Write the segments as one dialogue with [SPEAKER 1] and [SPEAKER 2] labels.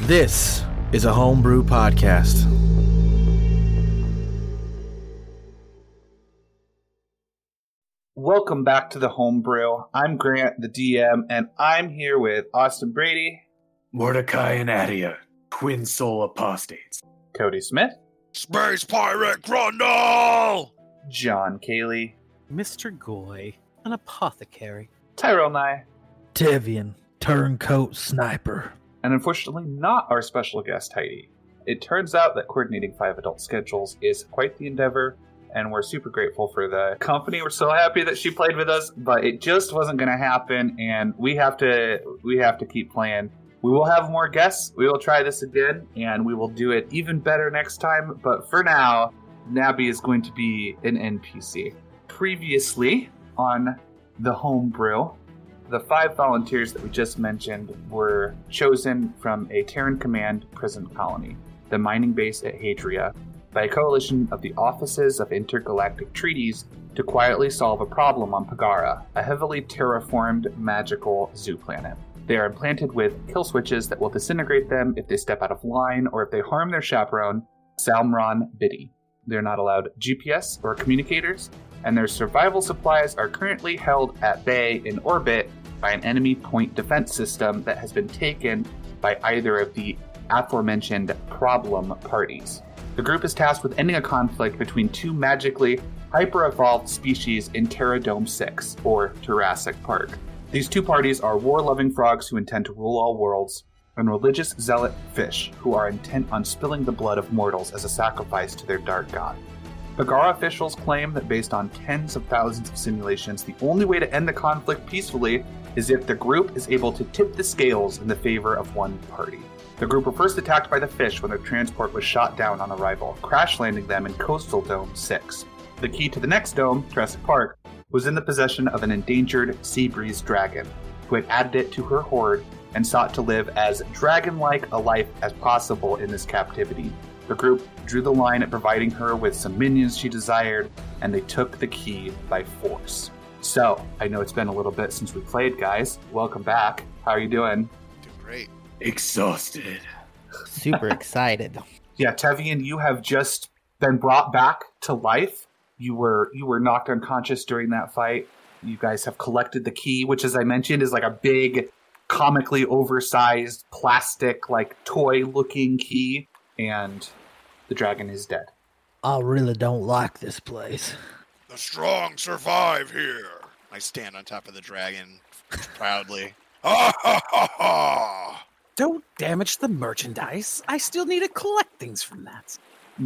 [SPEAKER 1] This is a homebrew podcast.
[SPEAKER 2] Welcome back to the Homebrew. I'm Grant, the DM, and I'm here with Austin Brady,
[SPEAKER 3] Mordecai and Adia, twin soul apostates.
[SPEAKER 2] Cody Smith,
[SPEAKER 4] Space Pirate Grundle!
[SPEAKER 2] John Cayley,
[SPEAKER 5] Mr. Goy, an apothecary.
[SPEAKER 2] Tyrell Nye,
[SPEAKER 1] Tevian, turncoat sniper.
[SPEAKER 2] and unfortunately not our special guest Heidi. It turns out that coordinating five adult schedules is quite the endeavor, and we're super grateful for the company. We're so happy that she played with us, but it just wasn't going to happen, and we have to we have to keep playing. We will have more guests. We will try this again, and we will do it even better next time. But for now, Nabby is going to be an NPC. Previously on the homebrew, the five volunteers that we just mentioned were chosen from a Terran Command prison colony, the mining base at Hadria, by a coalition of the offices of intergalactic treaties to quietly solve a problem on Pagara, a heavily terraformed magical zoo planet. They are implanted with kill switches that will disintegrate them if they step out of line or if they harm their chaperone, Salmron Biddy. They're not allowed GPS or communicators, and their survival supplies are currently held at bay in orbit by an enemy point defense system that has been taken by either of the aforementioned problem parties. The group is tasked with ending a conflict between two magically hyper evolved species in Terra Dome 6, or Jurassic Park. These two parties are war loving frogs who intend to rule all worlds, and religious zealot fish who are intent on spilling the blood of mortals as a sacrifice to their dark god. Bagara officials claim that based on tens of thousands of simulations, the only way to end the conflict peacefully is if the group is able to tip the scales in the favor of one party. The group were first attacked by the fish when their transport was shot down on arrival, crash landing them in Coastal Dome 6. The key to the next dome, Jurassic Park, was in the possession of an endangered sea breeze dragon, who had added it to her hoard and sought to live as dragon like a life as possible in this captivity. The group drew the line at providing her with some minions she desired, and they took the key by force. So, I know it's been a little bit since we played, guys. Welcome back. How are you doing?
[SPEAKER 4] Doing great.
[SPEAKER 3] Exhausted.
[SPEAKER 6] Super excited.
[SPEAKER 2] Yeah, Tevian, you have just been brought back to life. You were you were knocked unconscious during that fight. You guys have collected the key, which as I mentioned is like a big comically oversized plastic like toy looking key and the dragon is dead.
[SPEAKER 6] I really don't like this place.
[SPEAKER 4] The strong survive here. I stand on top of the dragon proudly. Ha ha ha ha!
[SPEAKER 5] Don't damage the merchandise. I still need to collect things from that.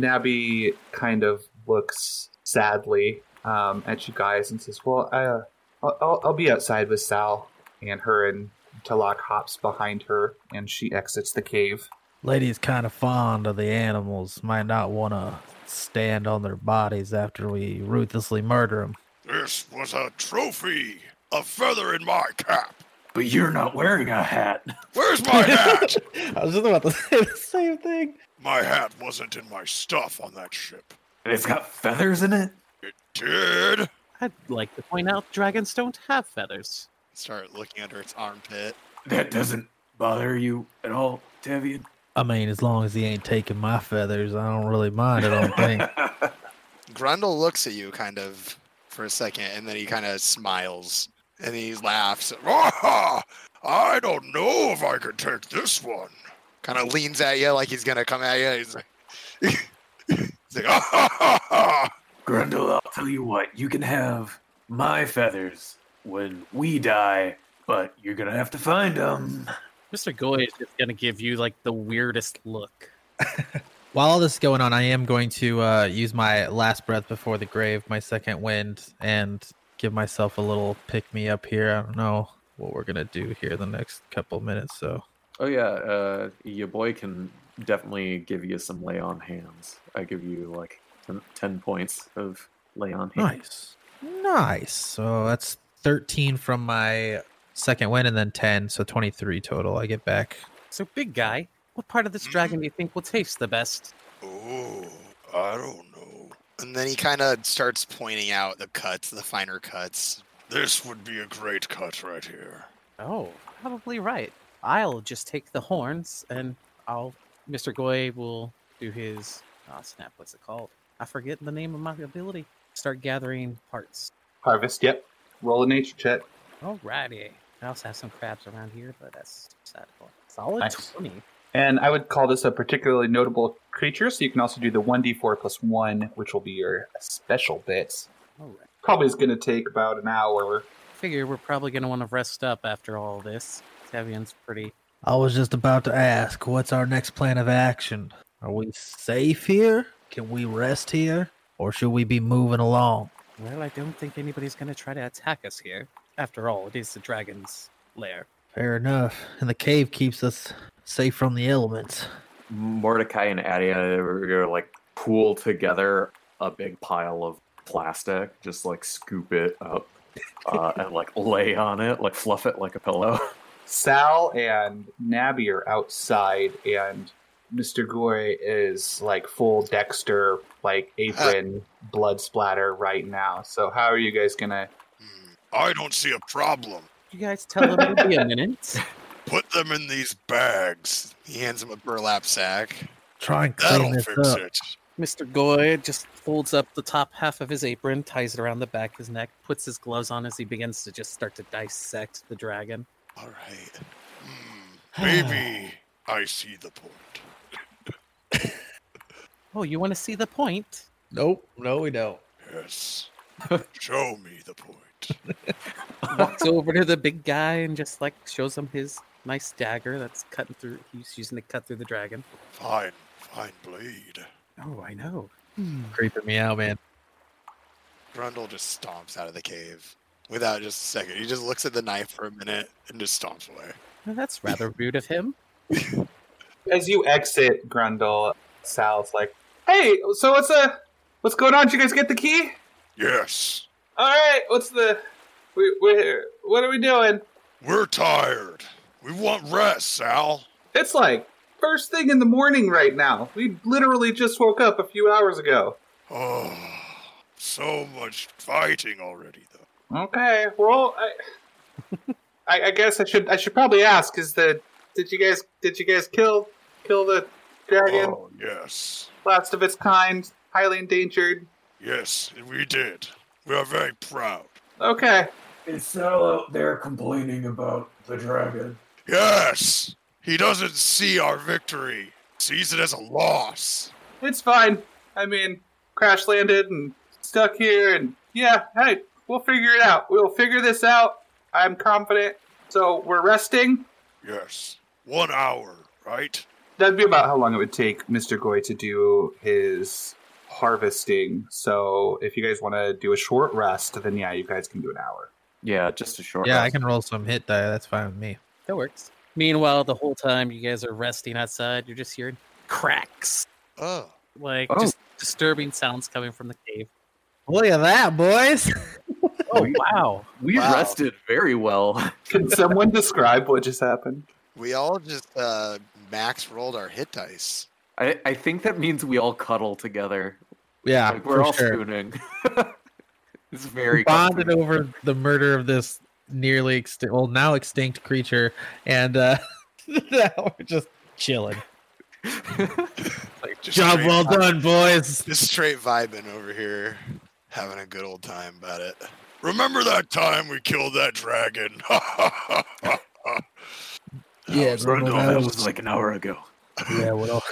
[SPEAKER 2] Nabby kind of looks sadly um, at you guys and says, "Well, I, uh, I'll- I'll, I'll be outside with Sal." And her and Talak hops behind her, and she exits the cave.
[SPEAKER 1] Lady's kind of fond of the animals, might not want to stand on their bodies after we ruthlessly murder them.
[SPEAKER 4] This was a trophy! A feather in my cap!
[SPEAKER 3] But you're not wearing a hat.
[SPEAKER 4] Where's my hat?
[SPEAKER 6] Oh, I was just about to say the same thing.
[SPEAKER 4] my hat wasn't in my stuff on that ship.
[SPEAKER 3] And it's got feathers in it?
[SPEAKER 4] It did!
[SPEAKER 5] I'd like to point out dragons don't have feathers.
[SPEAKER 4] Start looking under its armpit.
[SPEAKER 3] That doesn't bother you at all, Tevian?
[SPEAKER 1] I mean, as long as he ain't taking my feathers, I don't really mind, I don't think.
[SPEAKER 4] Grundle looks at you kind of for a second, and then he kind of smiles and he laughs. Ah, I don't know if I could take this one. Kind of leans at you like he's gonna come at you. He's like, he's like ah, ha, ha, ha.
[SPEAKER 3] Grundle, I'll tell you what, you can have my feathers when we die, but you're gonna have to find them.
[SPEAKER 5] Mr. Goy is just gonna give you like the weirdest look.
[SPEAKER 6] While all this is going on, I am going to uh, use my last breath before the grave, my second wind, and give myself a little pick me up here. I don't know what we're gonna do here the next couple minutes, so
[SPEAKER 7] Oh yeah, uh, your boy can definitely give you some lay on hands. I give you like ten, 10 points of lay on hands.
[SPEAKER 6] nice, nice. So that's thirteen from my second win, and then ten, so twenty-three total. I get back.
[SPEAKER 5] So, big guy, what part of this dragon do you think will taste the best?
[SPEAKER 4] Ooh, I don't know. And then he kind of starts pointing out the cuts, the finer cuts. This would be a great cut right here.
[SPEAKER 5] Oh, probably right. I'll just take the horns and I'll Mr. Goy will do his oh snap, what's it called? I forget the name of my ability. Start gathering parts.
[SPEAKER 2] Harvest, yep. Roll a nature check.
[SPEAKER 5] Alrighty. I also have some crabs around here, but that's sad. Solid
[SPEAKER 2] Nice.
[SPEAKER 5] twenty.
[SPEAKER 2] And I would call this a particularly notable creature, so you can also do the 1d4 plus 1, which will be your special bits.
[SPEAKER 5] Alright.
[SPEAKER 2] Probably is going to take about an hour.
[SPEAKER 5] Figure we're probably gonna want to rest up after all this. Tavian's pretty
[SPEAKER 1] I was just about to ask, what's our next plan of action? Are we safe here? Can we rest here? Or should we be moving along?
[SPEAKER 5] well, I don't think anybody's gonna try to attack us here. After all, it is the dragon's lair.
[SPEAKER 1] Fair enough. And the cave keeps us safe from the elements.
[SPEAKER 7] Mordecai and Adia are gonna, like pool together a big pile of plastic, just like scoop it up uh, and like lay on it, like fluff it like a pillow.
[SPEAKER 2] Sal and Nabby are outside, and Mr. Goy is like full Dexter, like apron, blood splatter right now. So, how are you guys going to?
[SPEAKER 4] Hmm, I don't see a problem.
[SPEAKER 5] You guys tell him it'll be a minute.
[SPEAKER 4] Put them in these bags. He hands him a burlap sack.
[SPEAKER 1] Try and clean
[SPEAKER 4] That'll
[SPEAKER 1] this
[SPEAKER 4] fix
[SPEAKER 1] up.
[SPEAKER 4] it.
[SPEAKER 5] Mr. Goy just folds up the top half of his apron, ties it around the back of his neck, puts his gloves on as he begins to just start to dissect the dragon.
[SPEAKER 4] All right. Hmm, maybe I see the point.
[SPEAKER 5] Oh, you want to see the point?
[SPEAKER 6] Nope. No, we don't.
[SPEAKER 4] Yes. Show me the point.
[SPEAKER 5] Walks over to the big guy and just like shows him his nice dagger that's cutting through. He's using to cut through the dragon.
[SPEAKER 4] Fine, fine blade.
[SPEAKER 5] Oh, I know.
[SPEAKER 6] Creeping me out, man.
[SPEAKER 4] Grundle just stomps out of the cave without just a second. He just looks at the knife for a minute and just stomps away.
[SPEAKER 5] Well, that's rather rude of him.
[SPEAKER 2] As you exit Grundle, Sal's like, "Hey, so what's uh, what's going on? Did you guys get the key?
[SPEAKER 4] Yes,
[SPEAKER 2] All right, what's the, we we what are we doing?
[SPEAKER 4] we're tired. We want rest, Sal.
[SPEAKER 2] It's like first thing in the morning right now. We literally just woke up a few hours ago.
[SPEAKER 4] Oh, so much fighting already, though.
[SPEAKER 2] Okay, well, I, I, I guess I should I should probably ask: Is the did you guys did you guys kill kill the dragon
[SPEAKER 4] Oh, yes.
[SPEAKER 2] last of its kind, highly endangered?
[SPEAKER 4] Yes, we did. We are very proud.
[SPEAKER 2] Okay,
[SPEAKER 3] Is Sal out there complaining about the dragon?
[SPEAKER 4] Yes! He doesn't see our victory, sees it as a loss.
[SPEAKER 2] It's fine. I mean, crash landed and stuck here, and yeah, hey, we'll figure it out. We'll figure this out. I'm confident. So we're resting.
[SPEAKER 4] Yes. One hour, right?
[SPEAKER 2] That'd be about how long it would take Mr. Goy to do his harvesting. So if you guys want to do a short rest, then yeah, you guys can do an hour.
[SPEAKER 7] yeah, just a short.
[SPEAKER 6] Yeah, I
[SPEAKER 7] rest.
[SPEAKER 6] can roll some hit die. That's fine with me.
[SPEAKER 5] That works. Meanwhile, the whole time you guys are resting outside, you're just hearing cracks,
[SPEAKER 4] Oh.
[SPEAKER 5] like
[SPEAKER 7] Oh.
[SPEAKER 5] just disturbing sounds coming from the cave.
[SPEAKER 6] Look at that, boys.
[SPEAKER 5] Oh wow!
[SPEAKER 7] We
[SPEAKER 4] Wow.
[SPEAKER 7] rested very well.
[SPEAKER 2] Can someone describe what just happened?
[SPEAKER 4] We all just uh, max rolled our hit dice.
[SPEAKER 7] I, I think that means we all cuddle together.
[SPEAKER 6] Yeah,
[SPEAKER 7] Like, we're
[SPEAKER 6] Ah, for
[SPEAKER 7] all
[SPEAKER 6] sure.
[SPEAKER 7] spooning. it's very
[SPEAKER 6] Bonded
[SPEAKER 7] comforting.
[SPEAKER 6] over the murder of this nearly extinct, well, now extinct creature, and uh, now we're just chilling.
[SPEAKER 4] Just
[SPEAKER 6] Job
[SPEAKER 4] straight
[SPEAKER 6] well
[SPEAKER 4] vi-
[SPEAKER 6] done, boys.
[SPEAKER 4] Just straight vibing over here, having a good old time about it. Remember that time we killed that dragon? That
[SPEAKER 1] Yeah,
[SPEAKER 4] was-
[SPEAKER 1] Grundle,
[SPEAKER 3] Grundle, that was like an hour ago.
[SPEAKER 1] Yeah, well,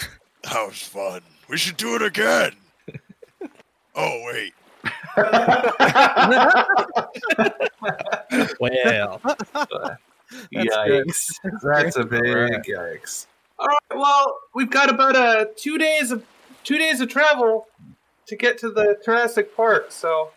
[SPEAKER 4] That was fun. We should do it again. oh wait,
[SPEAKER 6] Well,
[SPEAKER 2] yikes. That's a big yikes. All right, well, we've got about uh, two days of two days of travel to get to the Jurassic Park, so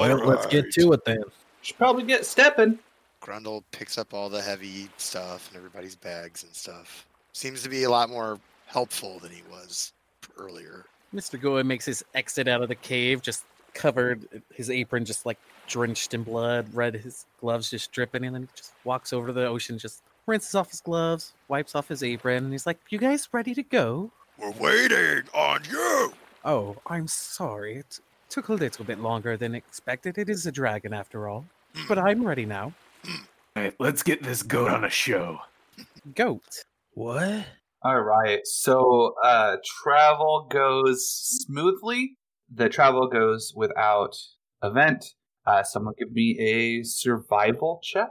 [SPEAKER 6] well let's get
[SPEAKER 4] right.
[SPEAKER 6] to it then.
[SPEAKER 2] should probably get stepping.
[SPEAKER 4] Grundle picks up all the heavy stuff and everybody's bags and stuff. Seems to be a lot more helpful than he was earlier.
[SPEAKER 5] Mr. Goa makes his exit out of the cave, just covered his apron, just like drenched in blood, red his gloves just dripping, and then just walks over to the ocean, just rinses off his gloves, wipes off his apron, and he's like, "You guys ready to go?"
[SPEAKER 4] We're waiting on you.
[SPEAKER 5] Oh, I'm sorry. It took a little bit longer than expected. It is a dragon after all. But I'm ready now.
[SPEAKER 3] All right, let's get this goat on a show.
[SPEAKER 5] Goat.
[SPEAKER 1] what?
[SPEAKER 2] All right. So uh, travel goes smoothly. The travel goes without event. Uh, someone give me a survival check.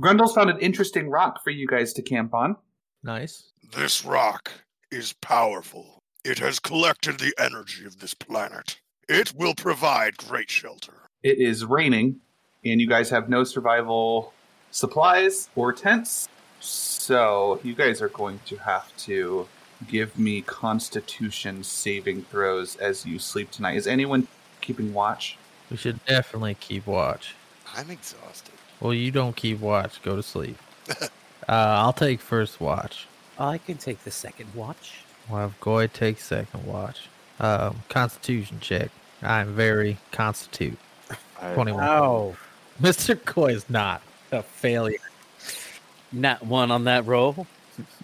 [SPEAKER 2] Grundle's found an interesting rock for you guys to camp on.
[SPEAKER 6] Nice.
[SPEAKER 4] This rock is powerful. It has collected the energy of this planet. It will provide great shelter.
[SPEAKER 2] It is raining, and you guys have no survival supplies or tents. So you guys are going to have to give me constitution saving throws as you sleep tonight. Is anyone keeping watch?
[SPEAKER 6] We should definitely keep watch.
[SPEAKER 4] I'm exhausted.
[SPEAKER 6] Well, you don't keep watch. Go to sleep. uh, I'll take first watch.
[SPEAKER 5] I can take the second watch.
[SPEAKER 6] We'll have Goy take second watch. Um, constitution check. I'm very constitute.
[SPEAKER 7] I-
[SPEAKER 6] 21.
[SPEAKER 5] Oh,
[SPEAKER 6] Mr. Goy is not a failure.
[SPEAKER 5] not one on that roll.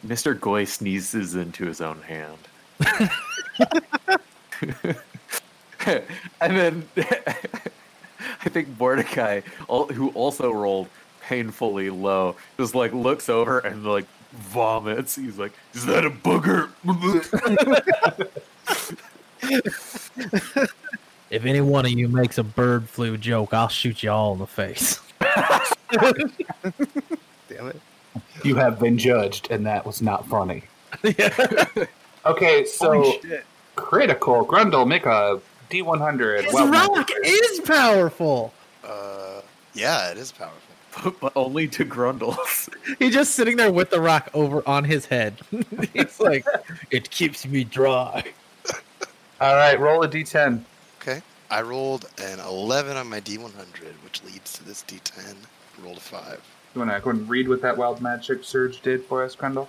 [SPEAKER 7] Mr. Goy sneezes into his own hand. and then I think Mordecai, al- who also rolled painfully low, just like looks over and like vomits. He's like, Is that a booger?
[SPEAKER 6] If any one of you makes a bird flu joke, I'll shoot you all in the face.
[SPEAKER 1] Damn it.
[SPEAKER 2] You have been judged, and that was not funny. Okay, so
[SPEAKER 3] Holy shit.
[SPEAKER 2] critical. Grundle, make a D100.
[SPEAKER 6] This
[SPEAKER 2] Well,
[SPEAKER 6] rock is powerful.
[SPEAKER 4] Uh, yeah, it is powerful.
[SPEAKER 7] but, but only to Grundles.
[SPEAKER 6] He's just sitting there with the rock over on his head. He's like, it keeps me dry.
[SPEAKER 2] All right, roll a D10.
[SPEAKER 4] Okay. I rolled an 11 on my D100, which leads to this D10. Rolled a 5.
[SPEAKER 2] You want to go and read what that wild magic surge did for us, Grundle?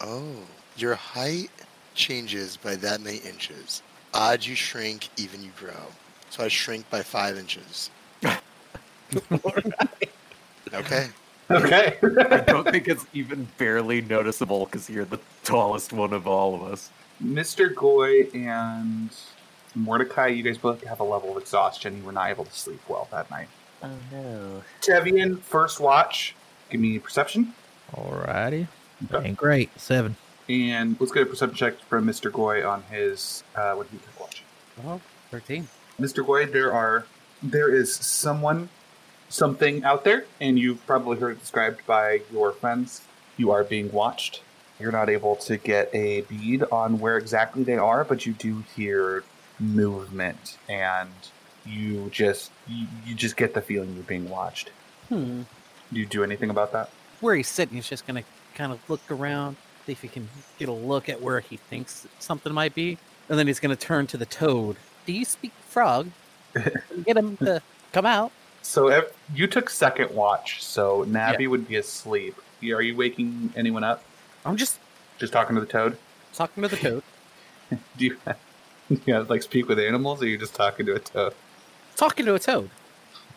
[SPEAKER 4] Oh, your height changes by that many inches. Odd you shrink, even you grow. So I shrink by five inches. okay.
[SPEAKER 2] Okay.
[SPEAKER 7] I don't think it's even barely noticeable because you're the tallest one of all of us.
[SPEAKER 2] Mr. Goy and Mordecai, you guys both have a level of exhaustion. You were not able to sleep well that night.
[SPEAKER 7] Oh no.
[SPEAKER 2] Tevian, first watch. Give me perception.
[SPEAKER 6] Alrighty.
[SPEAKER 2] Okay.
[SPEAKER 6] Ain't great. Seven.
[SPEAKER 2] And let's get a perception check from Mr. Goy on his, uh, what he took watch.
[SPEAKER 5] Oh, 13.
[SPEAKER 2] Mr. Goy, there are, there is someone, something out there, and you've probably heard it described by your friends. You are being watched. You're not able to get a bead on where exactly they are, but you do hear movement, and you just, you, you just get the feeling you're being watched.
[SPEAKER 5] Hmm.
[SPEAKER 2] Do you do anything about that?
[SPEAKER 5] Where he's sitting, he's just going to kind of look around, see if he can get a look at where he thinks something might be. And then he's going to turn to the toad. Do you speak frog? And get him to come out.
[SPEAKER 2] So ev- you took second watch, so Navi would be asleep. Are you waking anyone up?
[SPEAKER 5] I'm just
[SPEAKER 2] Just talking to the toad?
[SPEAKER 5] talking to the toad.
[SPEAKER 2] Do you, do you have, like speak with animals, or you're just talking to a toad?
[SPEAKER 5] Talking to a toad.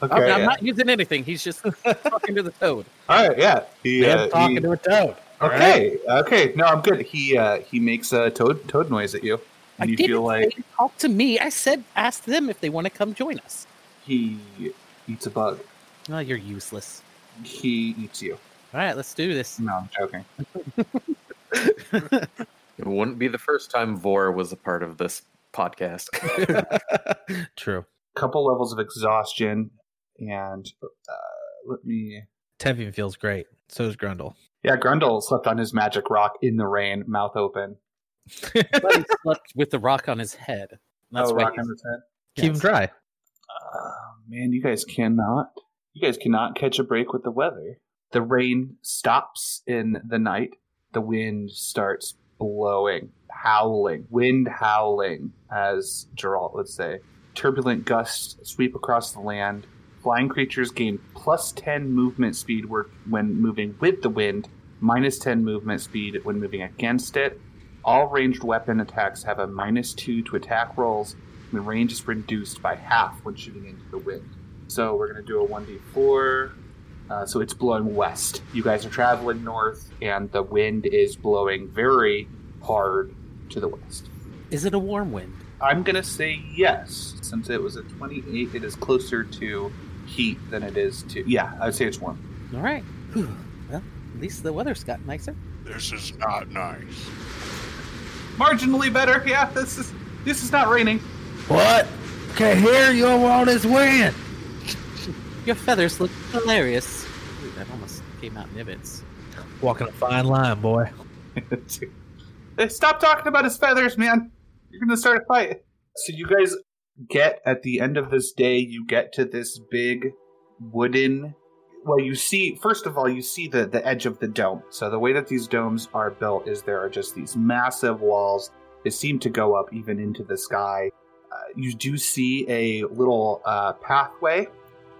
[SPEAKER 2] Okay,
[SPEAKER 5] I'm, I'm
[SPEAKER 2] yeah.
[SPEAKER 5] not using anything. He's just talking to the toad.
[SPEAKER 2] all right, yeah. He,
[SPEAKER 6] Yeah,
[SPEAKER 2] uh,
[SPEAKER 6] talking
[SPEAKER 2] he-
[SPEAKER 6] to a toad.
[SPEAKER 2] okay, okay. No, I'm good. He uh, he makes a toad toad noise at you,
[SPEAKER 5] I
[SPEAKER 2] and you
[SPEAKER 5] didn't
[SPEAKER 2] feel like
[SPEAKER 5] say talk to me. I said ask them if they want to come join us.
[SPEAKER 2] he eats a bug.
[SPEAKER 5] Oh, you're useless.
[SPEAKER 2] He eats you.
[SPEAKER 5] All right, let's do this.
[SPEAKER 2] No, I'm joking.
[SPEAKER 7] It wouldn't be the first time Vor was a part of this podcast.
[SPEAKER 6] True.
[SPEAKER 2] Couple levels of exhaustion, and uh, let me.
[SPEAKER 6] Tevian feels great. So does Grundle.
[SPEAKER 2] Yeah, Grundle slept on his magic rock in the rain, mouth open.
[SPEAKER 5] But he slept with the rock on his head. That's
[SPEAKER 2] oh,
[SPEAKER 5] why
[SPEAKER 2] rock
[SPEAKER 5] he's-
[SPEAKER 2] on his head.
[SPEAKER 6] Keep him
[SPEAKER 5] Yes.
[SPEAKER 6] dry.
[SPEAKER 2] Oh, man, you guys cannot. You guys cannot catch a break with the weather. The rain stops in the night. The wind starts blowing, howling, wind howling, as Geralt would say. Turbulent gusts sweep across the land. Flying creatures gain plus 10 movement speed wor- when moving with the wind, minus 10 movement speed when moving against it. All ranged weapon attacks have a minus 2 to attack rolls, the range is reduced by half when shooting into the wind. So we're going to do a 1d4. Uh, so it's blowing west. You guys are traveling north, and the wind is blowing very hard to the west.
[SPEAKER 5] Is it a warm wind?
[SPEAKER 2] I'm going to say yes. Since it was a 28, it is closer to heat than it is to. Yeah, I'd say it's warm.
[SPEAKER 5] All right. Whew. Well, at least the weather's got nicer.
[SPEAKER 4] This is not nice.
[SPEAKER 2] Marginally better. Yeah, this is this is not raining.
[SPEAKER 1] What? Can't hear you over all this wind.
[SPEAKER 5] Your feathers look hilarious. Ooh, that almost came out nibbits.
[SPEAKER 1] Walking a fine line, boy.
[SPEAKER 2] Hey, Stop talking about his feathers, man. You're gonna start a fight. So you guys get at the end of this day, you get to this big wooden. Well, you see, first of all, you see the the edge of the dome. So the way that these domes are built is there are just these massive walls that seem to go up even into the sky. Uh, you do see a little uh, pathway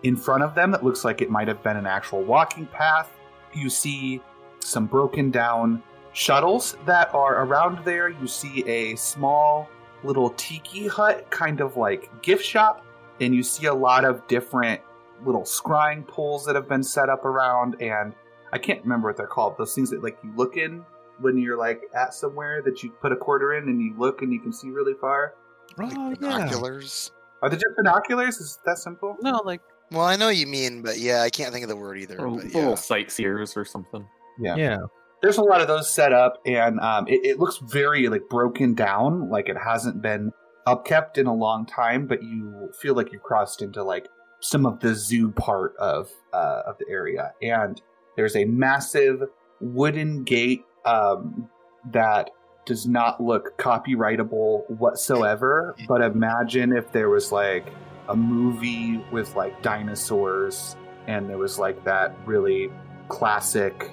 [SPEAKER 2] in front of them that looks like it might have been an actual walking path. You see some broken down shuttles that are around there. You see a small little tiki hut, kind of like gift shop, and you see a lot of different little scrying pools that have been set up around. And I can't remember what they're called. Those things that like you look in when you're like at somewhere that you put a quarter in and you look and you can see really far.
[SPEAKER 4] Like
[SPEAKER 1] Oh yeah.
[SPEAKER 4] binoculars.
[SPEAKER 2] Are they just binoculars? Is it that simple?
[SPEAKER 5] No, like
[SPEAKER 4] Well, I know what you mean, but yeah, I can't think of the word either.
[SPEAKER 1] Oh,
[SPEAKER 7] Or
[SPEAKER 4] But
[SPEAKER 7] Little
[SPEAKER 4] yeah.
[SPEAKER 7] sightseers or something.
[SPEAKER 2] Yeah.
[SPEAKER 1] Yeah.
[SPEAKER 2] there's a lot of those set up and um, it, it looks very like broken down like it hasn't been upkept in a long time but you feel like you've crossed into like some of the zoo part of uh, of the area and there's a massive wooden gate um, that does not look copyrightable whatsoever but imagine if there was like a movie with like dinosaurs and there was like that really classic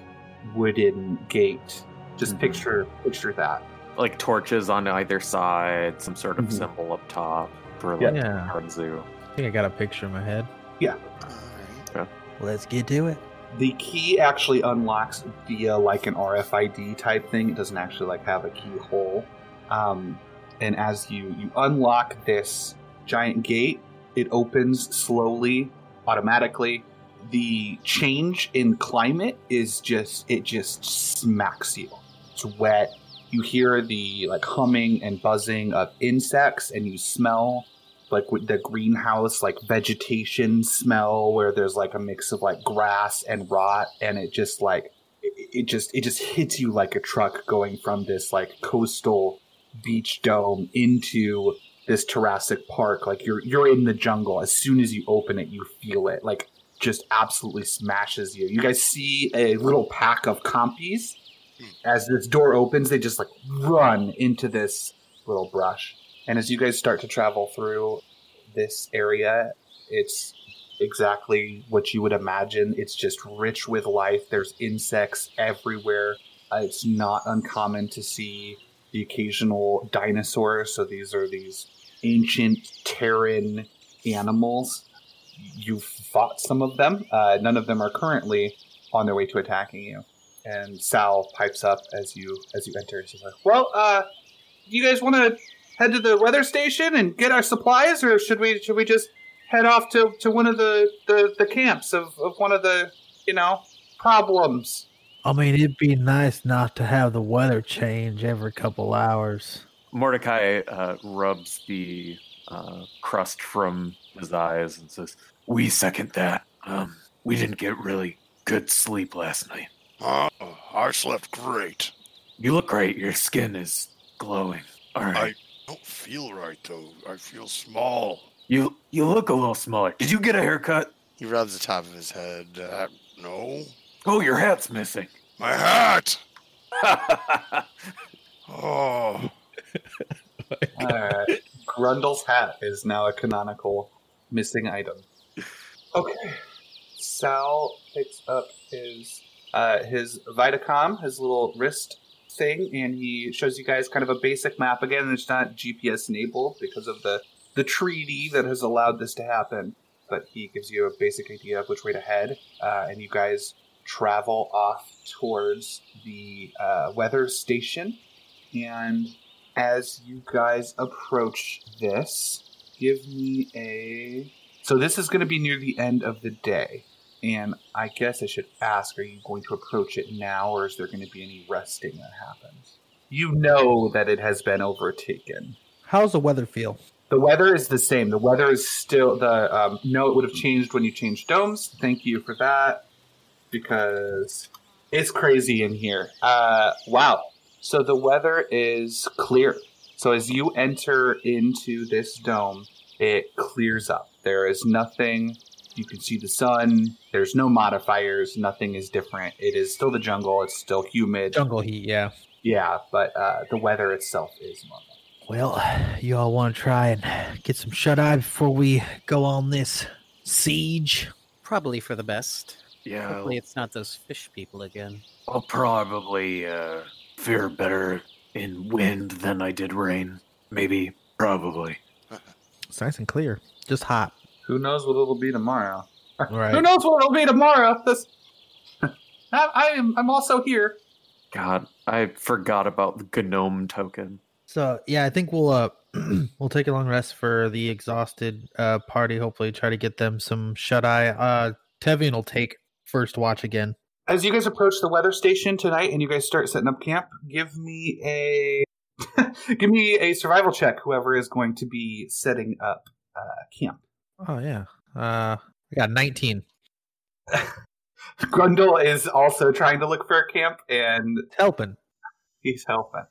[SPEAKER 2] wooden gate. Just
[SPEAKER 7] Mhm.
[SPEAKER 2] picture picture that.
[SPEAKER 7] Like torches on either side, some sort of
[SPEAKER 2] Mhm.
[SPEAKER 7] symbol up top for like
[SPEAKER 1] Yeah.
[SPEAKER 7] the Garden Zoo.
[SPEAKER 6] I think I got a picture in my head.
[SPEAKER 4] Alright.
[SPEAKER 1] Let's get to it.
[SPEAKER 2] The key actually unlocks via like an RFID type thing. It doesn't actually like have a keyhole. Um, and as you you unlock this giant gate, it opens slowly, automatically. The change in climate is just it just smacks you. It's wet. You hear the like humming and buzzing of insects, and you smell like with the greenhouse like vegetation smell where there's like a mix of like grass and rot and it just like it, it just it just hits you like a truck going from this like coastal beach dome into this Jurassic Park like you're you're in the jungle as soon as you open it you feel it like just absolutely smashes you you guys see a little pack of compies as this door opens they just like run into this little brush and as you guys start to travel through this area, it's exactly what you would imagine. It's just rich with life. There's insects everywhere. Uh, it's not uncommon to see the occasional dinosaur. So these are these ancient Terran animals. You've fought some of them. Uh, none of them are currently on their way to attacking you. And Sal pipes up as you as you enter. She's like, "Well, uh, you guys want to head to the weather station and get our supplies, or should we should we just head off to, to one of the, the, the camps of, of one of the you know problems?
[SPEAKER 1] I mean, it'd be nice not to have the weather change every couple hours.
[SPEAKER 7] Mordecai uh, rubs the uh, crust from his eyes and says,
[SPEAKER 3] We second that. Um, we didn't get really good sleep last night.
[SPEAKER 4] Oh, I slept great.
[SPEAKER 3] You look great. Your skin is glowing. All right.
[SPEAKER 4] Don't feel right though. I feel small.
[SPEAKER 3] You you look a little smaller. Did you get a haircut?
[SPEAKER 4] He rubs the top of his head. Uh, no,
[SPEAKER 3] Oh, your hat's missing.
[SPEAKER 4] my hat. Oh,
[SPEAKER 2] Uh, Grundle's hat is now a canonical missing item. Okay, Sal picks up his uh, his Vitacom, his little wrist thing, and he shows you guys kind of a basic map again. It's not GPS enabled because of the the treaty that has allowed this to happen, but he gives you a basic idea of which way to head, uh, and you guys travel off towards the uh, weather station and as you guys approach this, give me a. So this is going to be near the end of the day, and I guess I should ask: Are you going to approach it now, or is there going to be any resting that happens? You know that it has been overtaken.
[SPEAKER 1] How's the weather feel?
[SPEAKER 2] The weather is the same. The weather is still the. Um, no, it would have changed when you changed domes. Thank you for that, because It's crazy in here. Uh, wow. So the weather is clear. So as you enter into this dome, it clears up. There is nothing. You can see the sun. There's no modifiers. Nothing is different. It is still the jungle. It's still humid.
[SPEAKER 8] Jungle heat, yeah.
[SPEAKER 2] Yeah, but uh, the weather itself is normal.
[SPEAKER 6] Well, you all want to try and get some shut eye before we go on this siege?
[SPEAKER 5] Probably for the best.
[SPEAKER 2] Oh.
[SPEAKER 7] Yeah,
[SPEAKER 5] Hopefully, it's not those fish people again.
[SPEAKER 7] I'll probably uh, fare better in wind than I did rain. Maybe, probably.
[SPEAKER 8] It's nice and clear. Just hot.
[SPEAKER 2] Who knows what it'll be tomorrow? Who
[SPEAKER 1] Uh,
[SPEAKER 8] Right.
[SPEAKER 2] knows what it'll be tomorrow? This. I, I am. I'm also here.
[SPEAKER 9] God, I forgot about the gnome token.
[SPEAKER 8] So yeah, I think we'll uh we'll take a long rest for the exhausted uh party, hopefully try to get them some shut eye. Uh Tevian will take first watch again.
[SPEAKER 2] As you guys approach the weather station tonight, and you guys start setting up camp, give me a give me a survival check. Whoever is going to be setting up uh, camp.
[SPEAKER 8] Oh yeah. Uh I got nineteen.
[SPEAKER 2] Grundle is also trying to look for a camp, and
[SPEAKER 8] It's helping.
[SPEAKER 2] he's helping.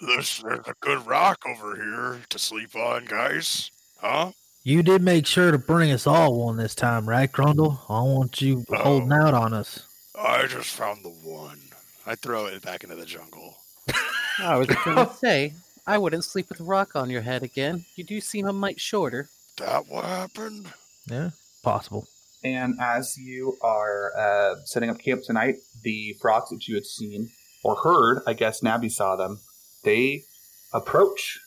[SPEAKER 3] There's, there's a good rock over here to sleep on, guys. Huh?
[SPEAKER 6] You did make sure to bring us all one this time, right, Grundle? I don't want you
[SPEAKER 3] Oh.
[SPEAKER 6] holding out on us.
[SPEAKER 3] I just found the one. I throw it back into the jungle.
[SPEAKER 5] I was gonna say, I wouldn't sleep with a rock on your head again. You do seem a mite shorter.
[SPEAKER 3] That what happened?
[SPEAKER 6] Possible.
[SPEAKER 2] And as you are uh, setting up camp tonight, the frogs that you had seen or heard, I guess Nabby saw them, they approach.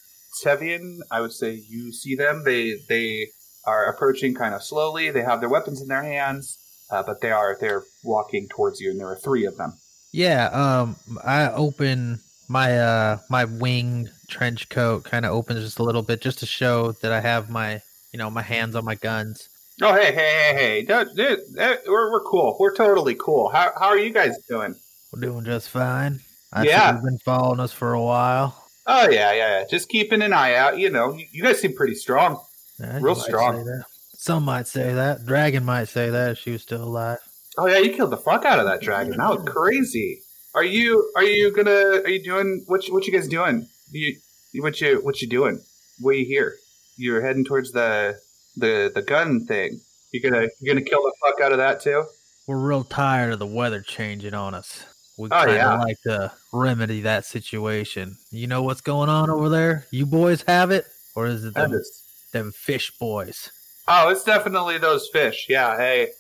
[SPEAKER 2] Sevian, I would say you see them. They they are approaching kind of slowly. They have their weapons in their hands, uh, but they are they're walking towards you, and there are three of them.
[SPEAKER 8] Yeah, um I open my uh my wing trench coat kind of opens just a little bit just to show that I have my you know my hands on my guns.
[SPEAKER 2] Oh hey hey hey hey! Don't- dude, eh, we're we're cool. We're totally cool. How how are you guys doing?
[SPEAKER 6] We're doing just fine. I see
[SPEAKER 2] Yeah.
[SPEAKER 6] you've been following us for a while.
[SPEAKER 2] Oh yeah yeah yeah. Just keeping an eye out. You know, you, you guys seem pretty strong.
[SPEAKER 6] Yeah, you
[SPEAKER 2] Real
[SPEAKER 6] might
[SPEAKER 2] strong.
[SPEAKER 6] say that. Some might say that. Dragon might say that if she was still alive.
[SPEAKER 2] Oh yeah, you killed the fuck out of that dragon. That was crazy. Are you are you gonna are you doing what you, what you guys doing? You you- what you what you doing? What you here? You're heading towards the the the gun thing. You gonna you gonna kill the fuck out of that too?
[SPEAKER 6] We're real tired of the weather changing on us. We
[SPEAKER 2] Oh,
[SPEAKER 6] kind of
[SPEAKER 2] yeah.
[SPEAKER 6] like to remedy that situation. You know what's going on over there? You boys have it, or is it them, them fish boys?
[SPEAKER 2] Oh, it's definitely those fish. Yeah, hey.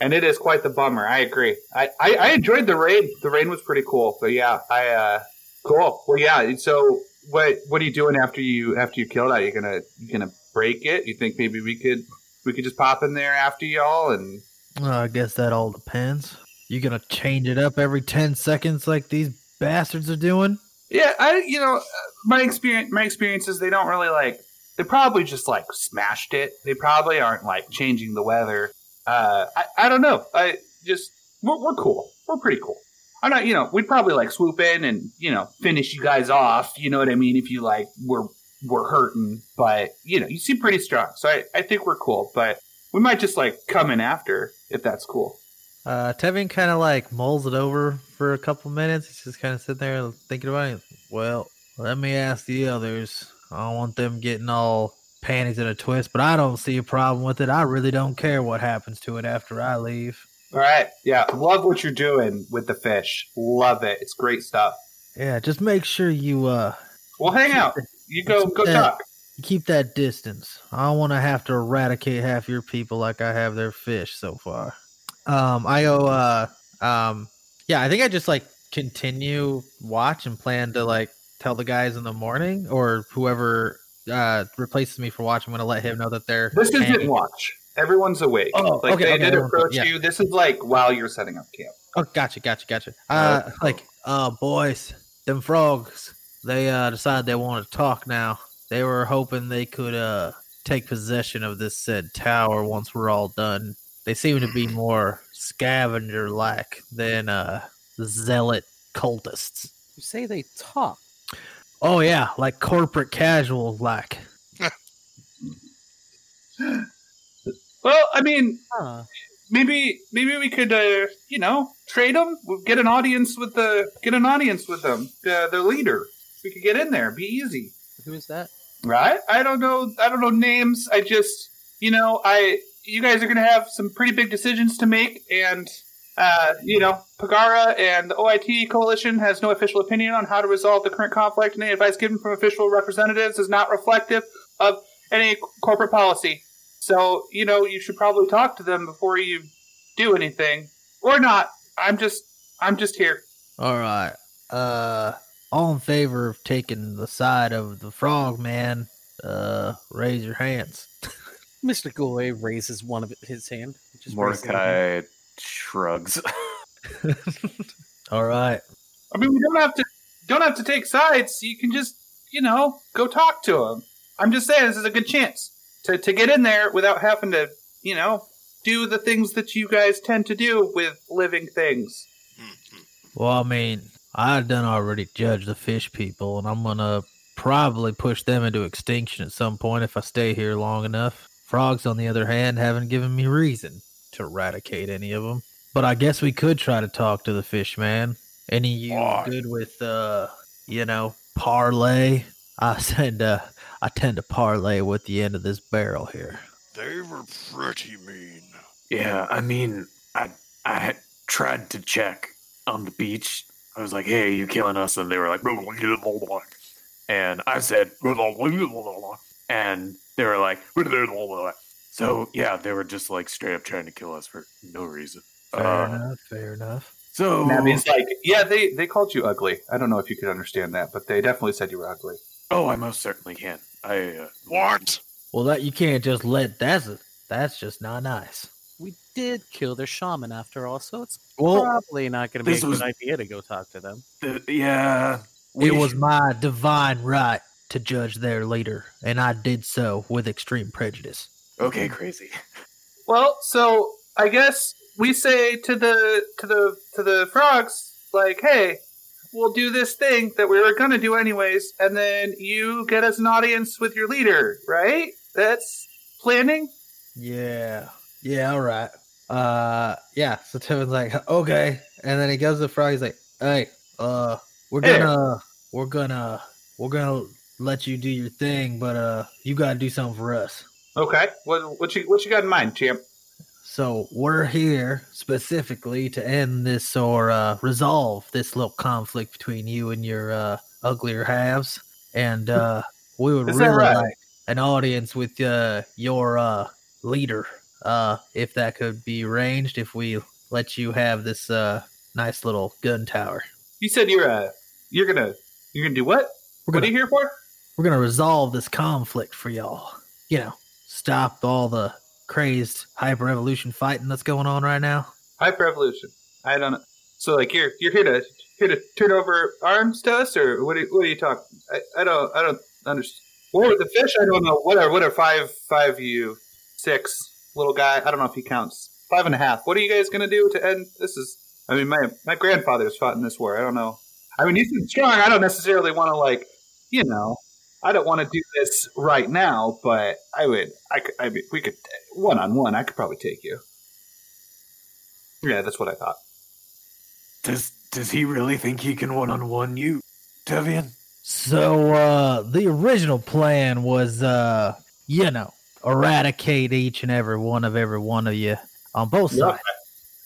[SPEAKER 2] And it is quite the bummer. I agree. I, I, I enjoyed the rain. The rain was pretty cool. But yeah, I uh cool. Well yeah, so what what are you doing after you after you kill that? You're gonna you gonna break it? You think maybe we could we could just pop in there after y'all and
[SPEAKER 6] Well, I guess that all depends. You gonna change it up every ten seconds like these bastards are doing?
[SPEAKER 2] Yeah, I you know my experience my experiences they don't really like they probably just like smashed it. They probably aren't like changing the weather. Uh, I I don't know. I just we're, we're cool. We're pretty cool. I'm not you know we'd probably like swoop in and you know finish you guys off. You know what I mean? If you like were were hurting, but you know you seem pretty strong. So I I think we're cool. But we might just like come in after if that's cool.
[SPEAKER 8] Uh, Tevin kind of like mulls it over for a couple minutes. He's just kind of sitting there thinking about it.
[SPEAKER 6] Well, let me ask the others. I don't want them getting all panties in a twist, but I don't see a problem with it. I really don't care what happens to it after I leave.
[SPEAKER 2] All right. Yeah. Love what you're doing with the fish. Love it. It's great stuff.
[SPEAKER 6] Yeah, just make sure you uh
[SPEAKER 2] Well, hang out. You go go
[SPEAKER 6] Yeah.
[SPEAKER 2] talk.
[SPEAKER 6] keep that distance. I don't want to have to eradicate half your people like I have their fish so far.
[SPEAKER 8] Um, I go, uh, um, yeah, I think I just like continue watch and plan to like tell the guys in the morning or whoever uh replaces me for watch. I'm gonna let him know that they're
[SPEAKER 2] This isn't
[SPEAKER 8] hanging-
[SPEAKER 2] watch. Everyone's awake.
[SPEAKER 8] Oh,
[SPEAKER 2] like
[SPEAKER 8] okay,
[SPEAKER 2] they
[SPEAKER 8] okay,
[SPEAKER 2] did
[SPEAKER 8] everyone's
[SPEAKER 2] approach
[SPEAKER 8] awake,
[SPEAKER 2] you. This is like while you're setting up camp.
[SPEAKER 8] Oh, gotcha, gotcha, gotcha.
[SPEAKER 6] Uh,
[SPEAKER 8] Uh,
[SPEAKER 6] like, uh, boys, them frogs, they uh decided they want to talk now. They were hoping they could uh take possession of this said tower once we're all done. They seem to be more scavenger like than uh zealot cultists.
[SPEAKER 5] You say they talk.
[SPEAKER 6] Oh yeah, like corporate casual like.
[SPEAKER 2] Well, I mean,
[SPEAKER 5] Huh.
[SPEAKER 2] maybe maybe we could uh, you know trade them. We'll get an audience with the get an audience with them. Uh, the leader. We could get in there. Be easy.
[SPEAKER 5] Who is that?
[SPEAKER 2] Right? I don't know. I don't know names. I just, you know, I you guys are gonna have some pretty big decisions to make, and uh, you know, Pagara and the OIT coalition has no official opinion on how to resolve the current conflict, and any advice given from official representatives is not reflective of any corporate policy. So, you know, you should probably talk to them before you do anything, or not. I'm just, I'm just here.
[SPEAKER 6] All right. Uh, all in favor of taking the side of the frog man, uh, raise your hands.
[SPEAKER 5] Mr. Goy raises one of his hand. Just raises it.
[SPEAKER 10] Mordecai shrugs.
[SPEAKER 6] All right.
[SPEAKER 2] I mean, we don't have to don't have to take sides. You can just, you know, go talk to them. I'm just saying, this is a good chance to to get in there without having to, you know, do the things that you guys tend to do with living things.
[SPEAKER 6] Well, I mean, I done already judged the fish people, and I'm gonna probably push them into extinction at some point if I stay here long enough. Frogs, on the other hand, haven't given me reason to eradicate any of them. But I guess we could try to talk to the fish man. Any of you
[SPEAKER 3] Why?
[SPEAKER 6] good with, uh, you know, parlay? I tend to, I tend to parlay with the end of this barrel here.
[SPEAKER 3] They were pretty mean.
[SPEAKER 7] Yeah, I mean, I I had tried to check on the beach. I was like, "Hey, you killing us?" And they were like, "Blah, blah, blah, blah, blah." and I said, "Blah, blah, blah, blah, blah, blah." and they were like, "Blah, blah, blah, blah." so yeah, they were just like straight up trying to kill us for no reason.
[SPEAKER 6] Fair
[SPEAKER 7] Uh,
[SPEAKER 6] enough. Fair enough.
[SPEAKER 7] so
[SPEAKER 2] And that means like, yeah, they they called you ugly. I don't know if you could understand that, but they definitely said you were ugly.
[SPEAKER 7] oh, I most certainly can. I uh,
[SPEAKER 3] What?
[SPEAKER 6] Well, that you can't just let. That's that's just not nice.
[SPEAKER 5] We did kill their shaman after all, so it's
[SPEAKER 6] Well,
[SPEAKER 5] probably not going to be
[SPEAKER 7] this
[SPEAKER 5] a
[SPEAKER 7] was-
[SPEAKER 5] good idea to go talk to them.
[SPEAKER 7] the, yeah,
[SPEAKER 6] It was my divine right to judge their leader, and I did so with extreme prejudice.
[SPEAKER 7] okay, crazy.
[SPEAKER 2] Well, so I guess we say to the to the to the frogs, like, hey, we'll do this thing that we were gonna do anyways, and then you get us an audience with your leader, right? That's planning.
[SPEAKER 6] Yeah. Yeah, all right. Uh yeah. So Timon's like, okay. And then he goes to the frog, he's like, hey, uh, we're
[SPEAKER 2] Hey.
[SPEAKER 6] gonna we're gonna we're gonna let you do your thing, but uh you gotta do something for us.
[SPEAKER 2] Okay. What what you what you got in mind, champ?
[SPEAKER 6] So we're here specifically to end this or uh, resolve this little conflict between you and your uh, uglier halves, and uh, we would
[SPEAKER 2] Is that
[SPEAKER 6] really
[SPEAKER 2] right?
[SPEAKER 6] like an audience with uh, your uh, leader, uh, if that could be arranged. If we let you have this uh, nice little gun tower,
[SPEAKER 2] You said you're uh you're gonna you're gonna do what?
[SPEAKER 6] we're
[SPEAKER 2] What are
[SPEAKER 6] gonna
[SPEAKER 2] you here for?
[SPEAKER 6] we're gonna resolve this conflict for y'all. You know, stop all the crazed hyper evolution fighting that's going on right now.
[SPEAKER 2] Hyper evolution. I don't know. So like you're you're here to here to turn over arms to us, or what? Are, what are you talking? I, I don't I don't understand. What were the fish? I don't know. What are what are five five of you six little guy? I don't know if he counts. Five and a half. What are you guys gonna do to end? This is. I mean, my my grandfather's fought in this war. I don't know. I mean, he's been strong. I don't necessarily want to like, you know, I don't want to do this right now. But I would. I could. I mean, we could one on one. I could probably take you. Yeah, that's what I thought.
[SPEAKER 7] Does does he really think he can one on one you, Devian?
[SPEAKER 6] So uh the original plan was uh you know, eradicate each and every one of every one of you on both
[SPEAKER 2] Yep.
[SPEAKER 6] sides.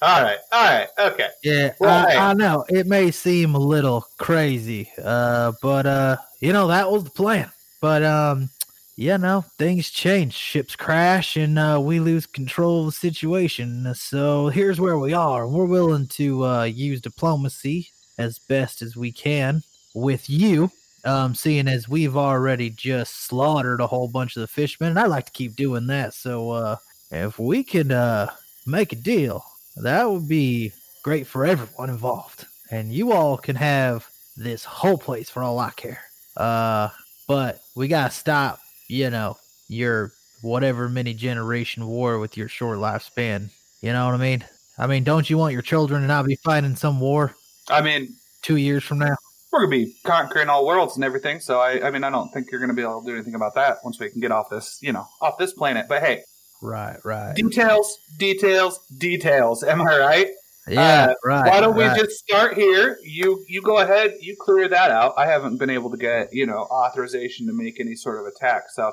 [SPEAKER 2] All right, all right, okay.
[SPEAKER 6] Yeah,
[SPEAKER 2] Right.
[SPEAKER 6] I, I know it may seem a little crazy, uh, but uh, you know that was the plan. But um, you know things change, ships crash, and uh, we lose control of the situation. So here's where we are. We're willing to uh, use diplomacy as best as we can with you. Um, seeing as we've already just slaughtered a whole bunch of the fishmen, and I like to keep doing that. So uh, if we could uh, make a deal, that would be great for everyone involved. And you all can have this whole place for all I care. Uh, but we gotta stop, you know, your whatever many generation war with your short lifespan. You know what I mean? I mean, don't you want your children to not be fighting some war
[SPEAKER 2] I mean,
[SPEAKER 6] two years from now?
[SPEAKER 2] we're gonna be conquering all worlds and everything, so I, I mean, I don't think you're gonna be able to do anything about that once we can get off this, you know, off this planet. But hey,
[SPEAKER 6] right, right.
[SPEAKER 2] Details, details, details. Am I right?
[SPEAKER 6] Yeah,
[SPEAKER 2] uh,
[SPEAKER 6] right.
[SPEAKER 2] Why don't we
[SPEAKER 6] right.
[SPEAKER 2] just start here? You you go ahead, you clear that out. I haven't been able to get, you know, authorization to make any sort of attack. So,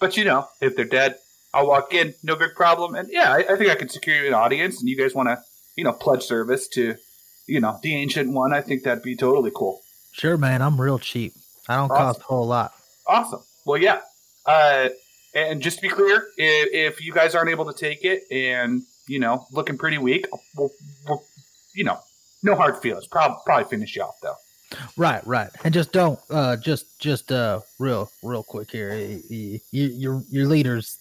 [SPEAKER 2] but you know, if they're dead, I'll walk in, no big problem. And yeah, I, I think I can secure you an audience and you guys want to, you know, pledge service to, you know, the ancient one. I think that'd be totally cool.
[SPEAKER 6] Sure, man. I'm real cheap. I don't
[SPEAKER 2] Awesome.
[SPEAKER 6] cost a whole lot.
[SPEAKER 2] Awesome. Well, yeah. Uh, and just to be clear, if, if you guys aren't able to take it and, you know, looking pretty weak, we'll, we'll, you know, no hard feelings. Probably, probably finish you off, though.
[SPEAKER 6] Right, right. And just don't. Uh, just, just uh, real, real quick here. y- y- y- Your your leader's.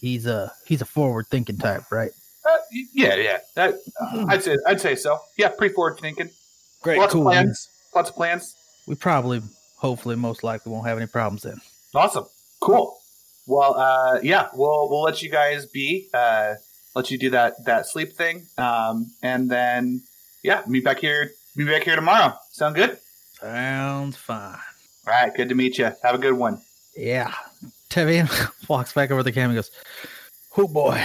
[SPEAKER 6] He's a he's a forward thinking type, right?
[SPEAKER 2] Uh, y- yeah, yeah. That, uh, I'd say I'd say so. Yeah, pretty forward thinking.
[SPEAKER 6] Mm-hmm. Great,
[SPEAKER 2] Lots of
[SPEAKER 6] cool.
[SPEAKER 2] plans.
[SPEAKER 6] man.
[SPEAKER 2] Lots of plans.
[SPEAKER 6] We probably, hopefully, most likely won't have any problems then.
[SPEAKER 2] Awesome. Cool. Well, uh, yeah, we'll we'll let you guys be. Uh, let you do that that sleep thing, um, and then yeah, meet back here. Meet back here tomorrow. Sound good?
[SPEAKER 6] Sounds fine.
[SPEAKER 2] All right. Good to meet you. Have a good one.
[SPEAKER 6] Yeah. Tevian walks back over to the camera and goes, Oh boy.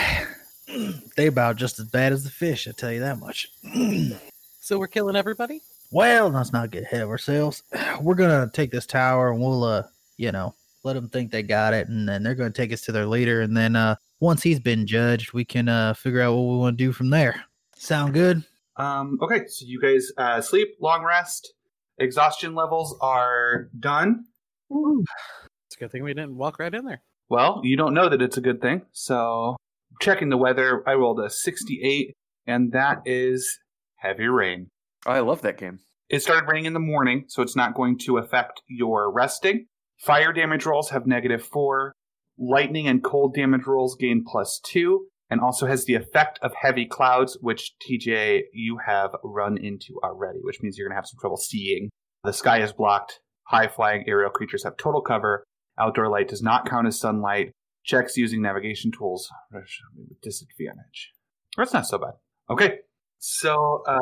[SPEAKER 6] they about just as bad as the fish, I tell you that much.
[SPEAKER 5] So we're killing everybody?
[SPEAKER 6] well, let's not get ahead of ourselves. We're gonna take this tower and we'll uh, you know, let them think they got it and then they're gonna take us to their leader and then uh once he's been judged, we can uh figure out what we want to do from there. Sound good?
[SPEAKER 2] Um, okay, so you guys uh, sleep, long rest. Exhaustion levels are done.
[SPEAKER 5] It's a good thing we didn't walk right in there.
[SPEAKER 2] Well, you don't know that it's a good thing. So, checking the weather, I rolled a 68, and that is heavy rain.
[SPEAKER 7] I love that game.
[SPEAKER 2] It started raining in the morning, so it's not going to affect your resting. Fire damage rolls have negative four. Lightning and cold damage rolls gain plus two, and also has the effect of heavy clouds, which TJ, you have run into already, which means you're going to have some trouble seeing. The sky is blocked. High flying aerial creatures have total cover. Outdoor light does not count as sunlight. Checks using navigation tools are with disadvantage. That's not so bad. Okay. So, uh,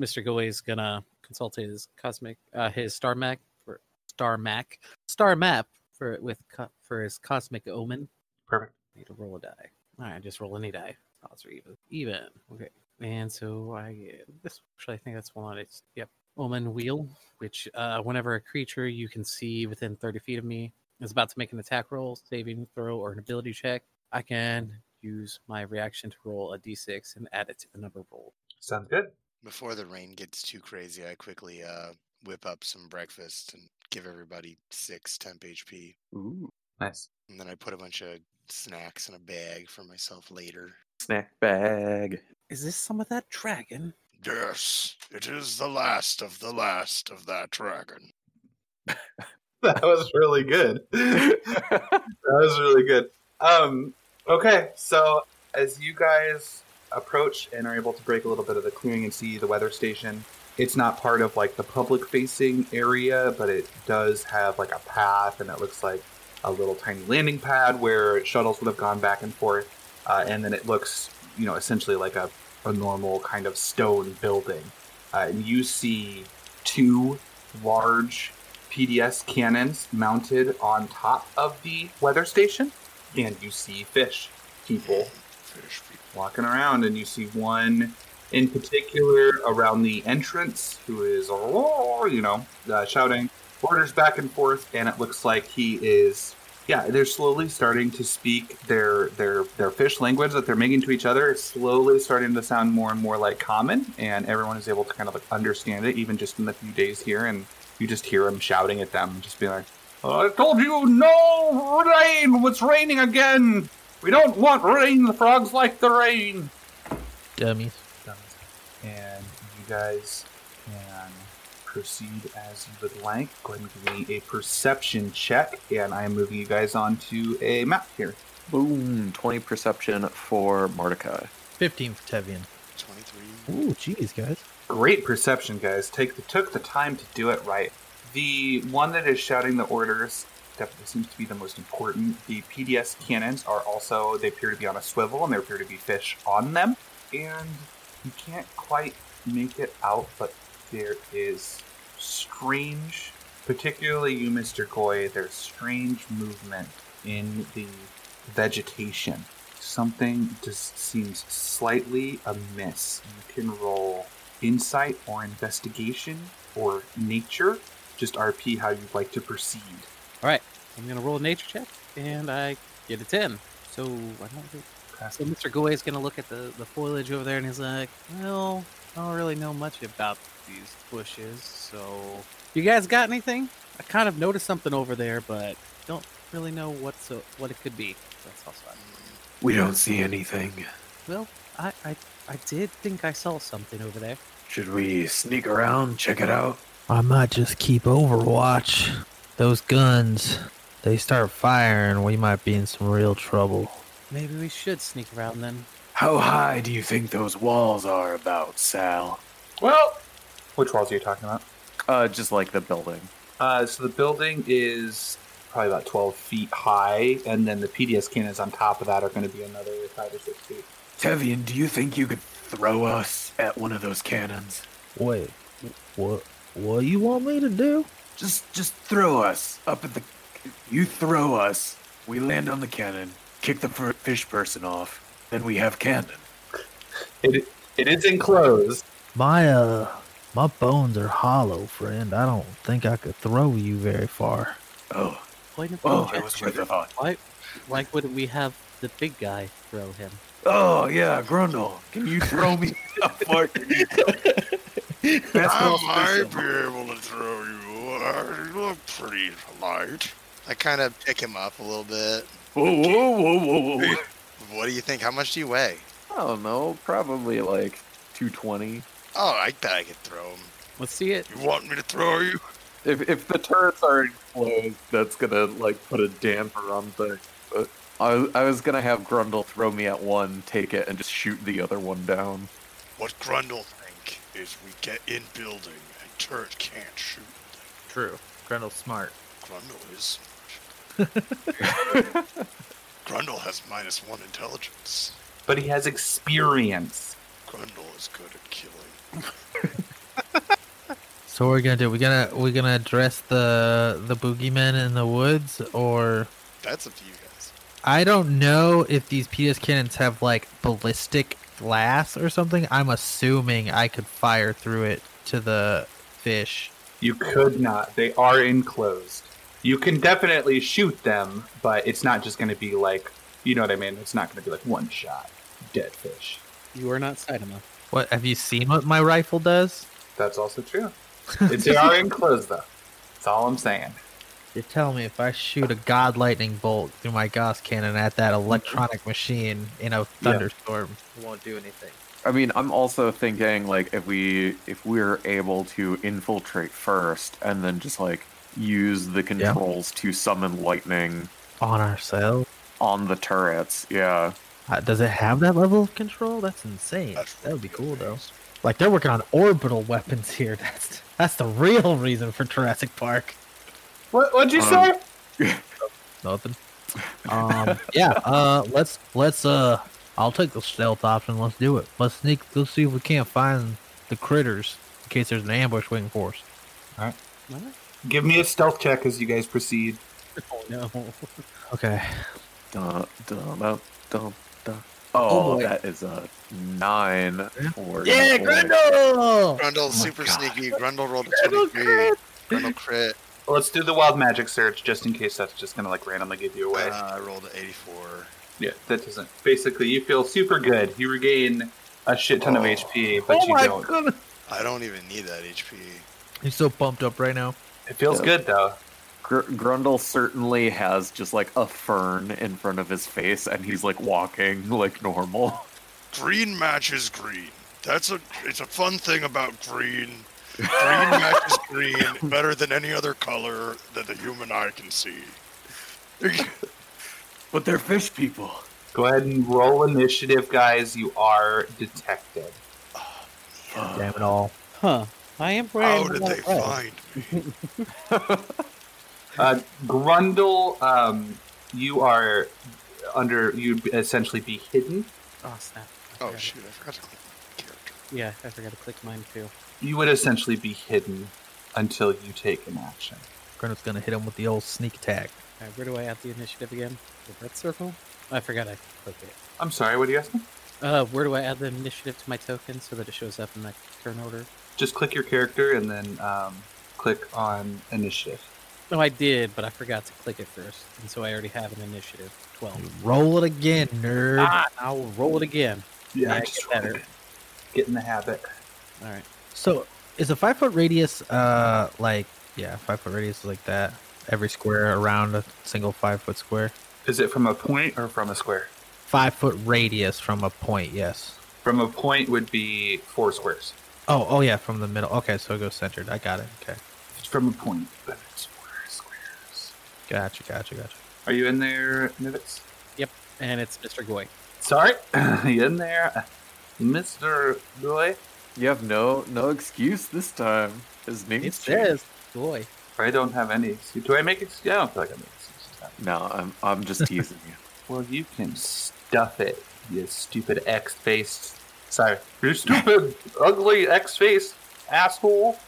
[SPEAKER 5] Mr. Gaway's gonna consult his cosmic uh his star map for star mac star map for with co- for his cosmic omen.
[SPEAKER 2] perfect.
[SPEAKER 5] Need to roll a die. Alright, just roll any die. Odds are even. Even. Okay. And so I get this actually I think that's one. It's yep. Omen wheel, which uh whenever a creature you can see within thirty feet of me is about to make an attack roll, saving throw, or an ability check, I can use my reaction to roll a D six and add it to the number rolled.
[SPEAKER 2] Sounds good.
[SPEAKER 4] Before the rain gets too crazy, I quickly uh, whip up some breakfast and give everybody six temp HP.
[SPEAKER 7] Ooh,
[SPEAKER 2] Nice.
[SPEAKER 4] And then I put a bunch of snacks in a bag for myself later.
[SPEAKER 7] snack bag.
[SPEAKER 5] Is this some of that dragon?
[SPEAKER 4] Yes, it is the last of the last of that dragon.
[SPEAKER 2] that was really good. that was really good. Um, okay, so as you guys approach and are able to break a little bit of the clearing and see the weather station, it's not part of like the public facing area, but it does have like a path and it looks like a little tiny landing pad where shuttles would have gone back and forth. Uh, and then it looks, you know, essentially like a, a normal kind of stone building. Uh, and you see two large PDS cannons mounted on top of the weather station, and you see fish, people
[SPEAKER 4] Fish people.
[SPEAKER 2] walking around, and you see one in particular around the entrance who is, "Roar," you know, uh, shouting orders back and forth, and it looks like he is. Yeah, they're slowly starting to speak their their their fish language that they're making to each other. It's slowly starting to sound more and more like common, and everyone is able to kind of like understand it, even just in the few days here. And you just hear him shouting at them, just being like, "I told you, no rain! It's raining again! We don't want rain. The frogs like the rain.
[SPEAKER 6] Dummies.
[SPEAKER 2] And you guys can proceed as you would like. Go ahead and give me a perception check, and I am moving you guys onto a map here.
[SPEAKER 7] Boom. Twenty perception for Mordecai.
[SPEAKER 6] Fifteen for Tevian.
[SPEAKER 4] 23.
[SPEAKER 6] Ooh, jeez, guys.
[SPEAKER 2] Great perception, guys. Take the, took the time to do it right. The one that is shouting the orders definitely seems to be the most important. The PDS cannons are also they appear to be on a swivel and there appear to be fish on them. And you can't quite make it out, but there is strange, particularly you, Mr. Goy, there's strange movement in the vegetation. Something just seems slightly amiss. You can roll insight or investigation or nature. Just RP how you'd like to proceed.
[SPEAKER 5] All right, I'm gonna roll a nature check, and I get a ten. So I don't think
[SPEAKER 2] Pass
[SPEAKER 5] So Mr. Goy is going to look at the, the foliage over there and he's like, well, I don't really know much about these bushes, so. You guys got anything? I kind of noticed something over there, but don't really know what, so, what it could be. So that's also fine.
[SPEAKER 3] We don't see anything.
[SPEAKER 5] Well, I, I, I did think I saw something over there.
[SPEAKER 3] Should we sneak around, check it out?
[SPEAKER 6] I might just keep Overwatch. Those guns, they start firing, we might be in some real trouble.
[SPEAKER 5] Maybe we should sneak around then.
[SPEAKER 3] How high do you think those walls are about, Sal?
[SPEAKER 2] Well, which walls are you talking about?
[SPEAKER 7] Uh, just like the building.
[SPEAKER 2] Uh, so the building is probably about 12 feet high, and then the PDS cannons on top of that are going to be another five or six feet.
[SPEAKER 3] Tevian, do you think you could throw us at one of those cannons?
[SPEAKER 6] Wait, what? What you want me to do?
[SPEAKER 3] Just just throw us up at the you throw us, we land on the cannon, kick the fir- fish person off, then we have cannon.
[SPEAKER 2] It, it is enclosed.
[SPEAKER 6] My uh, my bones are hollow, friend. I don't think I could throw you very far.
[SPEAKER 3] Oh,
[SPEAKER 5] Point of
[SPEAKER 3] oh, that was
[SPEAKER 5] conjecture.
[SPEAKER 3] worth a thought.
[SPEAKER 5] Why, why wouldn't we have the big guy throw him?
[SPEAKER 3] Oh yeah, Grundle, can you throw me a fucking That's
[SPEAKER 4] I
[SPEAKER 3] all
[SPEAKER 4] might
[SPEAKER 3] special.
[SPEAKER 4] be able to throw you. Uh, You look pretty light. I kind of pick him up a little bit.
[SPEAKER 3] Whoa, whoa, whoa, whoa, whoa.
[SPEAKER 4] What do you think? How much do you weigh?
[SPEAKER 7] I don't know, probably like 220.
[SPEAKER 4] Oh, I bet I could throw him.
[SPEAKER 5] Let's see it.
[SPEAKER 4] You want me to throw you?
[SPEAKER 7] If, if the turrets are enclosed, that's gonna like put a damper on things. But I, I was gonna have Grundle throw me at one, take it, and just shoot the other one down.
[SPEAKER 4] What Grundle think is we get in building and turret can't shoot.
[SPEAKER 6] True, Grendel's smart.
[SPEAKER 4] Grundle is. Grundle has minus one intelligence.
[SPEAKER 2] But he has experience.
[SPEAKER 4] Grundle is good at killing.
[SPEAKER 6] So what are we gonna do? We gonna we gonna address the the boogeyman in the woods, or
[SPEAKER 4] That's up to you guys.
[SPEAKER 6] I don't know if these PS cannons have like ballistic glass or something. I'm assuming I could fire through it to the fish.
[SPEAKER 2] You could not. They are enclosed. You can definitely shoot them, but it's not just going to be like, you know what I mean? It's not going to be like one shot, dead fish.
[SPEAKER 5] You are not Saitama.
[SPEAKER 6] What have you seen? What my rifle does?
[SPEAKER 2] That's also true. It's, they are enclosed, though. That's all I'm saying.
[SPEAKER 6] You're telling me if I shoot a god lightning bolt through my Gauss cannon at that electronic machine in a thunderstorm, it won't do anything.
[SPEAKER 7] I mean, I'm also thinking like if we if we're able to infiltrate first, and then just like use the controls to summon lightning
[SPEAKER 6] On ourselves?
[SPEAKER 7] on the turrets. Yeah,
[SPEAKER 6] Uh, does it have that level of control? That's insane.
[SPEAKER 4] That's
[SPEAKER 6] that would be cool though. Like they're working on orbital weapons here. That's that's the real reason for Jurassic Park.
[SPEAKER 2] What, what'd you
[SPEAKER 7] Um,
[SPEAKER 2] say?
[SPEAKER 6] Nothing. Um, yeah. Uh, let's let's uh, I'll take the stealth option. Let's do it. Let's sneak. Let's see if we can't find the critters in case there's an ambush waiting for us.
[SPEAKER 5] All right.
[SPEAKER 2] Give me a stealth check as you guys proceed.
[SPEAKER 5] Oh no.
[SPEAKER 6] Okay.
[SPEAKER 7] Dun, dun, dun, dun, dun. Oh,
[SPEAKER 5] boy.
[SPEAKER 7] that is a nine. For
[SPEAKER 6] Yeah,
[SPEAKER 7] boy.
[SPEAKER 6] Grendel.
[SPEAKER 4] Grundle
[SPEAKER 7] my
[SPEAKER 4] super
[SPEAKER 7] God.
[SPEAKER 4] sneaky. Grundle rolled a 23. Grundle crit.
[SPEAKER 2] Let's do the wild magic search just in case that's just going to like randomly give you
[SPEAKER 4] Uh,
[SPEAKER 2] away.
[SPEAKER 4] I rolled an 84.
[SPEAKER 2] Yeah, that doesn't. Basically, you feel super good. You regain a shit ton of
[SPEAKER 4] Oh.
[SPEAKER 2] HP, but
[SPEAKER 6] oh
[SPEAKER 2] you
[SPEAKER 6] my
[SPEAKER 2] don't.
[SPEAKER 6] goodness!
[SPEAKER 4] I don't even need that HP.
[SPEAKER 6] He's so pumped up right now.
[SPEAKER 2] It feels
[SPEAKER 7] Yeah.
[SPEAKER 2] good though.
[SPEAKER 7] Gr- Grundle certainly has just like a fern in front of his face, and he's like walking like normal.
[SPEAKER 4] Green matches green. That's a it's a fun thing about green. Green matches green better than any other color that the human eye can see.
[SPEAKER 3] But they're fish people.
[SPEAKER 2] Go ahead and roll initiative, guys. You are detected.
[SPEAKER 3] Uh,
[SPEAKER 6] Damn it all!
[SPEAKER 5] Huh. I am
[SPEAKER 4] How
[SPEAKER 5] wearing
[SPEAKER 4] did
[SPEAKER 5] my
[SPEAKER 4] they
[SPEAKER 5] red.
[SPEAKER 4] find me?
[SPEAKER 2] Uh, Grundle, um, you are under. You'd essentially be hidden.
[SPEAKER 5] Oh snap. I
[SPEAKER 4] Oh
[SPEAKER 5] forgot.
[SPEAKER 4] shoot, I forgot to click my character.
[SPEAKER 5] Yeah, I forgot to click mine too.
[SPEAKER 2] You would essentially be hidden until you take an action.
[SPEAKER 6] Grendel's gonna hit him with the old sneak attack.
[SPEAKER 5] Uh, Alright, where do I add the initiative again? The red circle? I forgot I clicked it.
[SPEAKER 2] I'm sorry, what do you ask me?
[SPEAKER 5] Uh, where do I add the initiative to my token so that it shows up in my turn order?
[SPEAKER 2] Just click your character and then um, click on initiative.
[SPEAKER 5] No, I did, but I forgot to click it first, and so I already have an initiative twelve.
[SPEAKER 6] Roll it again, nerd.
[SPEAKER 5] Ah, I'll roll it again.
[SPEAKER 2] Yeah,
[SPEAKER 5] Yeah,
[SPEAKER 2] I
[SPEAKER 5] get
[SPEAKER 2] just
[SPEAKER 5] better.
[SPEAKER 2] wanna Get in the habit.
[SPEAKER 5] All right.
[SPEAKER 6] So is a five foot radius uh like yeah, five foot radius is like that. Every square around a single five foot square.
[SPEAKER 2] Is it from a point or from a square?
[SPEAKER 6] Five foot radius from a point, yes.
[SPEAKER 2] From a point would be four squares.
[SPEAKER 6] Oh oh yeah, from the middle. Okay, so it goes centered. I got it. Okay.
[SPEAKER 2] If It's from a point, but it's four squares.
[SPEAKER 6] Gotcha, gotcha, gotcha.
[SPEAKER 2] Are you in there, Nivitz?
[SPEAKER 5] And it's Mr. Goy.
[SPEAKER 2] Sorry, you in there, Mister Boy?
[SPEAKER 7] You have no no excuse this time. His name
[SPEAKER 5] It
[SPEAKER 7] is changed.
[SPEAKER 5] says Goy.
[SPEAKER 2] I don't have any. excuse. Do I make it? Yeah, I don't feel like I make excuses. now.
[SPEAKER 7] No, I'm I'm just teasing you.
[SPEAKER 2] Well, you can stuff it, you stupid X face. Sorry, you stupid, ugly X face asshole.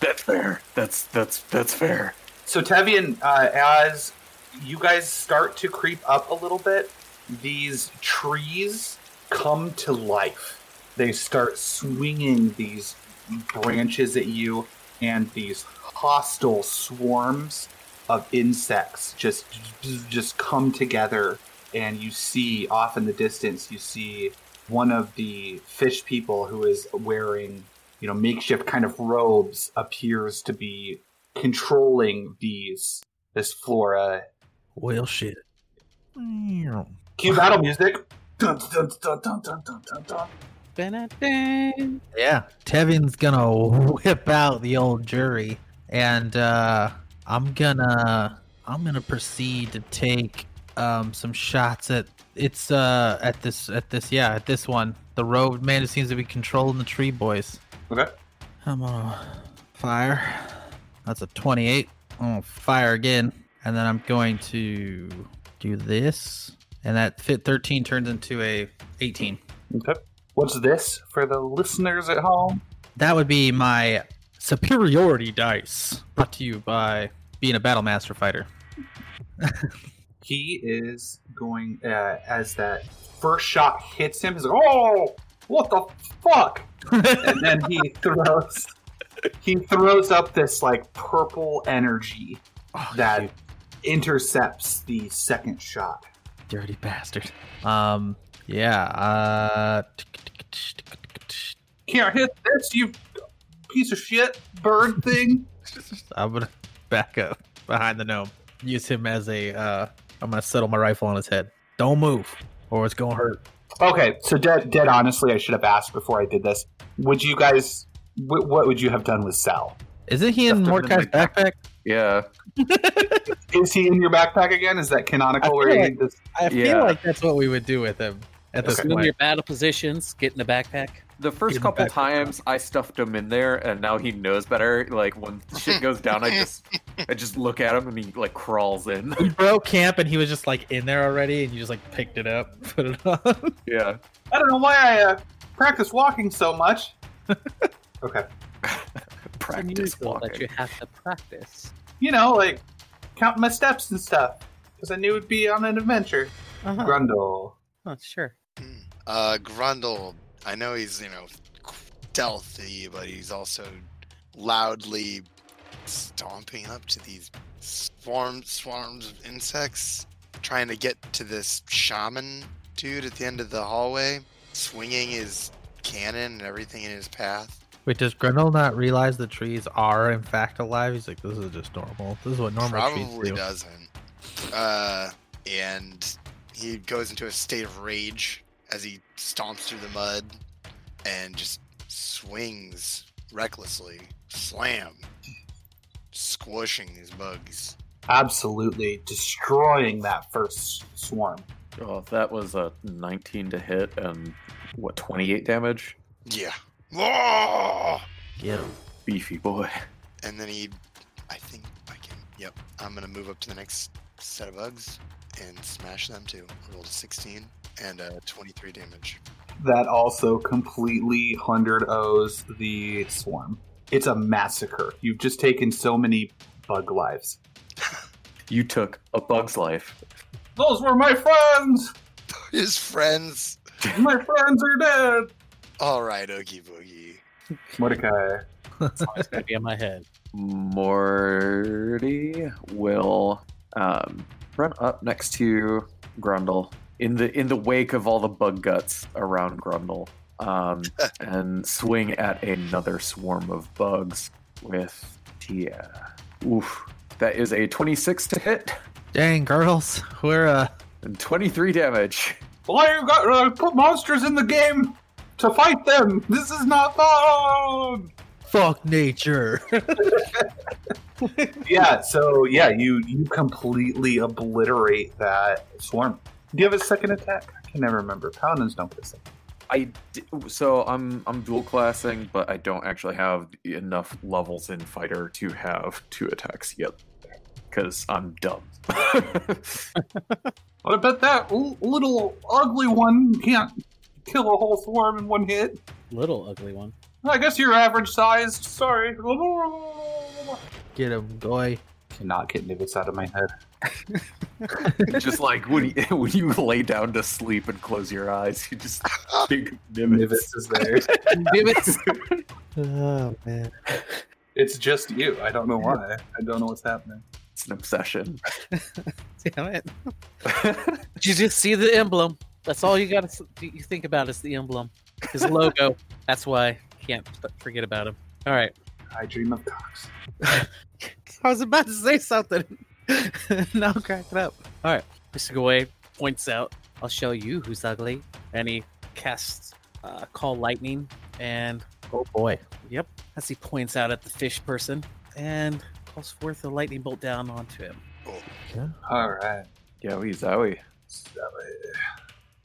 [SPEAKER 3] That's fair. That's that's that's fair.
[SPEAKER 2] So Tevian, uh, as you guys start to creep up a little bit, these trees come to life. They start swinging these branches at you, and these hostile swarms of insects just just come together. And you see off in the distance, you see one of the fish people who is wearing, you know, makeshift kind of robes appears to be controlling these this flora.
[SPEAKER 6] Well shit.
[SPEAKER 2] Cue battle music. Dun, dun, dun, dun, dun, dun, dun, dun.
[SPEAKER 5] Ba-na-dang.
[SPEAKER 6] Yeah, Tevin's gonna whip out the old jury, and uh, I'm gonna I'm gonna proceed to take um, some shots at it's uh at this at this yeah at this one the rogue man who seems to be controlling the tree boys.
[SPEAKER 2] Okay.
[SPEAKER 6] I'm gonna fire. That's a 28. I'm gonna fire again, and then I'm going to do this, and that fit 13 turns into a 18.
[SPEAKER 2] Okay. What's this for the listeners at home?
[SPEAKER 6] That would be my superiority dice. Brought to you by being a battle master fighter.
[SPEAKER 2] He is going uh, as that first shot hits him. He's like, "Oh, what the fuck!" and then he throws he throws up this like purple energy that intercepts the second shot.
[SPEAKER 6] Dirty bastard. Um. Yeah. Uh.
[SPEAKER 2] Can't hit this, you piece of shit bird thing.
[SPEAKER 6] I'm gonna back up behind the gnome. Use him as a. Uh, I'm gonna settle my rifle on his head. Don't move, or it's gonna hurt.
[SPEAKER 2] Okay, so dead, dead. Honestly, I should have asked before I did this. Would you guys? Wh- what would you have done with Sal?
[SPEAKER 6] Isn't he in
[SPEAKER 7] Stuffed him in
[SPEAKER 6] Mordecai's
[SPEAKER 7] my
[SPEAKER 6] backpack?
[SPEAKER 7] Yeah,
[SPEAKER 2] Is he in your backpack again? Is that canonical?
[SPEAKER 6] I
[SPEAKER 2] Where
[SPEAKER 6] feel
[SPEAKER 2] you
[SPEAKER 6] like-
[SPEAKER 2] this?
[SPEAKER 6] I
[SPEAKER 7] Yeah.
[SPEAKER 6] feel like that's what we would do with him at this
[SPEAKER 2] Okay.
[SPEAKER 5] Move
[SPEAKER 6] point.
[SPEAKER 5] your battle positions. Get in the backpack.
[SPEAKER 7] the
[SPEAKER 6] Give
[SPEAKER 7] first
[SPEAKER 6] him
[SPEAKER 7] couple
[SPEAKER 6] back the
[SPEAKER 7] times I stuffed him in there, and now he knows better. Like when shit goes down, I just I just look at him and he like crawls in.
[SPEAKER 6] We broke camp and he was just like in there already, and you just like picked it up, put it on.
[SPEAKER 7] Yeah,
[SPEAKER 2] I don't know why I uh, practice walking so much. okay,
[SPEAKER 7] practice
[SPEAKER 5] unusual that
[SPEAKER 7] walking.
[SPEAKER 5] you have to practice.
[SPEAKER 2] you know, like counting my steps and stuff, because I knew it'd be on an adventure.
[SPEAKER 5] Uh-huh.
[SPEAKER 2] Grundle.
[SPEAKER 5] Oh, sure.
[SPEAKER 4] Uh, Grundle, I know he's, you know, stealthy, but he's also loudly stomping up to these swarms, swarms of insects, trying to get to this shaman dude at the end of the hallway, swinging his cannon and everything in his path.
[SPEAKER 6] Wait, does Grendel not realize the trees are in fact alive? He's like, this is just normal. This is what normal trees
[SPEAKER 4] Probably
[SPEAKER 6] do.
[SPEAKER 4] doesn't. Uh, and he goes into a state of rage as he stomps through the mud and just swings recklessly, slam, squishing these bugs.
[SPEAKER 2] Absolutely destroying that first swarm.
[SPEAKER 7] Oh, that was a 19 to hit and what 28 damage.
[SPEAKER 4] Yeah. Whoa!
[SPEAKER 6] Get 'em.
[SPEAKER 7] Beefy boy.
[SPEAKER 4] And then he, I think I can. Yep. I'm gonna move up to the next set of bugs and smash them too. Rolled a 16 and uh, 23 damage.
[SPEAKER 2] that also completely 100 O's the swarm. It's a massacre. You've just taken so many bug lives.
[SPEAKER 7] You took a bug's life.
[SPEAKER 2] Those were my friends!
[SPEAKER 4] His friends.
[SPEAKER 2] My friends are dead!
[SPEAKER 4] All right, Oogie Boogie.
[SPEAKER 2] Mordecai.
[SPEAKER 5] Oh, It's always gonna be in my head.
[SPEAKER 7] Morty will um, run up next to Grundle in the in the wake of all the bug guts around Grundle, um, and swing at another swarm of bugs with Tia. Oof, that is a twenty-six to hit
[SPEAKER 6] Dang, girls, we're uh,
[SPEAKER 7] and twenty-three damage.
[SPEAKER 2] Why you got uh, put monsters in the game to fight them? This is not fun.
[SPEAKER 6] fuck nature.
[SPEAKER 2] Yeah. So yeah, you you completely obliterate that swarm. Do you have a second attack? I can never remember. Paladins don't get a second.
[SPEAKER 7] I d- so I'm I'm dual classing, but I don't actually have enough levels in fighter to have two attacks yet because I'm dumb.
[SPEAKER 2] What about that l- little ugly one can't kill a whole swarm in one hit?
[SPEAKER 5] Little ugly one.
[SPEAKER 2] I guess you're average sized. Sorry.
[SPEAKER 6] Get him, boy.
[SPEAKER 2] Cannot get nibbits out of my head.
[SPEAKER 7] just like when you, when you lay down to sleep and close your eyes, you just big nibbits.
[SPEAKER 2] Nibbits is there.
[SPEAKER 6] Oh man.
[SPEAKER 2] it's just you. I don't know why. I don't know what's happening.
[SPEAKER 7] It's an obsession.
[SPEAKER 5] Damn it! you just see the emblem. That's all you gotta s- you think about is the emblem, his logo. That's why can't f- forget about him. All right.
[SPEAKER 2] I dream of cocks.
[SPEAKER 5] I was about to say something. now I'm cracking up. All right. Mr. Gawain points out, I'll show you who's ugly. And he casts uh, Call Lightning. And
[SPEAKER 6] Oh boy.
[SPEAKER 5] yep, as he points out at the fish person and calls forth a lightning bolt down onto him.
[SPEAKER 2] All right.
[SPEAKER 7] Yowie zowie.
[SPEAKER 2] eh,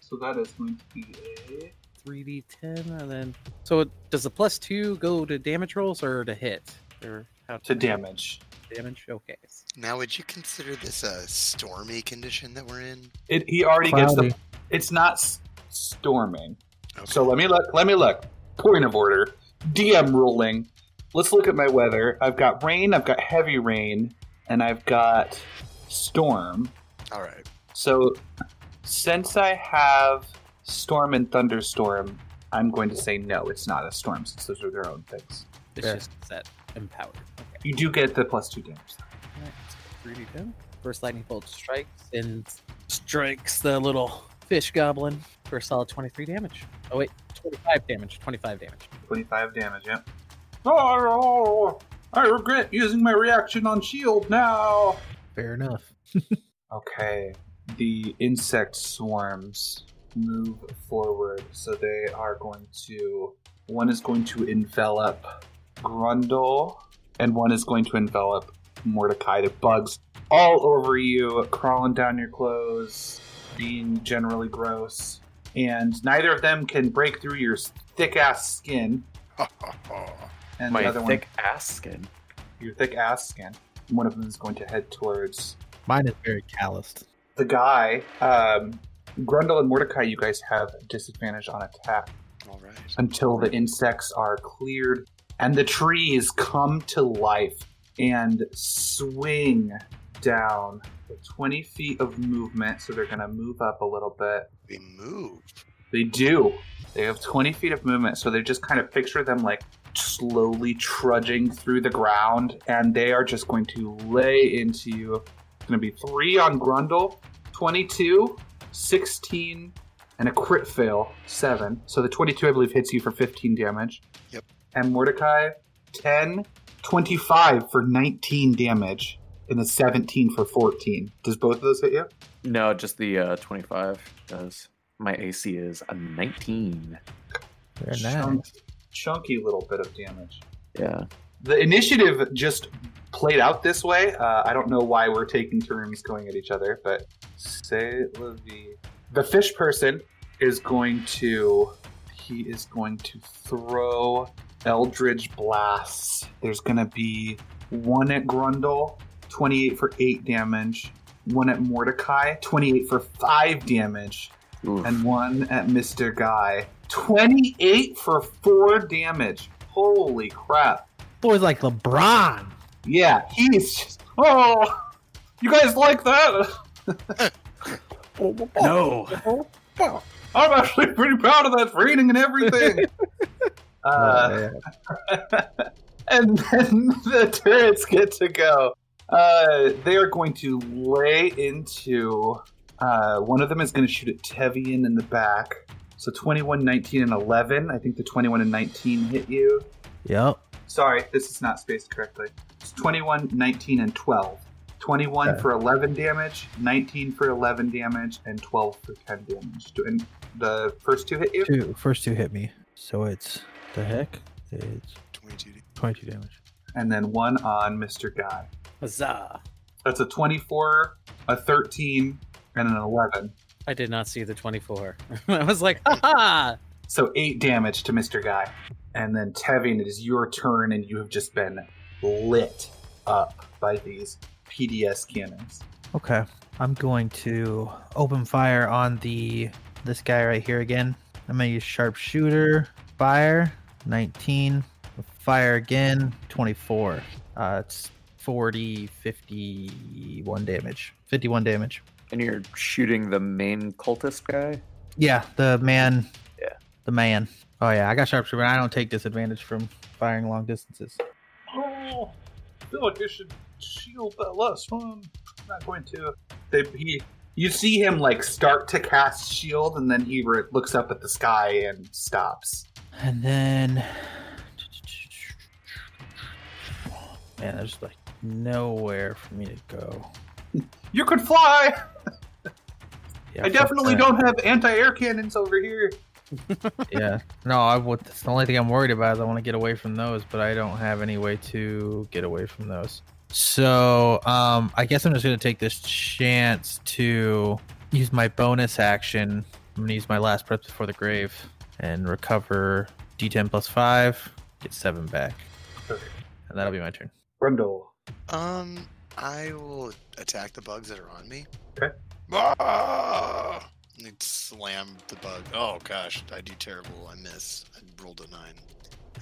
[SPEAKER 2] So that is going to be a
[SPEAKER 5] 3d10. And then. So it, does the plus two go to damage rolls or to hit? Or how
[SPEAKER 2] to damage.
[SPEAKER 5] damage? Okay.
[SPEAKER 4] Now, would you consider this a stormy condition that we're in?
[SPEAKER 2] It, he already gets
[SPEAKER 6] Cloudy.
[SPEAKER 2] the. It's not s- storming.
[SPEAKER 4] Okay.
[SPEAKER 2] So let me look. Let me look. Point of order. DM ruling. Let's look at my weather. I've got rain. I've got heavy rain, and I've got storm.
[SPEAKER 4] All right.
[SPEAKER 2] So since I have storm and thunderstorm, I'm going to say no. It's not a storm since those are their own things.
[SPEAKER 5] It's
[SPEAKER 6] Yeah.
[SPEAKER 5] just that empowered. Okay.
[SPEAKER 2] You do get the plus two damage.
[SPEAKER 5] Alright, so 3d10. First lightning bolt strikes and strikes the little fish goblin for a solid 23 damage. Oh, wait, 25 damage. 25 damage.
[SPEAKER 2] Twenty-five damage. Yep. Oh, I regret using my reaction on shield now.
[SPEAKER 6] Fair enough.
[SPEAKER 2] Okay. The insect swarms move forward, so they are going to. One is going to envelop Grundle, and one is going to envelop Mordecai. The bugs all over you, crawling down your clothes, being generally gross. And neither of them can break through your thick ass skin. And the
[SPEAKER 7] My
[SPEAKER 2] other
[SPEAKER 7] thick ass skin.
[SPEAKER 2] one, your thick ass skin. One of them is going to head towards
[SPEAKER 6] Mine is very calloused.
[SPEAKER 2] the guy, um, Grundle and Mordecai, you guys have disadvantage on attack
[SPEAKER 4] All right.
[SPEAKER 2] until the insects are cleared and the trees come to life and swing down the 20 feet of movement. So they're going to move up a little bit.
[SPEAKER 4] We move.
[SPEAKER 2] They do. They have 20 feet of movement. So they just kind of picture them like slowly trudging through the ground and they are just going to lay into you. It's going to be three on Grundle, 22, 16, and a crit fail, seven. So the 22, I believe, hits you for 15 damage.
[SPEAKER 4] Yep.
[SPEAKER 2] And Mordecai, 10, 25 for 19 damage, and the 17 for 14. Does both of those hit you?
[SPEAKER 7] No, just the uh, 25 does. My AC is a 19.
[SPEAKER 6] Very
[SPEAKER 2] Chunk-
[SPEAKER 6] nice.
[SPEAKER 2] chunky little bit of damage.
[SPEAKER 7] Yeah.
[SPEAKER 2] the initiative just played out this way. Uh, I don't know why we're taking turns going at each other, but say Levi. The fish person is going to he is going to throw Eldridge blasts. There's gonna be one at Grundle, 28 for eight damage, one at Mordecai, 28 for five damage,
[SPEAKER 7] Oof.
[SPEAKER 2] and one at Mr. Guy. 28 for four damage. Holy crap.
[SPEAKER 6] Boys like LeBron.
[SPEAKER 2] Yeah, he's just. Oh, you guys like that?
[SPEAKER 11] No.
[SPEAKER 2] I'm actually pretty proud of that reading and everything. uh,
[SPEAKER 6] man.
[SPEAKER 2] and then the turrets get to go. Uh, they are going to lay into. Uh, one of them is going to shoot at Tevian in the back. So 21, 19, and 11. I think the 21 and 19 hit you.
[SPEAKER 6] Yep.
[SPEAKER 2] Sorry, this is not spaced correctly. It's 21, 19, and 12. 21 for 11 damage, 19 for 11 damage, and 12 for 10 damage. Do- And the first two hit you?
[SPEAKER 6] Two first two hit me. So it's the heck? It's
[SPEAKER 4] 22.
[SPEAKER 6] twenty two damage.
[SPEAKER 2] And then one on Mr. Guy.
[SPEAKER 5] Huzzah!
[SPEAKER 2] That's a 24, a 13, and an 11.
[SPEAKER 5] I did not see the 24. I was like, ha
[SPEAKER 2] So 8 damage to Mr. Guy. And then Tevin, it is your turn, and you have just been lit up by these PDS cannons.
[SPEAKER 6] Okay. I'm going to open fire on the this guy right here again. I'm gonna use sharpshooter, fire, nineteen, fire again, twenty-four. Uh it's 40, 51 damage. Fifty-one damage.
[SPEAKER 7] And you're shooting the main cultist guy?
[SPEAKER 6] Yeah, the man.
[SPEAKER 7] Yeah.
[SPEAKER 6] The man. Oh yeah, I got sharpshooter. I don't take disadvantage from firing long distances.
[SPEAKER 2] Oh, I feel like I should shield that last one. I'm not going to. They, he, you see him like start to cast shield, and then he re- looks up at the sky and stops.
[SPEAKER 6] And then, man, there's like nowhere for me to go.
[SPEAKER 2] You could fly.
[SPEAKER 6] Yeah,
[SPEAKER 2] I
[SPEAKER 6] fuck
[SPEAKER 2] definitely
[SPEAKER 6] that.
[SPEAKER 2] don't have anti-air cannons over here.
[SPEAKER 6] Yeah, no, I would. That's the only thing I'm worried about is I want to get away from those, but I don't have any way to get away from those. So, um, I guess I'm just gonna take this chance to use my bonus action. I'm gonna use my last breath before the grave and recover D10 plus five, get seven back,
[SPEAKER 2] Okay.
[SPEAKER 6] and that'll be my turn.
[SPEAKER 2] Grundle.
[SPEAKER 4] Um, I will attack the bugs that are on me.
[SPEAKER 2] Okay.
[SPEAKER 4] Ah! And slam the bug. Oh gosh, I do terrible. I miss. I rolled a nine.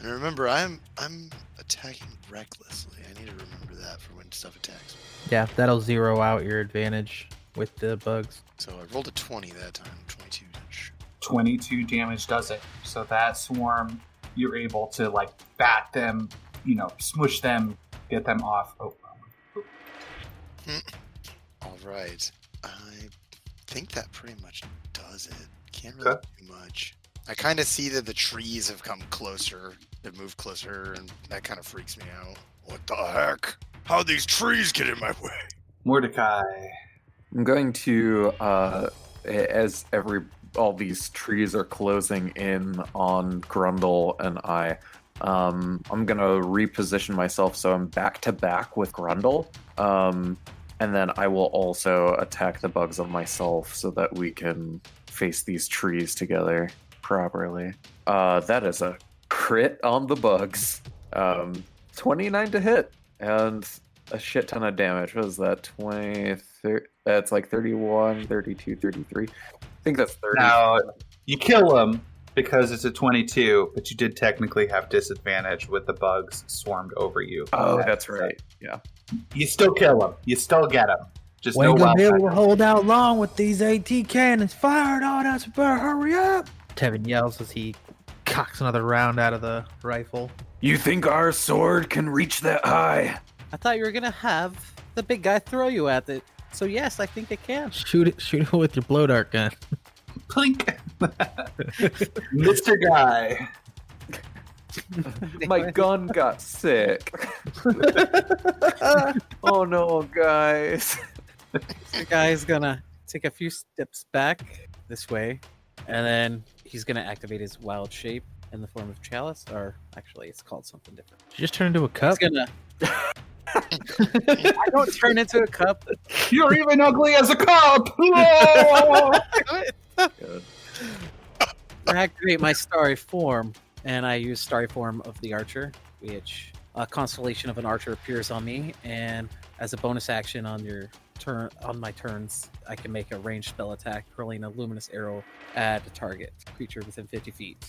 [SPEAKER 4] And remember, I'm I'm attacking recklessly. I need to remember that for when stuff attacks.
[SPEAKER 6] Yeah, that'll zero out your advantage with the bugs.
[SPEAKER 4] So I rolled a twenty that time. Twenty-two. Sh-
[SPEAKER 2] 22 damage does it. So that swarm, you're able to like bat them, you know, smush them, get them off. Oh,
[SPEAKER 4] All right. I think that pretty much does it. Can't really
[SPEAKER 2] Okay.
[SPEAKER 4] do much. I kind of see that the trees have come closer. They've moved closer, and that kind of freaks me out. What the heck? How'd these trees get in my way?
[SPEAKER 2] Mordecai.
[SPEAKER 7] I'm going to, uh, a- as every all these trees are closing in on Grundle and I, um, I'm gonna reposition myself so I'm back to back with Grundle, um, and then I will also attack the bugs on myself so that we can face these trees together properly. Uh, that is a crit on the bugs. Um, 29 to hit and a shit ton of damage. What is that? 20, 30, that's like 31, 32, 33. I think that's 30.
[SPEAKER 2] Now, you kill him because it's a 22, but you did technically have disadvantage with the bugs swarmed over you.
[SPEAKER 7] oh, that's right. Yeah.
[SPEAKER 2] You still kill him. You still get him. Just
[SPEAKER 6] We
[SPEAKER 2] no
[SPEAKER 6] ain't gonna
[SPEAKER 2] wild
[SPEAKER 6] be able to
[SPEAKER 2] attack.
[SPEAKER 6] hold out long with these AT cannons fired on us. Better hurry up! Tevin yells as he cocks another round out of the rifle.
[SPEAKER 11] You think our sword can reach that high?
[SPEAKER 5] I thought you were gonna have the big guy throw you at it. So yes, I think it can.
[SPEAKER 6] Shoot it! Shoot it with your blow dart gun.
[SPEAKER 2] Plink. Mr. Guy.
[SPEAKER 7] My gun got sick. oh no, guys.
[SPEAKER 5] The guy's gonna take a few steps back this way, and then he's gonna activate his wild shape in the form of chalice, or actually, it's called something different.
[SPEAKER 6] Did you just turn into a cup.
[SPEAKER 5] It's gonna. I don't turn into a cup.
[SPEAKER 2] You're even ugly as a cop. No!
[SPEAKER 5] I activate my starry form, and I use starry form of the archer, which a constellation of an archer appears on me, and as a bonus action on your turn on my turns, I can make a ranged spell attack, hurling a luminous arrow at a target creature within 50 feet.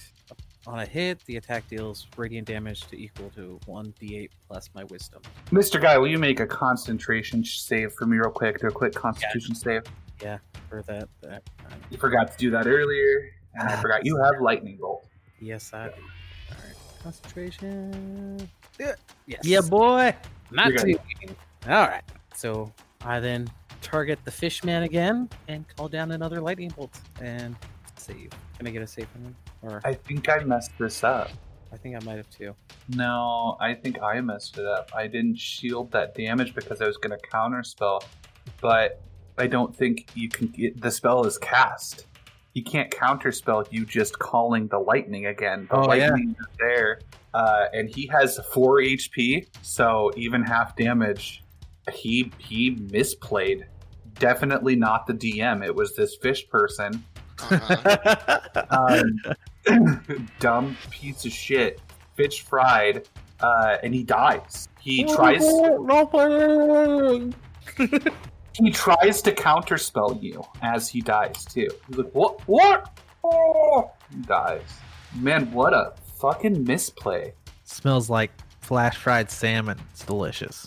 [SPEAKER 5] On a hit, the attack deals radiant damage to equal to 1d8 plus my wisdom.
[SPEAKER 2] Mr. Guy, will you make a concentration sh- save for me real quick? Do a quick constitution save.
[SPEAKER 5] Yeah. for that. that um,
[SPEAKER 2] You forgot to do that earlier, and I forgot you have lightning bolt.
[SPEAKER 5] yes, I. All right, concentration. Yeah, Yes.
[SPEAKER 1] Yeah, boy.
[SPEAKER 5] Not
[SPEAKER 2] You're
[SPEAKER 5] too. All right. So I then target the fishman again and call down another lightning bolt and save. Can I get a save from him? Or
[SPEAKER 2] I think I messed this up.
[SPEAKER 5] I think I might have too.
[SPEAKER 2] No, I think I messed it up. I didn't shield that damage because I was going to counterspell, but I don't think you can. It, the spell is cast. You can't counterspell you just calling the lightning again. The
[SPEAKER 1] Oh, yeah.
[SPEAKER 2] lightning is there, uh, and he has four HP, so even half damage, he he misplayed. Definitely not the DM. It was this fish person.
[SPEAKER 4] Uh-huh.
[SPEAKER 2] um, dumb piece of shit, bitch fried, uh, and he dies. He tries. he tries to counterspell you as he dies too. He's like, "What? What?" Oh, he dies. Man, what a fucking misplay.
[SPEAKER 6] Smells like flash fried salmon. It's delicious.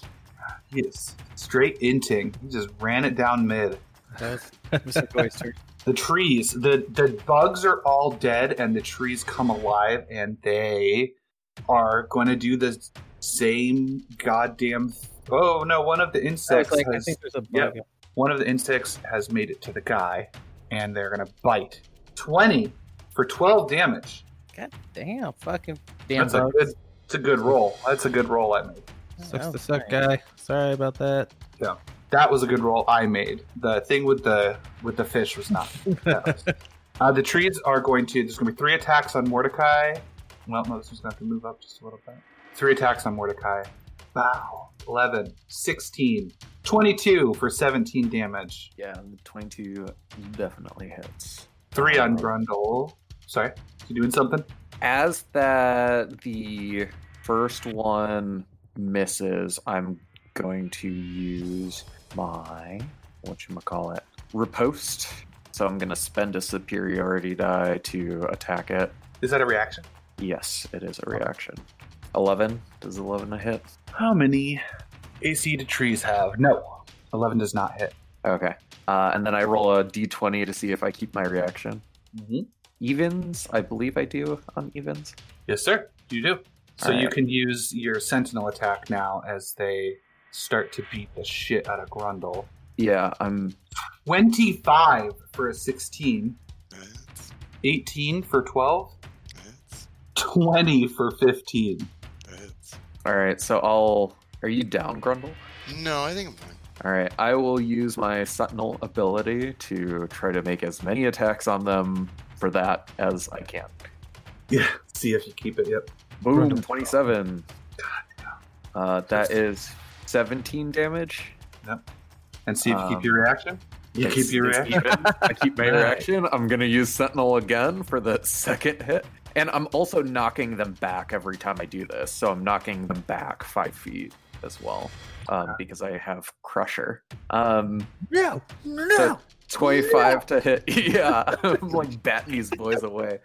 [SPEAKER 2] He is straight inting. He just ran it down mid.
[SPEAKER 5] That was Mr. Boy's turn.
[SPEAKER 2] The trees, the the bugs are all dead, and the trees come alive, and they are going to do the same goddamn. Th- oh no! One of the
[SPEAKER 5] I was
[SPEAKER 2] insects,
[SPEAKER 5] like, I
[SPEAKER 2] has,
[SPEAKER 5] think there's a bug.
[SPEAKER 2] Yep. one of the insects has made it to the guy, and they're going to bite. Twenty for twelve damage.
[SPEAKER 5] God damn, fucking damn
[SPEAKER 2] That's a
[SPEAKER 5] bug.
[SPEAKER 2] good. It's a good roll. That's a good roll I made.
[SPEAKER 6] Sucks
[SPEAKER 5] Oh,
[SPEAKER 6] to suck,
[SPEAKER 5] alright.
[SPEAKER 6] guy. Sorry about that.
[SPEAKER 2] That was a good roll I made. The thing with the with the fish was not. that was- uh, the trees are going to. There's going to be three attacks on Mordecai. Well, no, this one's going to have to move up just a little bit. Three attacks on Mordecai. Wow. 11, 16, 22 for 17 damage.
[SPEAKER 7] Yeah, the 22 definitely hits.
[SPEAKER 2] Three on Grundle. Sorry, you doing something?
[SPEAKER 7] As that the first one misses, I'm going to use my whatchamacallit repost. So I'm gonna spend a superiority die to attack it.
[SPEAKER 2] Is that a reaction?
[SPEAKER 7] Yes, it is a reaction. Eleven. Does eleven hit?
[SPEAKER 2] How many AC do trees have? No. 11 does not hit.
[SPEAKER 7] Okay. Uh, and then I roll a d20 to see if I keep my reaction.
[SPEAKER 2] Mm-hmm.
[SPEAKER 7] Evens, I believe I do on evens.
[SPEAKER 2] Yes, sir. You do. So
[SPEAKER 7] All
[SPEAKER 2] you
[SPEAKER 7] right.
[SPEAKER 2] can use your sentinel attack now as they start to beat the shit out of Grundle.
[SPEAKER 7] Yeah, I'm
[SPEAKER 2] 25 for a 16,
[SPEAKER 4] That's-
[SPEAKER 2] 18 for 12,
[SPEAKER 4] that's-
[SPEAKER 2] 20 for 15.
[SPEAKER 4] that's-
[SPEAKER 7] All right, so I'll. Are you down, Grundle?
[SPEAKER 4] No, I think I'm fine.
[SPEAKER 7] All right, I will use my Sentinel ability to try to make as many attacks on them for that as I can.
[SPEAKER 2] Yeah. See if you keep it. Yep.
[SPEAKER 7] Boom,
[SPEAKER 2] Grundle.
[SPEAKER 7] 27. Uh, that is 17 damage.
[SPEAKER 2] And see if you
[SPEAKER 7] Um,
[SPEAKER 2] keep your reaction. You
[SPEAKER 7] It's-
[SPEAKER 2] keep your
[SPEAKER 7] it's
[SPEAKER 2] reaction.
[SPEAKER 7] even. I keep my
[SPEAKER 6] All right.
[SPEAKER 7] reaction. I'm going to use Sentinel again for the second hit. And I'm also knocking them back every time I do this. So I'm knocking them back five feet as well um, because I have Crusher. Um,
[SPEAKER 6] No,
[SPEAKER 7] So 25 to hit. Yeah, I'm like batting these boys away.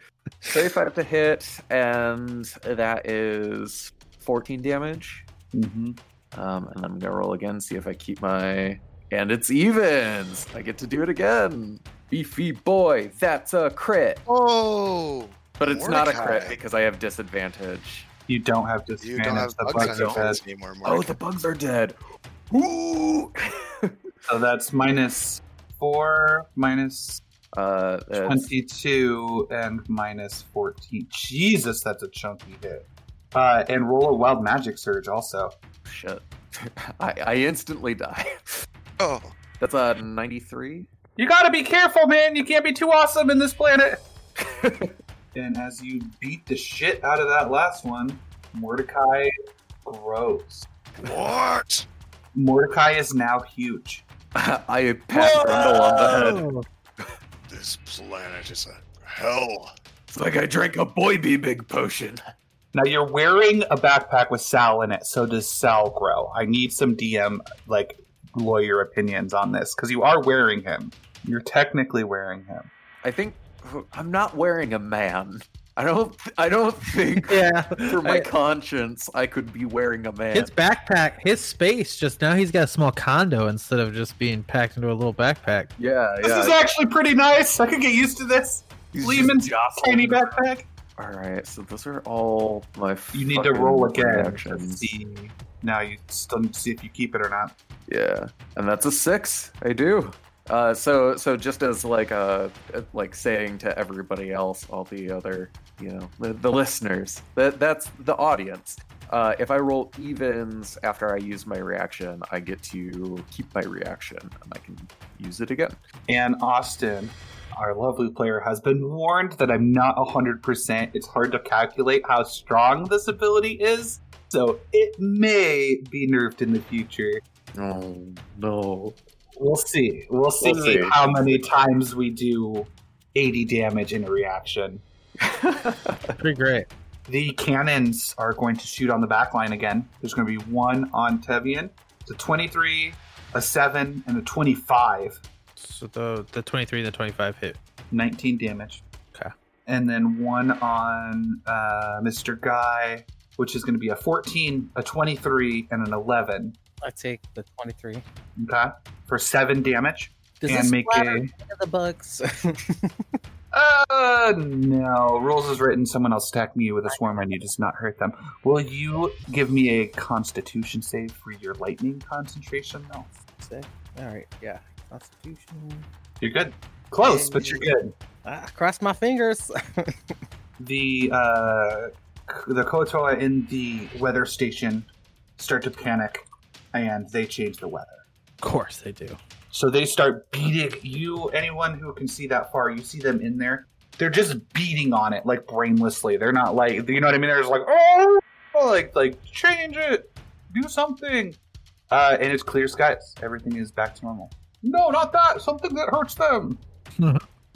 [SPEAKER 7] 25 to hit, and that is 14 damage.
[SPEAKER 2] Mm-hmm.
[SPEAKER 7] Um, and I'm gonna roll again, see if I keep my. And it's evens. I get to do it again. Beefy boy, that's a crit.
[SPEAKER 4] Oh,
[SPEAKER 7] But it's not a crit
[SPEAKER 4] Mordecai.
[SPEAKER 7] because I have disadvantage.
[SPEAKER 2] You don't have to.
[SPEAKER 4] you don't have
[SPEAKER 2] the
[SPEAKER 4] bugs on
[SPEAKER 2] bugs
[SPEAKER 4] your
[SPEAKER 2] are
[SPEAKER 4] fence anymore.
[SPEAKER 7] Oh,
[SPEAKER 4] Mark.
[SPEAKER 7] the bugs are dead. Ooh.
[SPEAKER 2] dead. So that's minus 4, minus
[SPEAKER 7] uh, that's
[SPEAKER 2] 22, and minus 14. Jesus, that's a chunky hit. Uh, and roll a wild magic surge also.
[SPEAKER 7] shit. I, I instantly die.
[SPEAKER 4] Oh,
[SPEAKER 7] That's a 93.
[SPEAKER 2] You gotta be careful, man. You can't be too awesome in this planet. and as you beat the shit out of that last one, Mordecai grows.
[SPEAKER 4] what?
[SPEAKER 2] Mordecai is now huge.
[SPEAKER 7] I pat Grundle on the head.
[SPEAKER 4] This planet is a hell.
[SPEAKER 7] It's like I drank a boy bee big potion.
[SPEAKER 2] Now you're wearing a backpack with Sal in it, so does Sal grow? I need some DM like lawyer opinions on this because you are wearing him. You're technically wearing him.
[SPEAKER 7] I think I'm not wearing a man. I don't. I don't think
[SPEAKER 6] Yeah.
[SPEAKER 7] for my
[SPEAKER 6] I-
[SPEAKER 7] conscience I could be wearing a man.
[SPEAKER 6] His backpack, his space. Just now, he's got a small condo instead of just being packed into a little backpack.
[SPEAKER 7] yeah,
[SPEAKER 2] This is
[SPEAKER 7] yeah.
[SPEAKER 2] actually pretty nice. I could get used to this.
[SPEAKER 7] he's
[SPEAKER 2] Lehman's
[SPEAKER 7] just jostling
[SPEAKER 2] Tiny
[SPEAKER 7] it.
[SPEAKER 2] backpack.
[SPEAKER 7] All right, so those are all my.
[SPEAKER 2] You need to
[SPEAKER 7] fucking
[SPEAKER 2] roll again to
[SPEAKER 7] reactions.
[SPEAKER 2] see. Now you still need to see if you keep it or not.
[SPEAKER 7] Yeah, and that's a six. I do. Uh, so so just as like a like saying to everybody else, all the other you know the, the listeners that that's the audience. Uh, if I roll evens after I use my reaction, I get to keep my reaction and I can use it again.
[SPEAKER 2] And Austin, our lovely player, has been warned that I'm not 100%. It's hard to calculate how strong this ability is, so it may be nerfed in the future.
[SPEAKER 7] Oh no!
[SPEAKER 2] We'll see. We'll see,
[SPEAKER 7] We'll see.
[SPEAKER 2] how many times we do 80 damage in a reaction.
[SPEAKER 6] Pretty great.
[SPEAKER 2] The cannons are going to shoot on the back line again. There's going to be one on Tevian. It's a 23, a 7, and a 25.
[SPEAKER 6] So the the twenty three and the twenty five hit.
[SPEAKER 2] 19 damage.
[SPEAKER 6] Okay.
[SPEAKER 2] And then one on uh, Mr. Guy, which is going to be a 14, a 23, and an 11.
[SPEAKER 5] I take the 23.
[SPEAKER 2] Okay. For seven damage.
[SPEAKER 5] Does
[SPEAKER 2] and
[SPEAKER 5] this
[SPEAKER 2] make
[SPEAKER 5] splatter
[SPEAKER 2] a.
[SPEAKER 5] into the bugs?
[SPEAKER 2] Uh, no. Rules is written. Someone else attacked me with a swarm and you does not hurt them. Will you give me a constitution save for your lightning concentration, though?
[SPEAKER 5] All right, yeah. Constitution.
[SPEAKER 2] You're good. Close, but you're good.
[SPEAKER 5] Ah, cross my fingers.
[SPEAKER 2] the uh, c- the Kotoa in the weather station start to panic, and they change the weather.
[SPEAKER 6] Of course they do.
[SPEAKER 2] So they start beating you. Anyone who can see that far, you see them in there. They're just beating on it like brainlessly. They're not like you know what I mean. They're just like oh, like like change it, do something. Uh, and it's clear skies. Everything is back to normal. No, not that. Something that hurts them.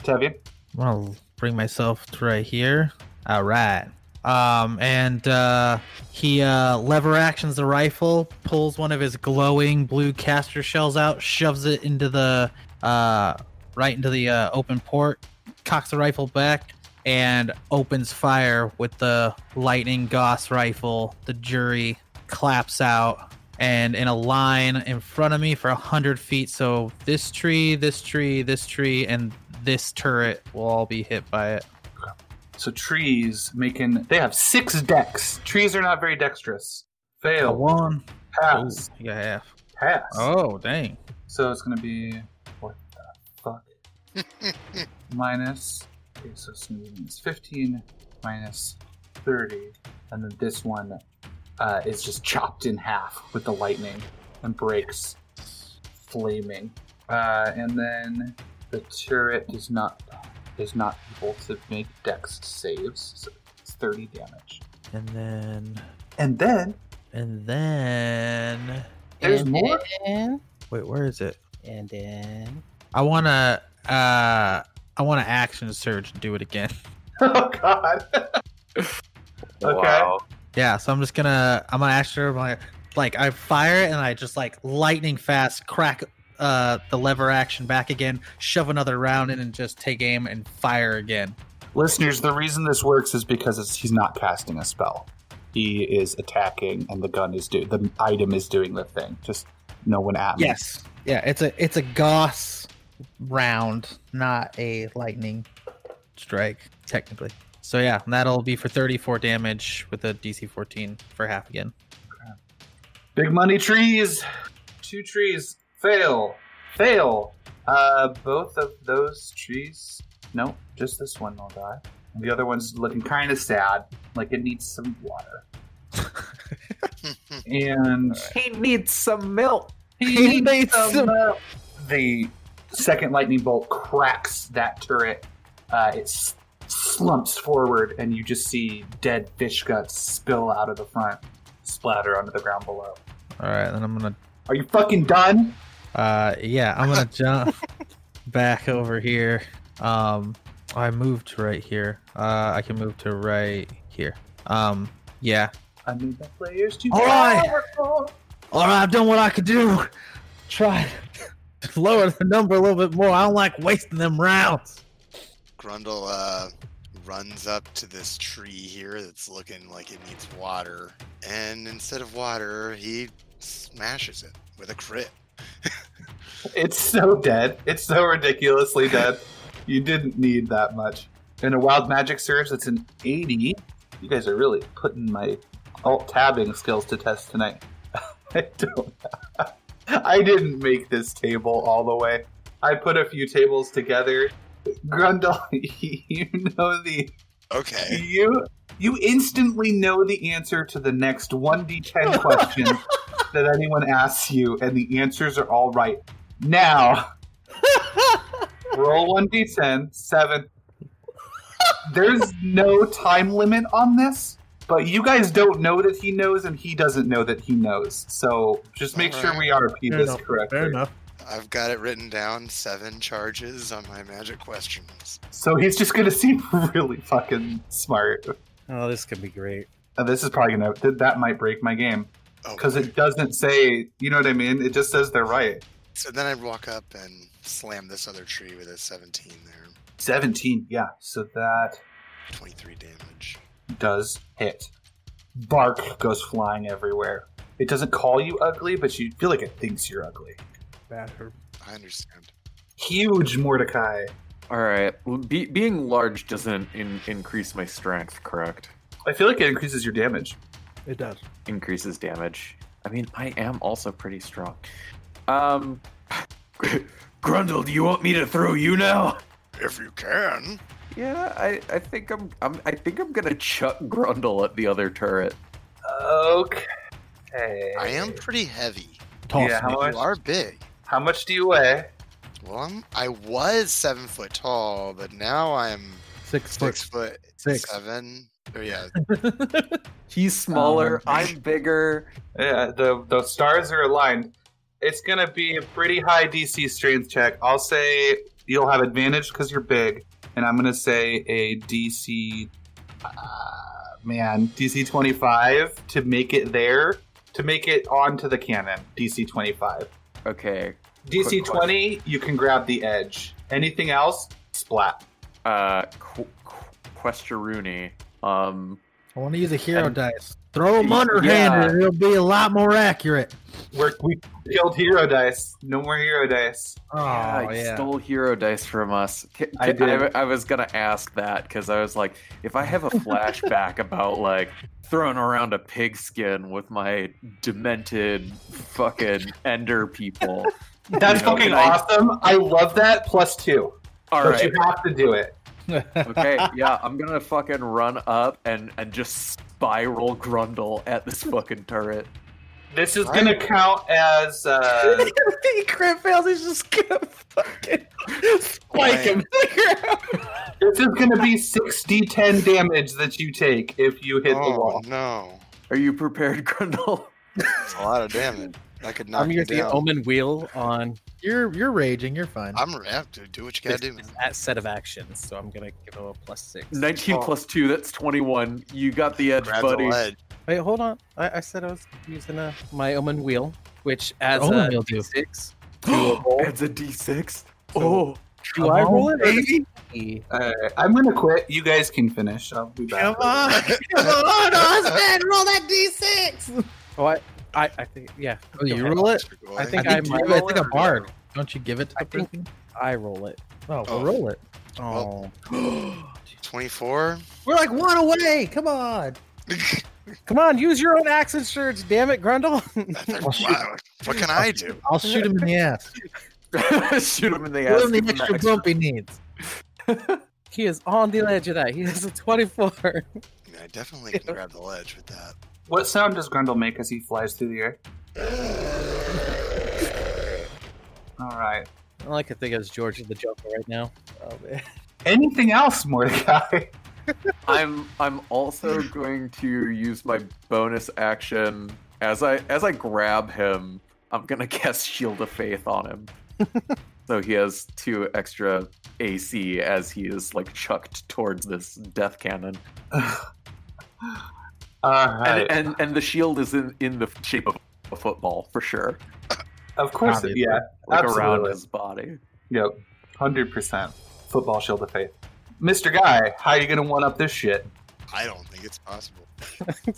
[SPEAKER 2] Tevian.
[SPEAKER 6] I'll bring myself to right here. All right. Um, and uh, he uh, lever actions the rifle, pulls one of his glowing blue caster shells out, shoves it into the uh, right into the uh, open port, cocks the rifle back, and opens fire with the lightning goss rifle. The jury claps out, and in a line in front of me for 100 feet. So this tree, this tree, this tree, and this turret will all be hit by it.
[SPEAKER 2] So trees making they have six decks. Trees are not very dexterous.
[SPEAKER 6] A
[SPEAKER 2] Fail.
[SPEAKER 6] one. Ooh,
[SPEAKER 2] Pass.
[SPEAKER 6] you got half.
[SPEAKER 2] Pass.
[SPEAKER 6] Oh, dang.
[SPEAKER 2] So it's gonna be what the fuck? minus okay, so it's gonna be minus fifteen, minus thirty, and then this one uh, is just chopped in half with the lightning and breaks flaming. Uh, and then the turret is not is not able to make dex saves, so it's thirty damage.
[SPEAKER 6] And then,
[SPEAKER 2] And then
[SPEAKER 6] and then.
[SPEAKER 2] There's
[SPEAKER 5] and
[SPEAKER 2] more?
[SPEAKER 5] Then,
[SPEAKER 6] Wait, where is it?
[SPEAKER 5] and then.
[SPEAKER 6] I wanna, uh, I wanna action surge and do it again.
[SPEAKER 2] Oh god. Okay.
[SPEAKER 7] Wow.
[SPEAKER 6] Yeah, so I'm just gonna, I'm gonna action surge my, like I fire it and I just like lightning fast crack uh the lever action back again, shove another round in and just take aim and fire again.
[SPEAKER 2] Listeners, the reason this works is because it's, he's not casting a spell. He is attacking and the gun is do the item is doing the thing. Just no one at me.
[SPEAKER 6] Yes. Yeah, it's a it's a goss round, not a lightning strike, technically. So yeah, and that'll be for 34 damage with a DC 14 for half again.
[SPEAKER 2] Big money trees. Two trees. Fail. Fail. Uh both of those trees. No, just this one will die. And the other one's looking kind of sad, like it needs some water. and
[SPEAKER 7] He needs some milk.
[SPEAKER 6] He made
[SPEAKER 2] Um,
[SPEAKER 6] some-
[SPEAKER 2] uh, the second lightning bolt cracks that turret. Uh, it s- slumps forward, and you just see dead fish guts spill out of the front, splatter onto the ground below.
[SPEAKER 6] All right, then I'm gonna
[SPEAKER 2] Are you fucking done?
[SPEAKER 6] uh yeah, I'm gonna jump back over here. Um, I moved to right here. Uh, I can move to right here. Um, yeah.
[SPEAKER 2] I need the players to
[SPEAKER 6] All right.
[SPEAKER 2] powerful.
[SPEAKER 6] All right, I've done what I could do. Try to lower the number a little bit more. I don't like wasting them rounds.
[SPEAKER 4] Grundle uh, runs up to this tree here that's looking like it needs water. And instead of water, he smashes it with a crit.
[SPEAKER 2] It's so dead. It's so ridiculously dead. You didn't need that much. And a wild magic surge that's an 80. You guys are really putting my alt tabbing skills to test tonight. I don't. I didn't make this table all the way. I put a few tables together. Grundle, you know the
[SPEAKER 4] Okay.
[SPEAKER 2] you you instantly know the answer to the next 1d10 question that anyone asks you and the answers are all right now roll 1d10 7 there's no time limit on this but you guys don't know that he knows and he doesn't know that he knows so just make sure we rp
[SPEAKER 6] Fair
[SPEAKER 2] this
[SPEAKER 6] enough,
[SPEAKER 2] correctly
[SPEAKER 6] Fair enough.
[SPEAKER 4] I've got it written down seven charges on my magic questions.
[SPEAKER 2] so he's just gonna seem really fucking smart
[SPEAKER 5] Oh, this could be great.
[SPEAKER 2] And this is probably gonna th- that might break my game
[SPEAKER 4] Oh,
[SPEAKER 2] because it doesn't say you know what i mean it just says they're right
[SPEAKER 4] So then I walk up and slam this other tree with a 17 there.
[SPEAKER 2] 17 yeah so that
[SPEAKER 4] 23 damage.
[SPEAKER 2] does hit bark goes flying everywhere it doesn't call you ugly but you feel like it thinks you're ugly
[SPEAKER 4] I understand.
[SPEAKER 2] huge mordecai
[SPEAKER 7] All right. Well, Be- being large doesn't in- increase my strength, correct?
[SPEAKER 2] i feel like it increases your damage
[SPEAKER 6] It does.
[SPEAKER 7] Increases damage. I mean, I am also pretty strong. Um, Grundle, do you want me to throw you now?
[SPEAKER 4] If you can.
[SPEAKER 7] Yeah, I, I think I'm, I'm I think I'm gonna chuck Grundle at the other turret.
[SPEAKER 2] okay
[SPEAKER 4] I am pretty heavy.
[SPEAKER 6] Toss
[SPEAKER 2] yeah
[SPEAKER 6] me.
[SPEAKER 2] how much,
[SPEAKER 4] You are big.
[SPEAKER 2] how much do you weigh
[SPEAKER 4] Well, I'm, I was seven foot tall, but now I'm
[SPEAKER 6] Six,
[SPEAKER 4] six
[SPEAKER 6] six
[SPEAKER 4] foot
[SPEAKER 6] Six.
[SPEAKER 4] seven. Or yeah,
[SPEAKER 7] He's smaller.
[SPEAKER 2] Um,
[SPEAKER 7] I'm bigger.
[SPEAKER 2] Yeah, the the stars are aligned. It's gonna be a pretty high DC strength check. I'll say you'll have advantage because you're big, and I'm gonna say a DC, uh, man, DC 25 to make it there, to make it onto the cannon. DC 25,
[SPEAKER 7] Okay.
[SPEAKER 2] DC
[SPEAKER 7] Quick
[SPEAKER 2] 20, you can grab the edge. Anything else, splat.
[SPEAKER 7] Uh, Qu- Qu- Questaruni. Um,
[SPEAKER 6] I want to use a hero
[SPEAKER 7] And-
[SPEAKER 6] dice. Throw them underhanded.
[SPEAKER 7] Yeah.
[SPEAKER 6] and It'll be a lot more accurate.
[SPEAKER 2] We're, we killed hero dice. No more hero dice.
[SPEAKER 6] Oh yeah.
[SPEAKER 7] yeah, you stole hero dice from us. K-
[SPEAKER 2] I
[SPEAKER 7] k-
[SPEAKER 2] did.
[SPEAKER 7] I, was gonna ask that because I was like, if I have a flashback about like throwing around a pigskin with my demented fucking ender people.
[SPEAKER 2] That's
[SPEAKER 7] You know,
[SPEAKER 2] fucking
[SPEAKER 7] can I-
[SPEAKER 2] awesome. I love that. Plus two.
[SPEAKER 7] All
[SPEAKER 2] but
[SPEAKER 7] right,
[SPEAKER 2] you have to do it.
[SPEAKER 7] okay, yeah, I'm gonna fucking run up and and just spiral Grundle at this fucking turret.
[SPEAKER 2] This is gonna count as uh,
[SPEAKER 5] he crit fails. He's just gonna fucking spike him.
[SPEAKER 2] this is gonna be six d ten damage that you take if you hit the
[SPEAKER 4] oh
[SPEAKER 2] wall.
[SPEAKER 4] no,
[SPEAKER 7] Are you prepared, Grundle?
[SPEAKER 4] it's a lot of damage. I could knock
[SPEAKER 5] I'm
[SPEAKER 4] you
[SPEAKER 5] using the
[SPEAKER 4] down.
[SPEAKER 5] omen wheel on
[SPEAKER 6] You're you're raging. You're fine.
[SPEAKER 4] I'm wrapped. Dude. Do what you gotta do. Man.
[SPEAKER 5] that set of actions, so I'm gonna give him a plus six.
[SPEAKER 7] 19 plus two, that's 21. You got the edge,
[SPEAKER 4] Grab
[SPEAKER 7] buddy.
[SPEAKER 4] the ledge.
[SPEAKER 5] Wait, hold on. I, I said I was using uh, my omen wheel, which adds
[SPEAKER 6] omen
[SPEAKER 5] a
[SPEAKER 6] wheel do?
[SPEAKER 5] six.
[SPEAKER 7] Adds a d6. Oh,
[SPEAKER 5] Do I
[SPEAKER 6] Come
[SPEAKER 5] roll
[SPEAKER 6] on,
[SPEAKER 5] it? or does he?
[SPEAKER 6] Oh.
[SPEAKER 2] Alright, I'm gonna quit. You guys can finish. I'll be back.
[SPEAKER 6] come on, Austin, roll that d6.
[SPEAKER 5] Oh, I, I, I think yeah.
[SPEAKER 6] Oh, you
[SPEAKER 5] Go ahead.
[SPEAKER 6] roll it.
[SPEAKER 4] Boy.
[SPEAKER 5] I
[SPEAKER 6] I
[SPEAKER 5] think I,
[SPEAKER 6] think,
[SPEAKER 5] might
[SPEAKER 6] you, I
[SPEAKER 5] roll
[SPEAKER 6] think
[SPEAKER 5] it
[SPEAKER 6] a
[SPEAKER 5] or-
[SPEAKER 6] bard. Don't you give it to
[SPEAKER 5] I
[SPEAKER 6] the
[SPEAKER 5] think-
[SPEAKER 6] person?
[SPEAKER 5] I roll it.
[SPEAKER 6] Oh,
[SPEAKER 4] Oh.
[SPEAKER 6] well, roll it.
[SPEAKER 5] Oh,
[SPEAKER 4] 24.
[SPEAKER 6] We're like one away. Come on.
[SPEAKER 5] come on! Use your own accent surge, damn it, Grundle.
[SPEAKER 4] wow. What can I do?
[SPEAKER 6] I'll shoot him in the ass.
[SPEAKER 7] Oh, shoot him in the ass.
[SPEAKER 6] Give him
[SPEAKER 7] give
[SPEAKER 6] the
[SPEAKER 7] him an
[SPEAKER 6] extra
[SPEAKER 7] extra-
[SPEAKER 6] bump he needs.
[SPEAKER 5] he is on the ledge tonight. He has a twenty-four.
[SPEAKER 4] I, mean, I definitely can grab the ledge with that.
[SPEAKER 2] What sound does Grundle make as he flies through the air? Alright.
[SPEAKER 5] All I can think of is George of the Jungle right now. Oh man.
[SPEAKER 2] Anything else, Mordecai?
[SPEAKER 7] I'm I'm also going to use my bonus action as I as I grab him. I'm gonna cast Shield of Faith on him, so he has two extra AC as he is like chucked towards this death cannon.
[SPEAKER 2] Alright.
[SPEAKER 7] And, and and the shield is in in the shape of a football for sure,
[SPEAKER 2] Of course, it,
[SPEAKER 6] Obviously.
[SPEAKER 2] yeah.
[SPEAKER 7] like around
[SPEAKER 2] Absolutely.
[SPEAKER 7] his body.
[SPEAKER 2] Yep. 100%. Football Shield of Faith. Mr. Guy, how you gonna one up this shit?
[SPEAKER 4] I don't think it's possible.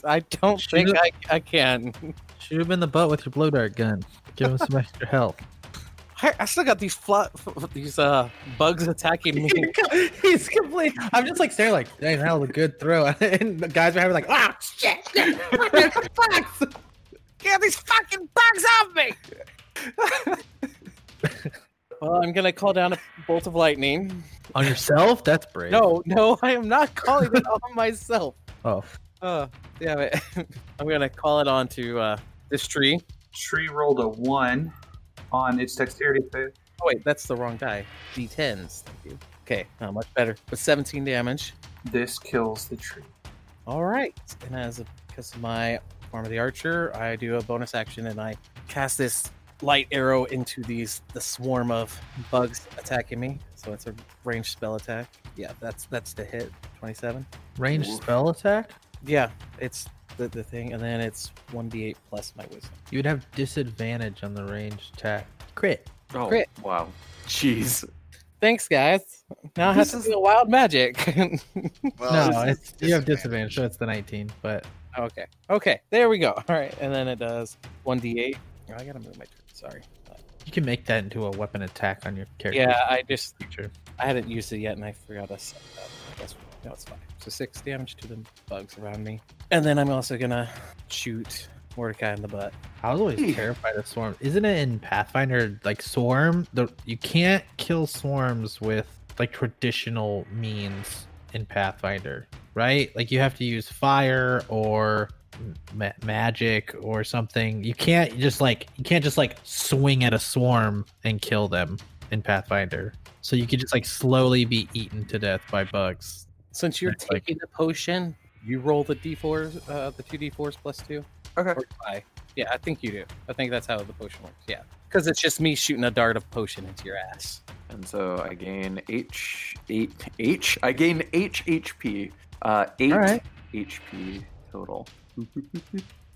[SPEAKER 5] I don't
[SPEAKER 1] Shoot
[SPEAKER 5] think I, I can.
[SPEAKER 6] Shoot him in the butt with your blow dart gun. Give him some extra health.
[SPEAKER 5] I, I still got these fly, these uh bugs attacking me.
[SPEAKER 6] He's complete. I'm just like staring, like, dang, that was a good throw. And the guys are having like, ah, shit, shit, fucking fucks.
[SPEAKER 5] Get these fucking bugs off me! well, I'm gonna call down a bolt of lightning.
[SPEAKER 6] on yourself. That's brave.
[SPEAKER 5] No, no, I am not calling it on myself.
[SPEAKER 6] Oh.
[SPEAKER 5] Oh, damn it. I'm gonna call it on to uh, this tree.
[SPEAKER 2] Tree rolled a one on its dexterity save.
[SPEAKER 5] Oh wait, that's the wrong die. D10s. Thank you. Okay, not much better. But 17 damage.
[SPEAKER 2] This kills the tree.
[SPEAKER 5] All right. And as a, because of my form of the archer, I do a bonus action and I cast this light arrow into these the swarm of bugs attacking me. So it's a ranged spell attack. Yeah, that's that's the hit. 27.
[SPEAKER 6] Range spell attack?
[SPEAKER 5] Yeah, it's the, the thing, and then it's 1d8 plus my wisdom.
[SPEAKER 6] You would have disadvantage on the range attack. Crit.
[SPEAKER 7] Oh,
[SPEAKER 5] Crit.
[SPEAKER 7] wow. Jeez.
[SPEAKER 5] Thanks, guys. Now I have to do a wild magic.
[SPEAKER 4] Well,
[SPEAKER 6] no, Uh, it's, you have disadvantage, so it's the 19. But
[SPEAKER 5] Okay. Okay. There we go. All right. And then it does 1d8. Oh, I got to move my turn. Sorry.
[SPEAKER 6] you can make that into a weapon attack on your character.
[SPEAKER 5] Yeah, I just
[SPEAKER 6] Feature.
[SPEAKER 5] I hadn't used it yet and I forgot to set it up. I guess no, it's fine. So 6 damage to the bugs around me. And then I'm also going to shoot Mordecai in the butt.
[SPEAKER 6] I was always terrified of swarms. Isn't it in Pathfinder like swarm? The you can't kill swarms with like traditional means in Pathfinder, right? Like you have to use fire or ma- magic or something. You can't just like you can't just like swing at a swarm and kill them in Pathfinder. So you could just like slowly be eaten to death by bugs.
[SPEAKER 5] Since you're
[SPEAKER 6] That's like-
[SPEAKER 5] taking the potion, you roll the d4s, uh, the 2d4s plus 2.
[SPEAKER 7] Okay.
[SPEAKER 5] Or die. Yeah, I think you do. I think that's how the potion works. Yeah. Because it's just me shooting a dart of potion into your ass.
[SPEAKER 7] And so I gain H eight H. I gain H HP. Uh, eight
[SPEAKER 6] Alright.
[SPEAKER 7] HP total.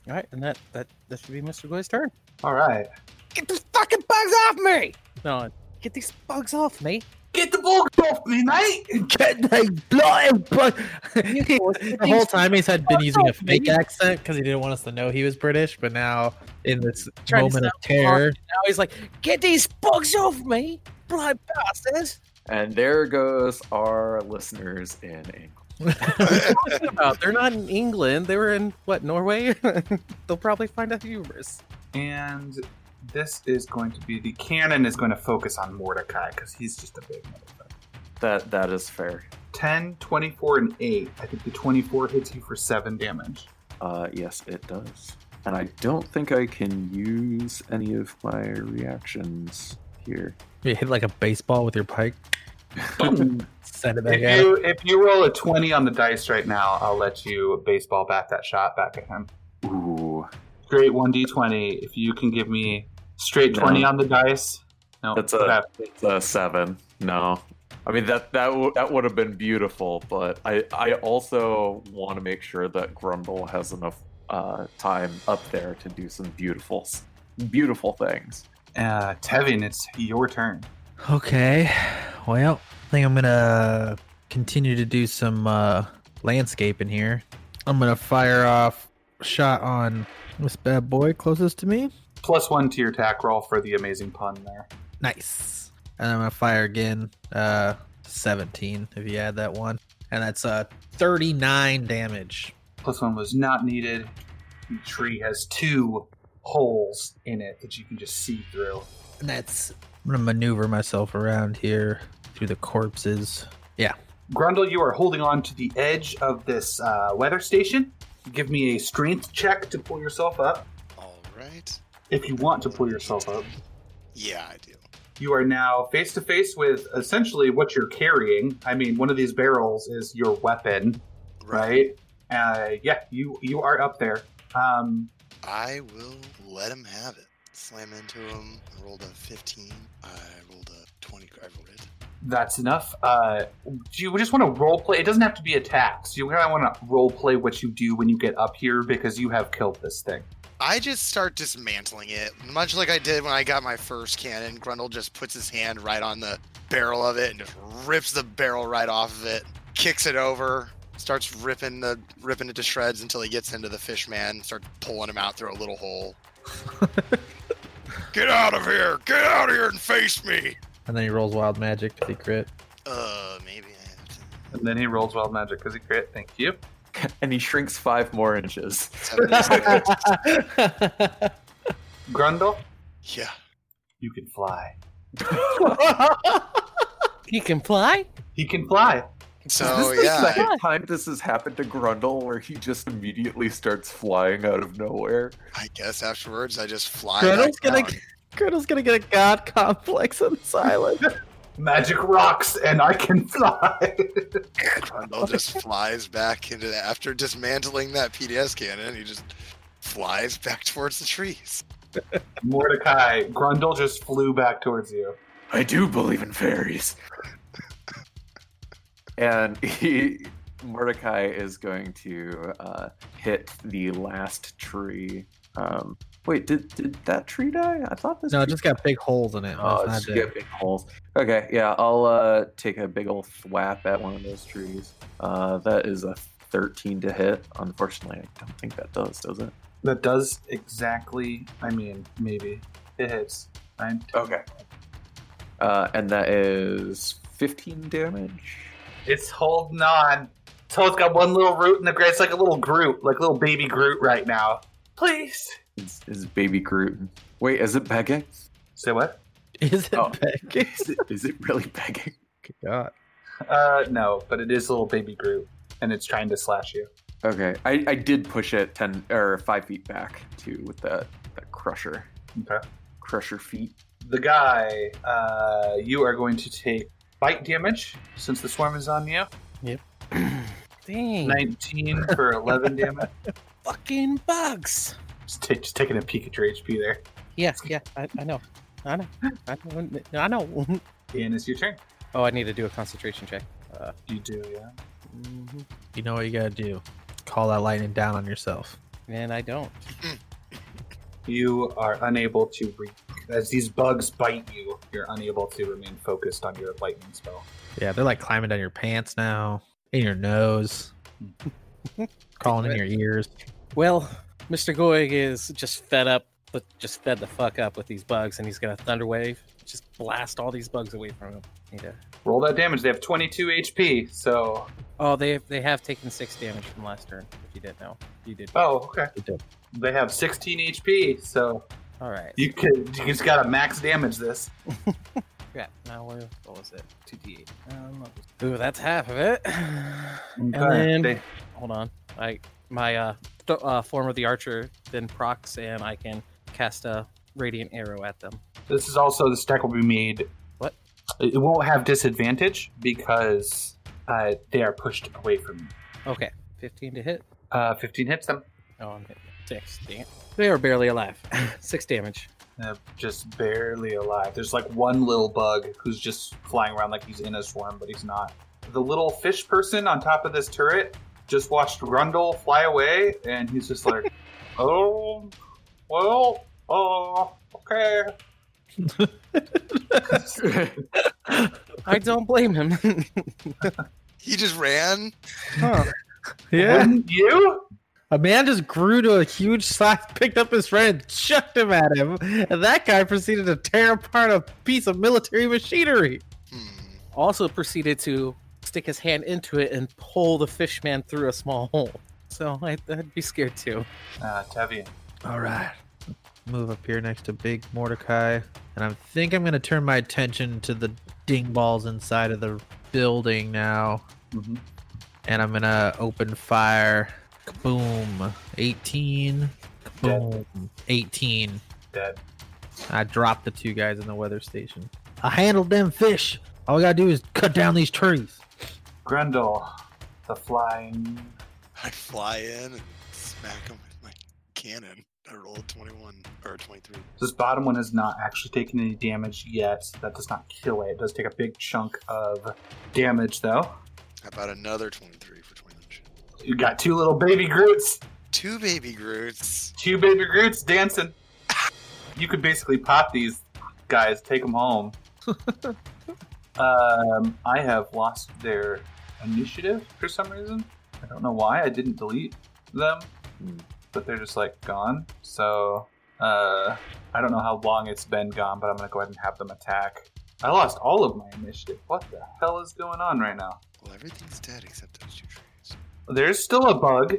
[SPEAKER 5] All right. And that, that, that should be Mr. Goy's turn.
[SPEAKER 2] All right.
[SPEAKER 5] Get these fucking bugs off me! No, get these bugs off me.
[SPEAKER 2] Get the bull off me, mate!
[SPEAKER 6] Get like blind bug. the whole time he's had been using a fake accent because he didn't want us to know he was British, but now in this
[SPEAKER 5] Trying to
[SPEAKER 6] moment of
[SPEAKER 5] sound
[SPEAKER 6] terror,
[SPEAKER 5] Now he's like, get these bugs off me, blind bastards!
[SPEAKER 7] And there goes our listeners in England.
[SPEAKER 5] What about? They're not in England. They were in what Norway. They'll probably find out humorous.
[SPEAKER 2] And this is going to be the cannon is going to focus on Mordecai because he's just a big motherfucker.
[SPEAKER 7] That that is fair.
[SPEAKER 2] 10, 24, and 8. I think the 24 hits you for 7 damage.
[SPEAKER 7] Uh, yes, it does. And I don't think I can use any of my reactions here.
[SPEAKER 6] you hit like a baseball with your pike. Send it back
[SPEAKER 2] If
[SPEAKER 6] out.
[SPEAKER 2] you, if you roll a 20 on the dice right now, I'll let you baseball back that shot back at him.
[SPEAKER 7] Ooh,
[SPEAKER 2] Great 1d20. If you can give me straight 20
[SPEAKER 7] No.
[SPEAKER 2] on the dice. No,
[SPEAKER 7] That's a-
[SPEAKER 2] crap.
[SPEAKER 7] it's a seven. No, I mean that that w- that would have been beautiful, but I I also want to make sure that Grundle has enough uh, time up there to do some beautiful s- beautiful things.
[SPEAKER 2] Uh, Tevin, it's your turn.
[SPEAKER 6] Okay, well, I think I'm gonna continue to do some uh, landscaping here. I'm gonna fire off shot on this bad boy closest to me.
[SPEAKER 2] Plus 1 to your attack roll for the amazing pun there.
[SPEAKER 6] Nice. And I'm gonna fire again. Uh, 17 if you add that one, and that's uh 39 damage.
[SPEAKER 2] Plus 1 was not needed. The tree has two holes in it that you can just see through.
[SPEAKER 6] And that's I'm gonna maneuver myself around here through the corpses.
[SPEAKER 2] Grundle, you are holding on to the edge of this uh, weather station. Give me a strength check to pull yourself up.
[SPEAKER 4] All right.
[SPEAKER 2] If you want to pull yourself up,
[SPEAKER 4] Yeah, I do.
[SPEAKER 2] you are now face to face with essentially what you're carrying. I mean, one of these barrels is your weapon, right? Uh, yeah, you you are up there. Um,
[SPEAKER 4] I will let him have it. Slam into him. I rolled a 15. I rolled a 20. I rolled it.
[SPEAKER 2] that's enough. Uh, do you just want to role play? It doesn't have to be attacks. You kind of want to role play what you do when you get up here because you have killed this thing.
[SPEAKER 4] I just start dismantling it, much like I did when I got my first cannon. Grundle just puts his hand right on the barrel of it and just rips the barrel right off of it, kicks it over, starts ripping the ripping it to shreds until he gets into the fish man, starts pulling him out through a little hole. Get out of here! Get out of here and face me!
[SPEAKER 6] And then he rolls wild magic to be crit.
[SPEAKER 4] Uh, maybe I have to.
[SPEAKER 2] And then he rolls wild magic because he crit. Thank you.
[SPEAKER 7] and he shrinks five more inches.
[SPEAKER 4] Seven days later.
[SPEAKER 2] Grundle,
[SPEAKER 4] yeah.
[SPEAKER 2] you can fly.
[SPEAKER 5] He can fly?
[SPEAKER 2] He can fly.
[SPEAKER 4] So
[SPEAKER 7] is this the
[SPEAKER 4] Oh, yeah,
[SPEAKER 7] second time this has happened to Grundle, where he just immediately starts flying out of nowhere?
[SPEAKER 4] I, I guess afterwards I just fly.
[SPEAKER 6] Grundle's
[SPEAKER 4] Back
[SPEAKER 6] gonna,
[SPEAKER 4] down.
[SPEAKER 6] Grundle's gonna get a god complex on this island.
[SPEAKER 2] Magic rocks, and I can fly.
[SPEAKER 4] Grundle just flies back into the, after dismantling that PDS cannon. He just flies back towards the trees.
[SPEAKER 2] Mordecai, Grundle just flew back towards you.
[SPEAKER 3] I do believe in fairies.
[SPEAKER 7] And he, Mordecai is going to uh, hit the last tree. Um, wait, did did that tree die? I thought this.
[SPEAKER 6] No, it
[SPEAKER 7] tree-
[SPEAKER 6] just got big holes in it.
[SPEAKER 7] Oh, it's
[SPEAKER 6] That's
[SPEAKER 7] just
[SPEAKER 6] not it.
[SPEAKER 7] got big holes. Okay, yeah, I'll uh, take a big old thwap at one of those trees. Uh, that is a 13 to hit. Unfortunately, I don't think that does, does it?
[SPEAKER 2] That does exactly. I mean, maybe it hits. Nine, ten.
[SPEAKER 7] Okay. Uh, and that is 15 damage.
[SPEAKER 2] It's holding on. So it's got one little root in the ground. It's like a little Groot, like little baby Groot right now. Please.
[SPEAKER 7] Is, is baby Groot. Wait, is it begging?
[SPEAKER 2] Say what?
[SPEAKER 6] Is it
[SPEAKER 7] Oh.
[SPEAKER 6] big?
[SPEAKER 7] Is it, is it really begging?
[SPEAKER 6] God.
[SPEAKER 2] Uh, no, but it is little baby Groot, and it's trying to slash you.
[SPEAKER 7] Okay, I, I did push it 10 or 5 feet back too with that, that crusher.
[SPEAKER 2] Okay.
[SPEAKER 7] Crusher feet.
[SPEAKER 2] The guy, uh, you are going to take bite damage since the swarm is on you.
[SPEAKER 5] Dang.
[SPEAKER 2] 19 for 11 damage.
[SPEAKER 5] Fucking bugs.
[SPEAKER 2] Just, ta- just taking a peek at your HP there.
[SPEAKER 5] Yeah, yeah, I, I know. I know. I know. I know.
[SPEAKER 2] Ian, it's your turn.
[SPEAKER 5] oh, I need to do a concentration check.
[SPEAKER 2] You do, yeah.
[SPEAKER 5] Mhm.
[SPEAKER 6] You know what you gotta do? Call that lightning down on yourself.
[SPEAKER 5] And I don't.
[SPEAKER 2] You are unable to re- as these bugs bite you. You're unable to remain focused on your lightning spell.
[SPEAKER 6] Yeah, they're like climbing down your pants now, in your nose, crawling in your ears.
[SPEAKER 5] Well, Mr. Goig is just fed up, but just fed the fuck up with these bugs, and he's gonna thunder wave, just blast all these bugs away from him. Need to-
[SPEAKER 2] Roll that damage. They have 22 HP. So,
[SPEAKER 5] Oh, they they have taken six damage from last turn. If you didn't know, you did.
[SPEAKER 2] oh, okay.
[SPEAKER 6] They do.
[SPEAKER 2] They have 16 HP. So
[SPEAKER 5] All right.
[SPEAKER 2] you could you just gotta max damage this.
[SPEAKER 5] Crap. Now what, what was it? Two D eight. Um, what was- Ooh, that's half of it. And then
[SPEAKER 2] They-
[SPEAKER 5] hold on. I my uh, th- uh form of the archer then procs, and I can cast a radiant arrow at them.
[SPEAKER 2] this is also the stack will be made.
[SPEAKER 5] What?
[SPEAKER 2] It it won't have disadvantage because uh, they are pushed away from you.
[SPEAKER 5] Okay, fifteen to hit.
[SPEAKER 2] Uh, 15 hits them.
[SPEAKER 5] Oh, I'm hitting six. Dang it. They are barely alive. six damage.
[SPEAKER 2] Uh, just barely alive. There's like one little bug who's just flying around like he's in a swarm, but he's not. The little fish person on top of this turret just watched Grundle fly away, and he's just like, "Oh, well, oh, okay."
[SPEAKER 5] I don't blame him.
[SPEAKER 4] He just ran.
[SPEAKER 2] Wouldn't you?
[SPEAKER 6] A man just grew to a huge size, picked up his friend, and chucked him at him, and that guy proceeded to tear apart a piece of military machinery.
[SPEAKER 4] Hmm.
[SPEAKER 5] also proceeded to stick his hand into it and pull the fish man through a small hole. So I'd, I'd be scared too.
[SPEAKER 2] Uh, Tevian.
[SPEAKER 6] All right. Move up here next to Big Mordecai. And I think I'm going to turn my attention to the ding balls inside of the building now.
[SPEAKER 2] Mhm.
[SPEAKER 6] And I'm going to open fire. Boom. 18. Boom. 18.
[SPEAKER 2] Dead.
[SPEAKER 6] I dropped the two guys in the weather station. I handled them fish. All we got to do is cut down these trees.
[SPEAKER 2] Grundle, the flying.
[SPEAKER 4] I fly in and smack him with my cannon. I roll a 21 or 23.
[SPEAKER 2] This bottom one has not actually taken any damage yet. That does not kill it. It does take a big chunk of damage, though.
[SPEAKER 4] How about another 23 for 21?
[SPEAKER 2] You got two little baby Groots.
[SPEAKER 4] two baby Groots.
[SPEAKER 2] Two baby Groots dancing. You could basically pop these guys, take them home. um, I have lost their initiative for some reason. I don't know why. I didn't delete them,
[SPEAKER 6] Hmm.
[SPEAKER 2] but they're just like gone. So uh, I don't know how long it's been gone, but I'm gonna go ahead and have them attack. I lost all of my initiative. What the hell is going on right now?
[SPEAKER 4] Well, everything's dead except those two trees.
[SPEAKER 2] There's still a bug.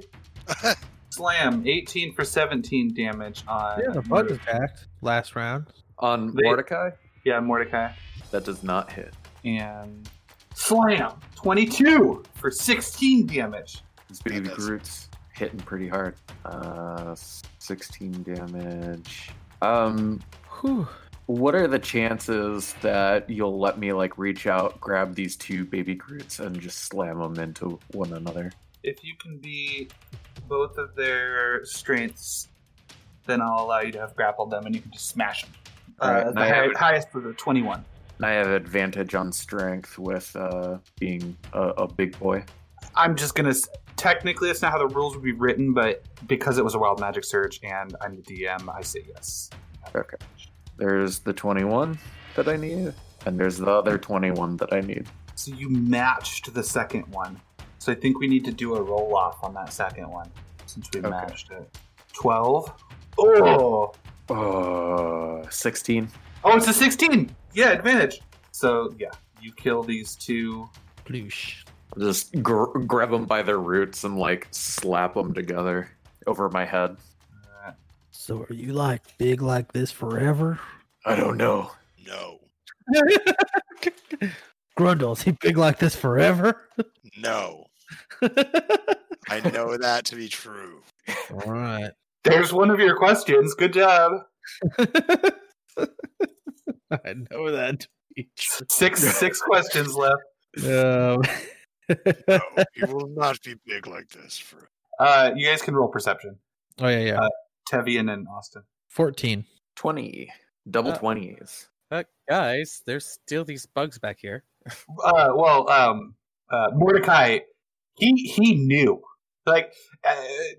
[SPEAKER 2] Slam 18 for 17 damage on
[SPEAKER 6] Yeah, the bug attacked last round.
[SPEAKER 7] On
[SPEAKER 2] They-
[SPEAKER 7] Mordecai,
[SPEAKER 2] yeah Mordecai.
[SPEAKER 7] that does not hit.
[SPEAKER 2] and slam 22 for 16 damage
[SPEAKER 7] These baby
[SPEAKER 4] does.
[SPEAKER 7] Groot's hitting pretty hard. Uh, 16 damage. Um,
[SPEAKER 6] Whew.
[SPEAKER 7] what are the chances that you'll let me like reach out, grab these two baby Groots, and just slam them into one another?
[SPEAKER 2] if you can be both of their strengths then i'll allow you to have grappled them and you can just smash them
[SPEAKER 7] All right,
[SPEAKER 2] uh, the
[SPEAKER 7] I have
[SPEAKER 2] high,
[SPEAKER 7] it.
[SPEAKER 2] highest was a 21
[SPEAKER 7] And I have advantage on strength with uh, being a, a big boy.
[SPEAKER 2] i'm just gonna s- technically that's not how the rules would be written but because it was a wild magic surge and i'm the dm i say yes
[SPEAKER 7] Okay. There's the 21 that I need, and there's the other 21 that I need.
[SPEAKER 2] so you matched the second one so i think we need to do a roll off on that second one since we
[SPEAKER 7] Okay.
[SPEAKER 2] matched it 12 oh
[SPEAKER 7] Uh, 16.
[SPEAKER 2] Oh, it's a 16. Yeah, advantage. So, yeah, you kill these two.
[SPEAKER 6] Ploosh.
[SPEAKER 7] Just gr- grab them by their roots and like slap them together over my head.
[SPEAKER 2] Uh,
[SPEAKER 1] So are you like big like this forever?
[SPEAKER 3] I don't know.
[SPEAKER 4] No.
[SPEAKER 1] Grundle, is he big like this forever?
[SPEAKER 4] No. I know that to be true.
[SPEAKER 6] All right.
[SPEAKER 2] There's one of your questions. Good job.
[SPEAKER 6] I know that. to be true.
[SPEAKER 2] Six six questions left.
[SPEAKER 6] Um,
[SPEAKER 4] No. He will not be big like this for
[SPEAKER 2] Uh, you guys can roll perception.
[SPEAKER 6] oh yeah, yeah.
[SPEAKER 2] Uh, Tevian and Austin.
[SPEAKER 6] Fourteen.
[SPEAKER 7] 20. Double
[SPEAKER 5] Uh.
[SPEAKER 7] 20s.
[SPEAKER 5] Uh, guys, there's still these bugs back here.
[SPEAKER 2] Uh, well, um, uh, Mordecai, he he knew. Like, uh,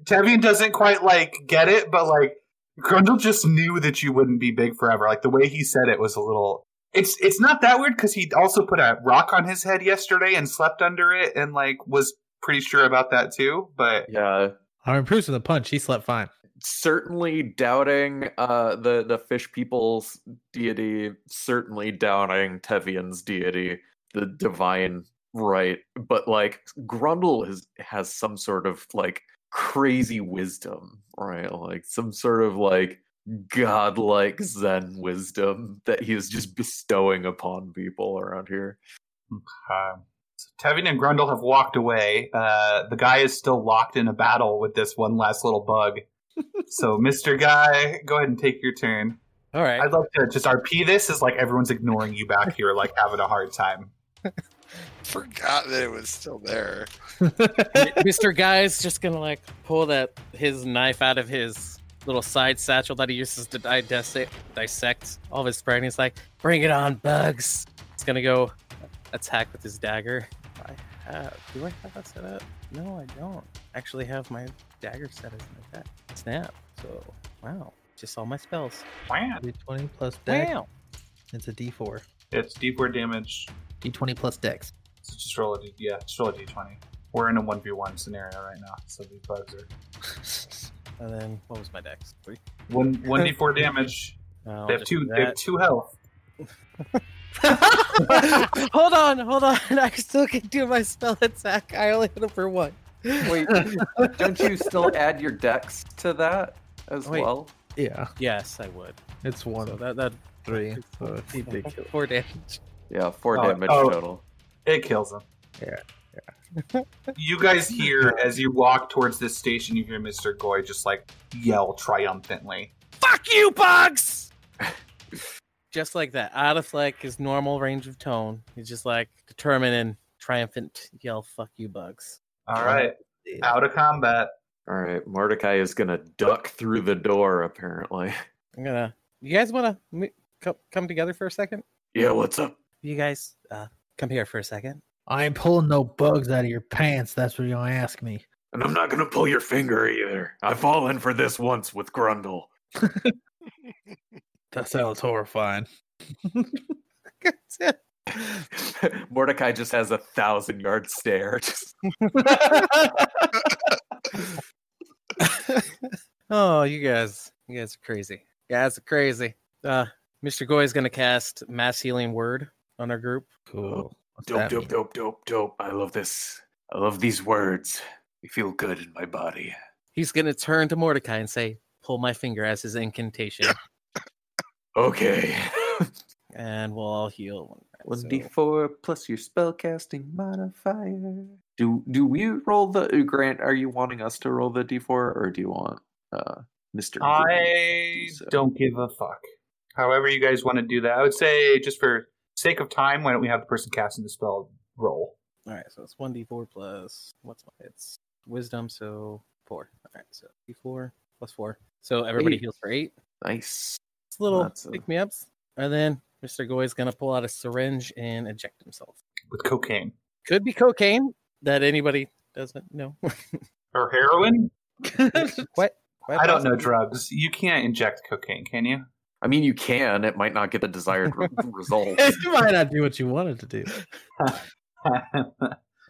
[SPEAKER 2] Tevian doesn't quite like get it, but like Grundle just knew that you wouldn't be big forever. Like the way he said it was a little. It's it's not that weird because he also put a rock on his head yesterday and slept under it and like was pretty sure about that too. But
[SPEAKER 7] Yeah.
[SPEAKER 6] Our improves from the punch. He slept fine.
[SPEAKER 7] Certainly doubting uh, the, the fish people's deity, certainly doubting Tevian's deity, the divine right. But like Grundle has, has some sort of like crazy wisdom, right? Like some sort of like godlike Zen wisdom that he is just bestowing upon people around here.
[SPEAKER 2] um, so Tevian and Grundle have walked away. Uh, the guy is still locked in a battle with this one last little bug. so, Mister Guy, go ahead and take your turn.
[SPEAKER 5] All right.
[SPEAKER 2] I'd like to just RP this is like everyone's ignoring you back here, like having a hard time.
[SPEAKER 4] Forgot that it was still there.
[SPEAKER 5] M- Mr. Guy's just gonna like pull that his knife out of his little side satchel that he uses to dissect dissect all of his prey, and he's like, "Bring it on, bugs!" He's gonna go attack with his dagger. I have. Do I have that set up? No, I don't. Actually, have my dagger set as an attack. Snap. So, wow. Just all my spells.
[SPEAKER 2] Wham.
[SPEAKER 6] D20 plus dex.
[SPEAKER 5] Wow.
[SPEAKER 6] It's a D4.
[SPEAKER 2] It's D4 damage.
[SPEAKER 6] D20 plus dex.
[SPEAKER 2] So just roll a D. Yeah, just roll a D20. We're in a 1v1 scenario right now, so these bugs are
[SPEAKER 5] And then what was my dex? Three.
[SPEAKER 2] one one D4 damage.
[SPEAKER 5] No,
[SPEAKER 2] They have
[SPEAKER 5] just
[SPEAKER 2] two.
[SPEAKER 5] do
[SPEAKER 2] They have two health.
[SPEAKER 5] that. hold on, hold on. I still can do my spell attack. I only hit him for one.
[SPEAKER 7] Wait, don't you still add your dex to that as
[SPEAKER 5] Wait.
[SPEAKER 7] well?
[SPEAKER 6] Yeah,
[SPEAKER 5] Yes, I would.
[SPEAKER 6] it's one
[SPEAKER 5] So
[SPEAKER 6] of
[SPEAKER 5] that that
[SPEAKER 6] three. So it's ridiculous.
[SPEAKER 5] four damage.
[SPEAKER 7] Yeah, four
[SPEAKER 2] Oh,
[SPEAKER 7] damage
[SPEAKER 2] oh.
[SPEAKER 7] total.
[SPEAKER 2] It kills them.
[SPEAKER 6] Yeah,
[SPEAKER 2] you guys hear as you walk towards this station, you hear Mister Goy just like yell triumphantly.
[SPEAKER 5] Fuck you, bugs! just like that, out of like his normal range of tone, he's just like determined and triumphant yell, "Fuck you, bugs!"
[SPEAKER 2] All right,
[SPEAKER 1] Ah,
[SPEAKER 2] out of combat.
[SPEAKER 7] All right, Mordecai is gonna duck through the door. Apparently,
[SPEAKER 5] I'm gonna. You guys wanna m- co- come together for a second?
[SPEAKER 3] Yeah, what's up?
[SPEAKER 5] You guys, uh, come here for a second.
[SPEAKER 1] I ain't pulling no bugs out of your pants. That's what you're gonna ask me.
[SPEAKER 3] And I'm not going to pull your finger either. I've fallen for this once with Grundle.
[SPEAKER 6] That sounds horrifying.
[SPEAKER 7] Mordecai just has a thousand yard stare. Just,
[SPEAKER 5] Oh, you guys, you guys are crazy. You guys are crazy. Uh, Mr. Goy is gonna cast Mass Healing Word on our group.
[SPEAKER 6] Cool. What's
[SPEAKER 3] Dope,
[SPEAKER 6] that
[SPEAKER 3] dope,
[SPEAKER 6] mean?
[SPEAKER 3] dope, dope, dope. I love this. I love these words. They feel good in my body.
[SPEAKER 5] He's gonna turn to Mordecai and say, "Pull my finger" as his incantation,
[SPEAKER 3] Okay.
[SPEAKER 5] and we'll all heal. One
[SPEAKER 7] One
[SPEAKER 5] So-
[SPEAKER 7] D four plus your spellcasting modifier. Do do we roll the uh, Grant? Are you wanting us to roll the D four, or do you want uh, Mister?
[SPEAKER 2] I don't give a fuck. However, you guys want to do that. I would say, just for sake of time, why don't we have the person casting the spell roll?
[SPEAKER 5] All right, so it's one d four plus what's my it's wisdom, so four. All right, so d four plus four, so everybody
[SPEAKER 7] Eight.
[SPEAKER 5] heals for eight.
[SPEAKER 7] Nice.
[SPEAKER 5] It's little
[SPEAKER 7] That's a-
[SPEAKER 5] pick me ups, and then Mister Goy's gonna pull out a syringe and eject himself.
[SPEAKER 2] With cocaine.
[SPEAKER 5] Could be cocaine that anybody doesn't know.
[SPEAKER 2] Or heroin?
[SPEAKER 5] what? Quite
[SPEAKER 2] I don't know
[SPEAKER 5] possible.
[SPEAKER 2] drugs. You can't inject cocaine, can you?
[SPEAKER 7] I mean, you can. It might not get the desired re- result.
[SPEAKER 6] you might not do what you wanted to do.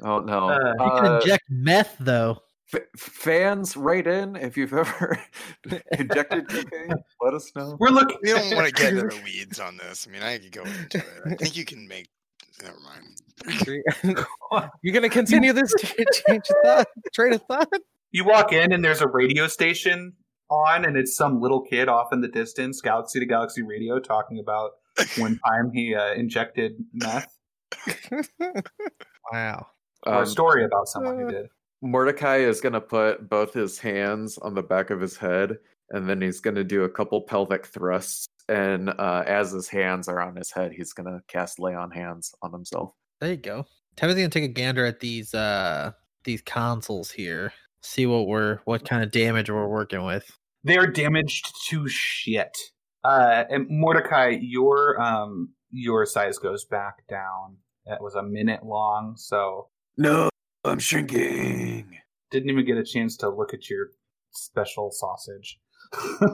[SPEAKER 7] Oh no.
[SPEAKER 2] Uh,
[SPEAKER 6] You can
[SPEAKER 7] Uh,
[SPEAKER 6] inject meth though.
[SPEAKER 7] f- fans, write in if you've ever injected cocaine. Let us know.
[SPEAKER 2] We're looking.
[SPEAKER 4] We don't want to get into the weeds on this. I mean, I could go into it. I think you can make. Never mind.
[SPEAKER 5] You're gonna continue this t- change of thought, train of thought.
[SPEAKER 2] You walk in and there's a radio station on, and it's some little kid off in the distance, Galaxy to Galaxy Radio, talking about one time he uh, injected meth
[SPEAKER 6] Wow.
[SPEAKER 2] or
[SPEAKER 7] Um,
[SPEAKER 2] a story about someone who did.
[SPEAKER 7] Mordecai is going to put both his hands on the back of his head, and then he's going to do a couple pelvic thrusts. And uh, as his hands are on his head, he's going to cast lay on hands on himself.
[SPEAKER 6] There you go. Timothy's gonna take a gander at these uh these consoles here. See what we're what kind of damage we're working with.
[SPEAKER 2] they're damaged to shit. Uh, and Mordecai, your um your size goes back down. That was a minute long, so
[SPEAKER 3] no, I'm shrinking.
[SPEAKER 2] didn't even get a chance to look at your special sausage.
[SPEAKER 7] I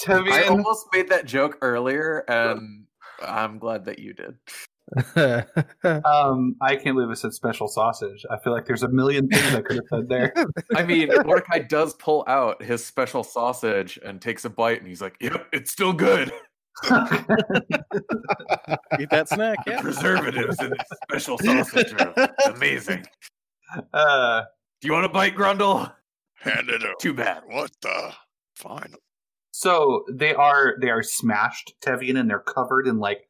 [SPEAKER 2] Tevian,
[SPEAKER 7] almost made that joke earlier, and I'm glad that you did.
[SPEAKER 2] um, I can't believe I said special sausage. I feel like there's a million things I could have said there.
[SPEAKER 7] I mean, Mordecai does pull out his special sausage and takes a bite, and he's like, "Yep, it's still good.
[SPEAKER 5] Eat that snack.
[SPEAKER 3] The
[SPEAKER 5] Yeah.
[SPEAKER 3] preservatives in this special sausage are amazing.
[SPEAKER 2] uh,
[SPEAKER 3] Do you want a bite, Grundle?
[SPEAKER 4] Hand it over.
[SPEAKER 3] Too bad.
[SPEAKER 4] What the? Fine.
[SPEAKER 2] So they are they are smashed, Tevian, and they're covered in like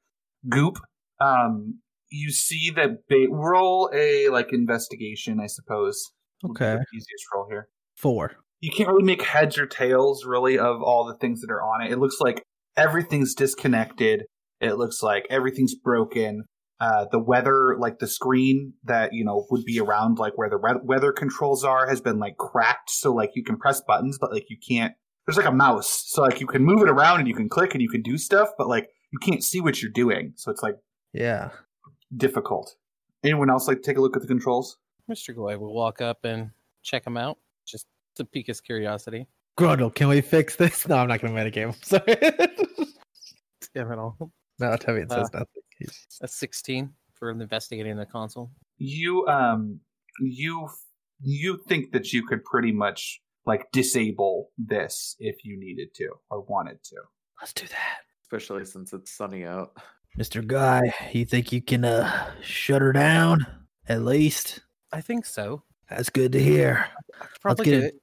[SPEAKER 2] goop. Um, you see that ba- roll a like investigation, I suppose. would be the
[SPEAKER 6] Okay.
[SPEAKER 2] easiest roll here.
[SPEAKER 6] Four.
[SPEAKER 2] You can't really make heads or tails really of all the things that are on it. It looks like everything's disconnected. It looks like everything's broken. Uh, the weather, like the screen that you know would be around, like where the re- weather controls are, has been like cracked. So like you can press buttons, but like you can't there's like a mouse so like you can move it around and you can click and you can do stuff but like you can't see what you're doing so it's like
[SPEAKER 6] Yeah.
[SPEAKER 2] difficult anyone else like take a look at the controls
[SPEAKER 5] Mr. Goy will walk up and check him out, just to pique his curiosity.
[SPEAKER 6] Grundle, can we fix this? No, I'm not gonna metagame. I'm sorry.
[SPEAKER 5] Damn it all.
[SPEAKER 6] no, Timothy
[SPEAKER 5] Uh,
[SPEAKER 6] says nothing. He's-
[SPEAKER 5] A 16 for investigating the console.
[SPEAKER 2] you um you you think that you could pretty much like disable this if you needed to or wanted to
[SPEAKER 6] Let's do that.
[SPEAKER 7] Especially since it's sunny out.
[SPEAKER 6] Mr. Guy, you think you can uh shut her down? At least.
[SPEAKER 5] I think so.
[SPEAKER 6] That's good to hear.
[SPEAKER 5] I could probably
[SPEAKER 6] get
[SPEAKER 5] do
[SPEAKER 6] it.
[SPEAKER 5] it.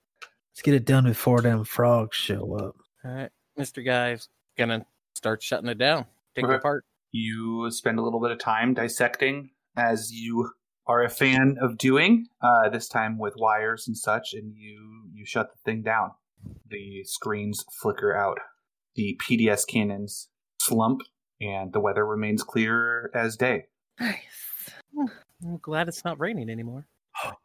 [SPEAKER 6] Let's get it done before them frogs show up.
[SPEAKER 5] All right. Mr. Guy's gonna start shutting it down. Take
[SPEAKER 2] Okay.
[SPEAKER 5] it apart.
[SPEAKER 2] you spend a little bit of time dissecting as you are a fan of doing uh, this time with wires and such and you you shut the thing down the screens flicker out the pds cannons slump and the weather remains clear as day
[SPEAKER 6] Nice.
[SPEAKER 5] I'm glad it's not raining anymore.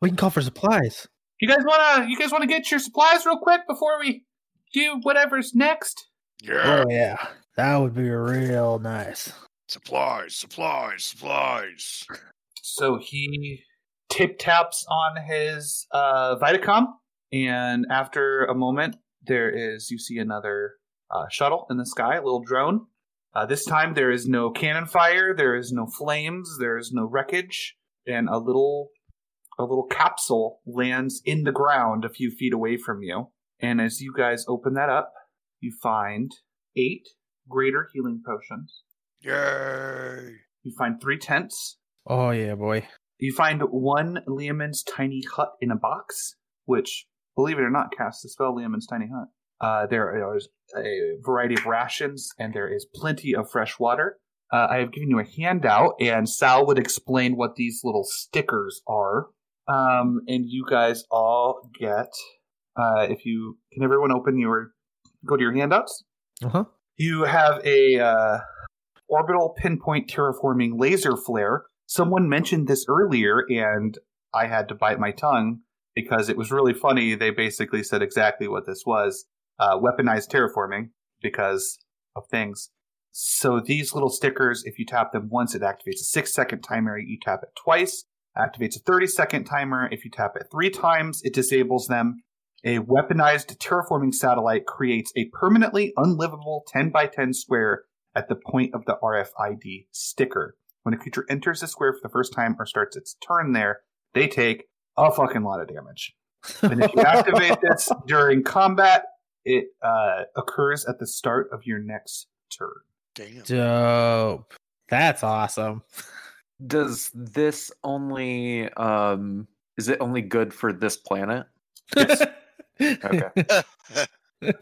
[SPEAKER 6] We can call for supplies.
[SPEAKER 2] you guys want to you guys want to get your supplies real quick before we do whatever's next
[SPEAKER 6] Oh,
[SPEAKER 4] Yeah.
[SPEAKER 6] yeah. That would be real nice.
[SPEAKER 4] Supplies, supplies, supplies.
[SPEAKER 2] so he tip taps on his uh, Vitacom, and after a moment, there is you see another uh, shuttle in the sky, a little drone. Uh, this time, there is no cannon fire, there is no flames, there is no wreckage, and a little a little capsule lands in the ground a few feet away from you. And as you guys open that up, you find eight greater healing potions.
[SPEAKER 4] Yay!
[SPEAKER 2] You find three tents.
[SPEAKER 6] Oh yeah, boy.
[SPEAKER 2] You find one Liamin's tiny hut in a box, which, believe it or not, casts the spell Liamin's tiny hut. Uh, there is a variety of rations, and there is plenty of fresh water. Uh, I have given you a handout, and Sal would explain what these little stickers are. Um, and you guys all get, uh, if you can, everyone open your go to your handouts.
[SPEAKER 6] Uh-huh.
[SPEAKER 2] You have a uh, orbital pinpoint terraforming laser flare. Someone mentioned this earlier, and I had to bite my tongue because it was really funny. They basically said exactly what this was: uh, weaponized terraforming because of things. So these little stickers, if you tap them once, it activates a six-second timer. You tap it twice, activates a thirty-second timer. If you tap it three times, it disables them. A weaponized terraforming satellite creates a permanently unlivable 10 by 10 square at the point of the RFID sticker. When a creature enters the square for the first time or starts its turn there, they take a fucking lot of damage. And if you activate this during combat, it uh, occurs at the start of your next turn.
[SPEAKER 4] Damn.
[SPEAKER 6] Dope. That's awesome.
[SPEAKER 7] Does this only um is it only good for this planet? Okay.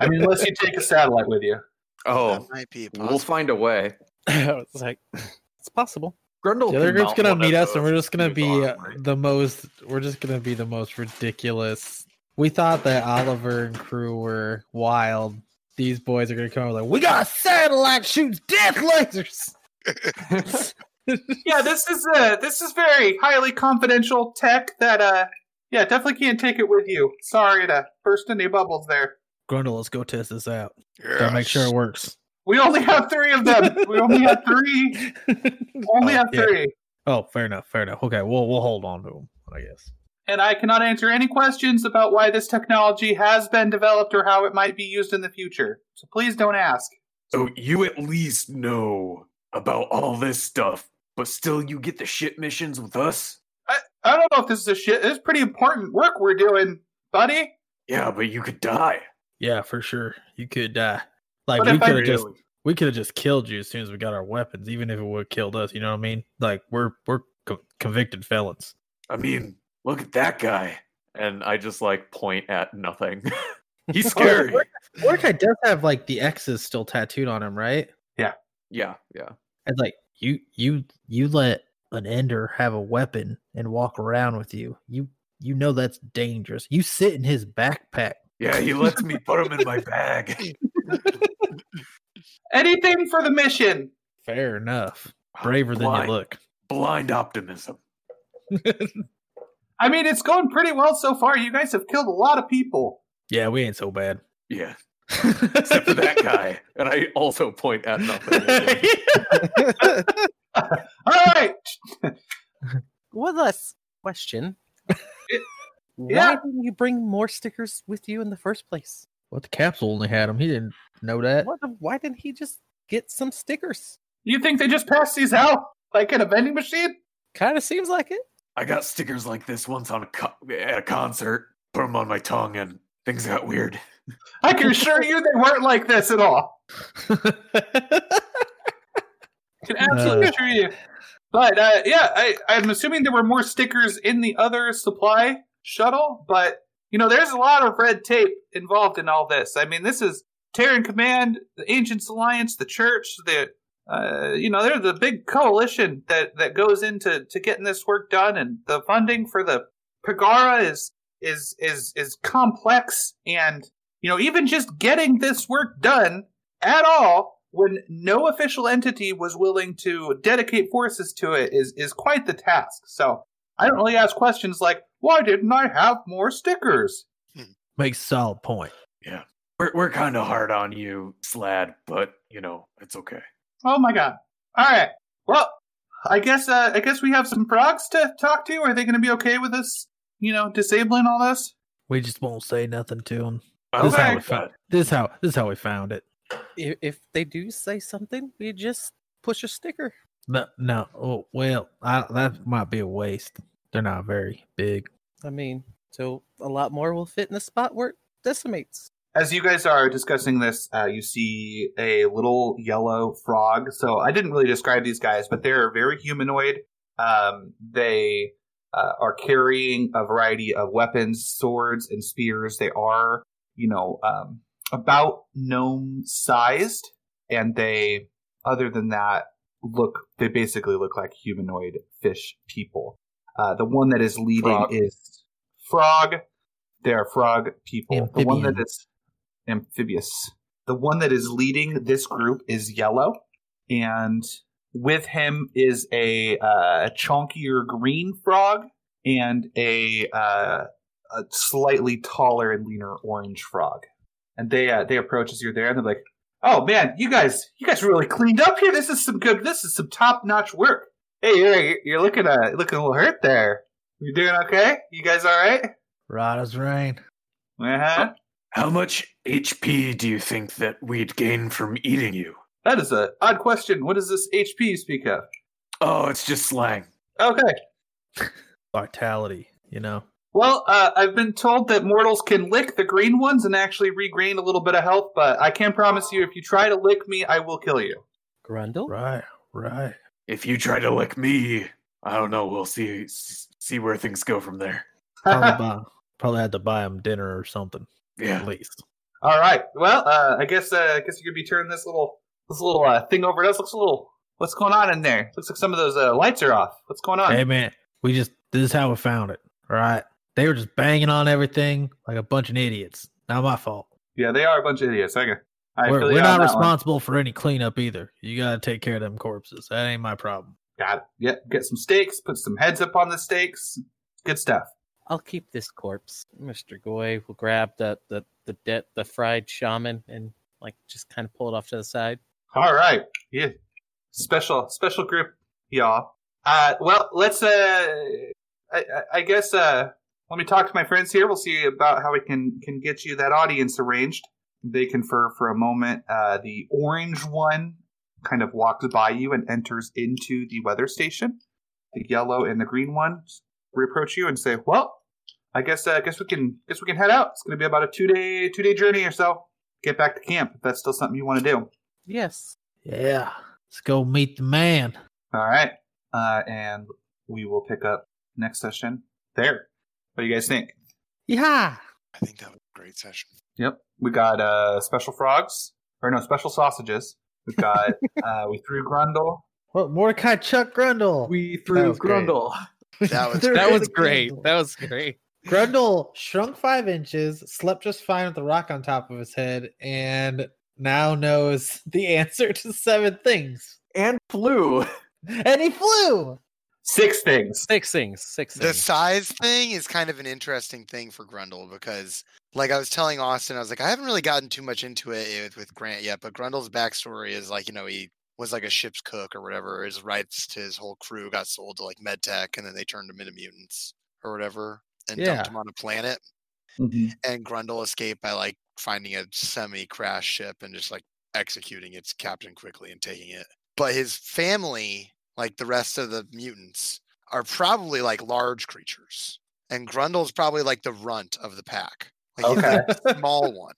[SPEAKER 2] I mean, unless you take a satellite with you.
[SPEAKER 7] Oh,
[SPEAKER 4] that might be
[SPEAKER 7] we'll
[SPEAKER 4] possible.
[SPEAKER 7] find a way.
[SPEAKER 5] it's like it's possible.
[SPEAKER 7] Grundle
[SPEAKER 6] The other
[SPEAKER 7] can
[SPEAKER 6] group's
[SPEAKER 7] mount
[SPEAKER 6] gonna
[SPEAKER 7] one of
[SPEAKER 6] meet us, and
[SPEAKER 7] those
[SPEAKER 6] we're just gonna
[SPEAKER 7] huge
[SPEAKER 6] be uh,
[SPEAKER 7] armory.
[SPEAKER 6] the most. We're just gonna be the most ridiculous. We thought that Oliver and crew were wild. These boys are gonna come out like, we got a satellite shoots death lasers.
[SPEAKER 2] Yeah, this is uh, this is very highly confidential tech that uh, yeah, definitely can't take it with you. Sorry to burst any bubbles there.
[SPEAKER 6] Grundle, let's go test this out.
[SPEAKER 4] Yes.
[SPEAKER 6] Gotta make sure it works.
[SPEAKER 2] We only have three of them. We only have three. Only
[SPEAKER 6] Oh,
[SPEAKER 2] have
[SPEAKER 6] yeah.
[SPEAKER 2] three.
[SPEAKER 6] Oh, fair enough. Fair enough. Okay, we'll we'll hold on to them, I guess.
[SPEAKER 2] and I cannot answer any questions about why this technology has been developed or how it might be used in the future. So please don't ask.
[SPEAKER 3] So you at least know about all this stuff, but still you get the ship missions with us?
[SPEAKER 2] I don't know if this is a shit. This is pretty important work we're doing, buddy.
[SPEAKER 3] Yeah, but you could die.
[SPEAKER 6] Yeah, for sure. You could die. Like
[SPEAKER 2] But
[SPEAKER 6] we
[SPEAKER 2] if I
[SPEAKER 6] could have just we could have just killed you as soon as we got our weapons, even if it would have killed us. You know what I mean? Like we're we're co- convicted felons.
[SPEAKER 3] I mean, look at that guy.
[SPEAKER 7] And I just like point at nothing.
[SPEAKER 3] He's scary.
[SPEAKER 6] Mordecai does have like the X's still tattooed on him, right?
[SPEAKER 7] yeah, yeah.
[SPEAKER 6] And like you you you let an ender have a weapon and walk around with you. You you know that's dangerous. You sit in his backpack.
[SPEAKER 3] yeah, he lets me put him in my bag.
[SPEAKER 2] Anything for the mission.
[SPEAKER 6] Fair enough. Braver than
[SPEAKER 3] Blind-
[SPEAKER 6] you look.
[SPEAKER 3] Blind optimism.
[SPEAKER 2] I mean, it's going pretty well so far. You guys have killed a lot of people.
[SPEAKER 6] Yeah, we ain't so bad.
[SPEAKER 3] Yeah, except for that guy.
[SPEAKER 7] And I also point at nothing.
[SPEAKER 2] All right.
[SPEAKER 5] One last question. Why
[SPEAKER 2] Yeah.
[SPEAKER 5] didn't you bring more stickers with you in the first place?
[SPEAKER 6] What the capsule only had him. He didn't know that.
[SPEAKER 5] What the, why didn't he just get some stickers?
[SPEAKER 2] You think they just passed these out like in a vending machine?
[SPEAKER 5] Kind of seems like it.
[SPEAKER 3] I got stickers like this once on a co- at a concert. Put them on my tongue, and things got weird.
[SPEAKER 2] I can assure you they weren't like this at all. I can absolutely
[SPEAKER 6] Uh.
[SPEAKER 2] assure you. But uh, yeah, I, I'm assuming there were more stickers in the other supply shuttle, but you know, there's a lot of red tape involved in all this. I mean, this is Terran Command, the Ancients Alliance, the Church, the uh, you know, they're the big coalition that that goes into to getting this work done, and the funding for the Pagara is is is is complex, and you know, even just getting this work done at all when no official entity was willing to dedicate forces to it is is quite the task. So I don't really ask questions like, why didn't I have more stickers?
[SPEAKER 6] Makes solid point.
[SPEAKER 3] We're we're kind of hard on you, Slad, but you know it's okay.
[SPEAKER 2] Oh my god. Alright. Well, I guess uh, I guess we have some frogs to talk to. Are they going to be okay with us? You know, disabling all this.
[SPEAKER 6] We just won't say nothing to him.
[SPEAKER 7] I
[SPEAKER 6] Okay.
[SPEAKER 7] like that.
[SPEAKER 6] This how this how we found it.
[SPEAKER 5] If, if they do say something, we just push a sticker.
[SPEAKER 6] No, no. Oh, well, I, that might be a waste. They're not very big.
[SPEAKER 5] I mean, so a lot more will fit in the spot where it decimates.
[SPEAKER 2] As you guys are discussing this, uh, you see a little yellow frog. So I didn't really describe these guys, but they're very humanoid. Um, they uh, are carrying a variety of weapons, swords, and spears. They are, you know, um, about gnome sized, and they, other than that, look they basically look like humanoid fish people. Uh, the one that is leading
[SPEAKER 7] Frog.
[SPEAKER 2] is frog. They are frog people. The one that
[SPEAKER 6] Amphibian.
[SPEAKER 2] is amphibious. The one that is leading this group is yellow, and with him is a uh, chunkier green frog and a, uh, a slightly taller and leaner orange frog. And they uh, they approach as you're there, and they're like, "Oh man, you guys, you guys really cleaned up here. This is some good. This is some top notch work. Hey, you're you're looking uh looking a little hurt there. You doing okay? You guys all right?
[SPEAKER 6] Right as rain.
[SPEAKER 2] Uh huh.
[SPEAKER 7] How much HP do you think that we'd gain from eating you?
[SPEAKER 2] That is a odd question. What does this HP you speak of?
[SPEAKER 7] Oh, it's just slang.
[SPEAKER 2] Okay.
[SPEAKER 6] Vitality, you know.
[SPEAKER 2] Well, uh, I've been told that mortals can lick the green ones and actually regain a little bit of health, but I can promise you, if you try to lick me, I will kill you.
[SPEAKER 5] Grundle?
[SPEAKER 6] Right, right.
[SPEAKER 7] If you try to lick me, I don't know. We'll see s- see where things go from there.
[SPEAKER 6] Probably, buy, probably had to buy him dinner or something at
[SPEAKER 7] Yeah.
[SPEAKER 6] least.
[SPEAKER 2] All right. Well, uh, I guess uh, I guess you could be turning this little this little uh, thing over to us. Looks a little. What's going on in there? Looks like some of those uh, lights are off. What's going on?
[SPEAKER 6] Hey man, we just this is how we found it. All right. They were just banging on everything like a bunch of idiots. Not my fault.
[SPEAKER 2] Yeah, they are a bunch of idiots. Okay. I
[SPEAKER 6] we're
[SPEAKER 2] feel
[SPEAKER 6] we're
[SPEAKER 2] you on
[SPEAKER 6] not
[SPEAKER 2] that one.
[SPEAKER 6] responsible for any cleanup either. You gotta take care of them corpses. That ain't my problem.
[SPEAKER 2] Got it. Yep. Get some stakes. Put some heads up on the stakes. Good stuff.
[SPEAKER 5] I'll keep this corpse. Mr. Goy will grab the the the de- the fried shaman and like just kind of pull it off to the side.
[SPEAKER 2] All right. Yeah. Special special group, y'all. Uh well, let's uh I I- I guess uh let me talk to my friends here. We'll see about how we can can get you that audience arranged. They confer for a moment. Uh the orange one kind of walks by you and enters into the weather station. The yellow and the green one reapproach you and say, "Well, I guess uh, I guess we can guess we can head out. It's going to be about a 2-day 2-day journey or so. Get back to camp if that's still something you want to do."
[SPEAKER 5] Yes.
[SPEAKER 6] Yeah. Let's go meet the man.
[SPEAKER 2] All right. Uh, and we will pick up next session there. What do you guys think?
[SPEAKER 6] Yeah.
[SPEAKER 4] I think that was a great session.
[SPEAKER 2] Yep. We got uh, special frogs, or no, special sausages. We got, uh, we threw Grundle.
[SPEAKER 6] Well, Mordecai Chuck Grundle.
[SPEAKER 12] We
[SPEAKER 6] That
[SPEAKER 12] threw
[SPEAKER 6] was great.
[SPEAKER 12] Grundle.
[SPEAKER 4] That was
[SPEAKER 6] There
[SPEAKER 5] That
[SPEAKER 6] is
[SPEAKER 5] was
[SPEAKER 6] a
[SPEAKER 5] great.
[SPEAKER 6] candle.
[SPEAKER 5] That was great.
[SPEAKER 6] Grundle shrunk five inches, slept just fine with a rock on top of his head, and now knows the answer to seven things.
[SPEAKER 12] And flew.
[SPEAKER 6] And he flew.
[SPEAKER 2] Six things.
[SPEAKER 5] Six things. Six
[SPEAKER 4] The
[SPEAKER 5] things.
[SPEAKER 4] size thing is kind of an interesting thing for Grundle because, like I was telling Austin, I was like, I haven't really gotten too much into it with, with Grant yet, but Grundle's backstory is like, you know, he was like a ship's cook or whatever. His rights to his whole crew got sold to like MedTech and then they turned him into mutants or whatever and dumped
[SPEAKER 6] Yeah.
[SPEAKER 4] him on a planet. And Grundle escaped by like finding a semi crash ship and just like executing its captain quickly and taking it. But his family, like the rest of the mutants, are probably like large creatures. And Grundle's probably like the runt of the pack. Like he's
[SPEAKER 2] Okay.
[SPEAKER 4] the small one.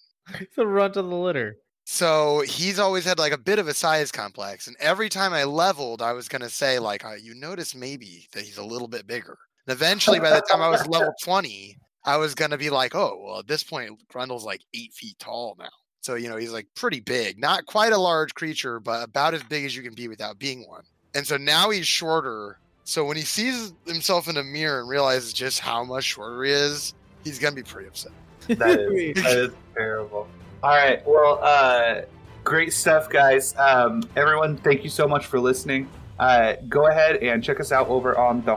[SPEAKER 6] the runt of the litter.
[SPEAKER 4] So he's always had like a bit of a size complex. And every time I leveled, I was going to say, like, "Uh, you notice maybe that he's a little bit bigger. And eventually, by the time I was level 20, I was going to be like, oh, well, at this point, Grundle's like eight feet tall now. So, you know, he's like pretty big, not quite a large creature, but about as big as you can be without being one. And so now he's shorter. So when he sees himself in a mirror and realizes just how much shorter he is, he's going to be pretty upset.
[SPEAKER 2] That is, that is terrible. All right. Well, uh, great stuff, guys. Um, everyone, thank you so much for listening. Uh, go ahead and check us out over on the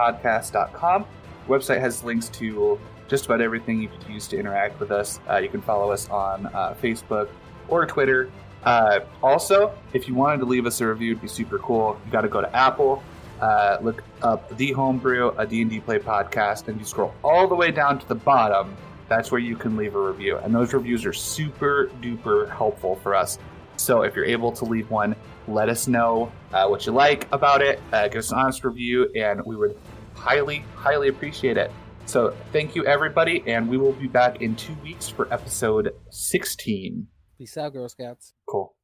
[SPEAKER 2] homebrewpodcast.com. Website has links to just about everything you could use to interact with us. Uh, you can follow us on uh, Facebook or Twitter. Uh, also, if you wanted to leave us a review, it'd be super cool. You got to go to Apple, uh, look up the Homebrew, a D&D play podcast, and you scroll all the way down to the bottom. That's where you can leave a review, and those reviews are super duper helpful for us. So if you're able to leave one, let us know uh, what you like about it. Uh, give us an honest review, and we would highly, highly appreciate it. So thank you, everybody, and we will be back in two weeks for episode 16.
[SPEAKER 5] Peace out, Girl Scouts.
[SPEAKER 2] Cool.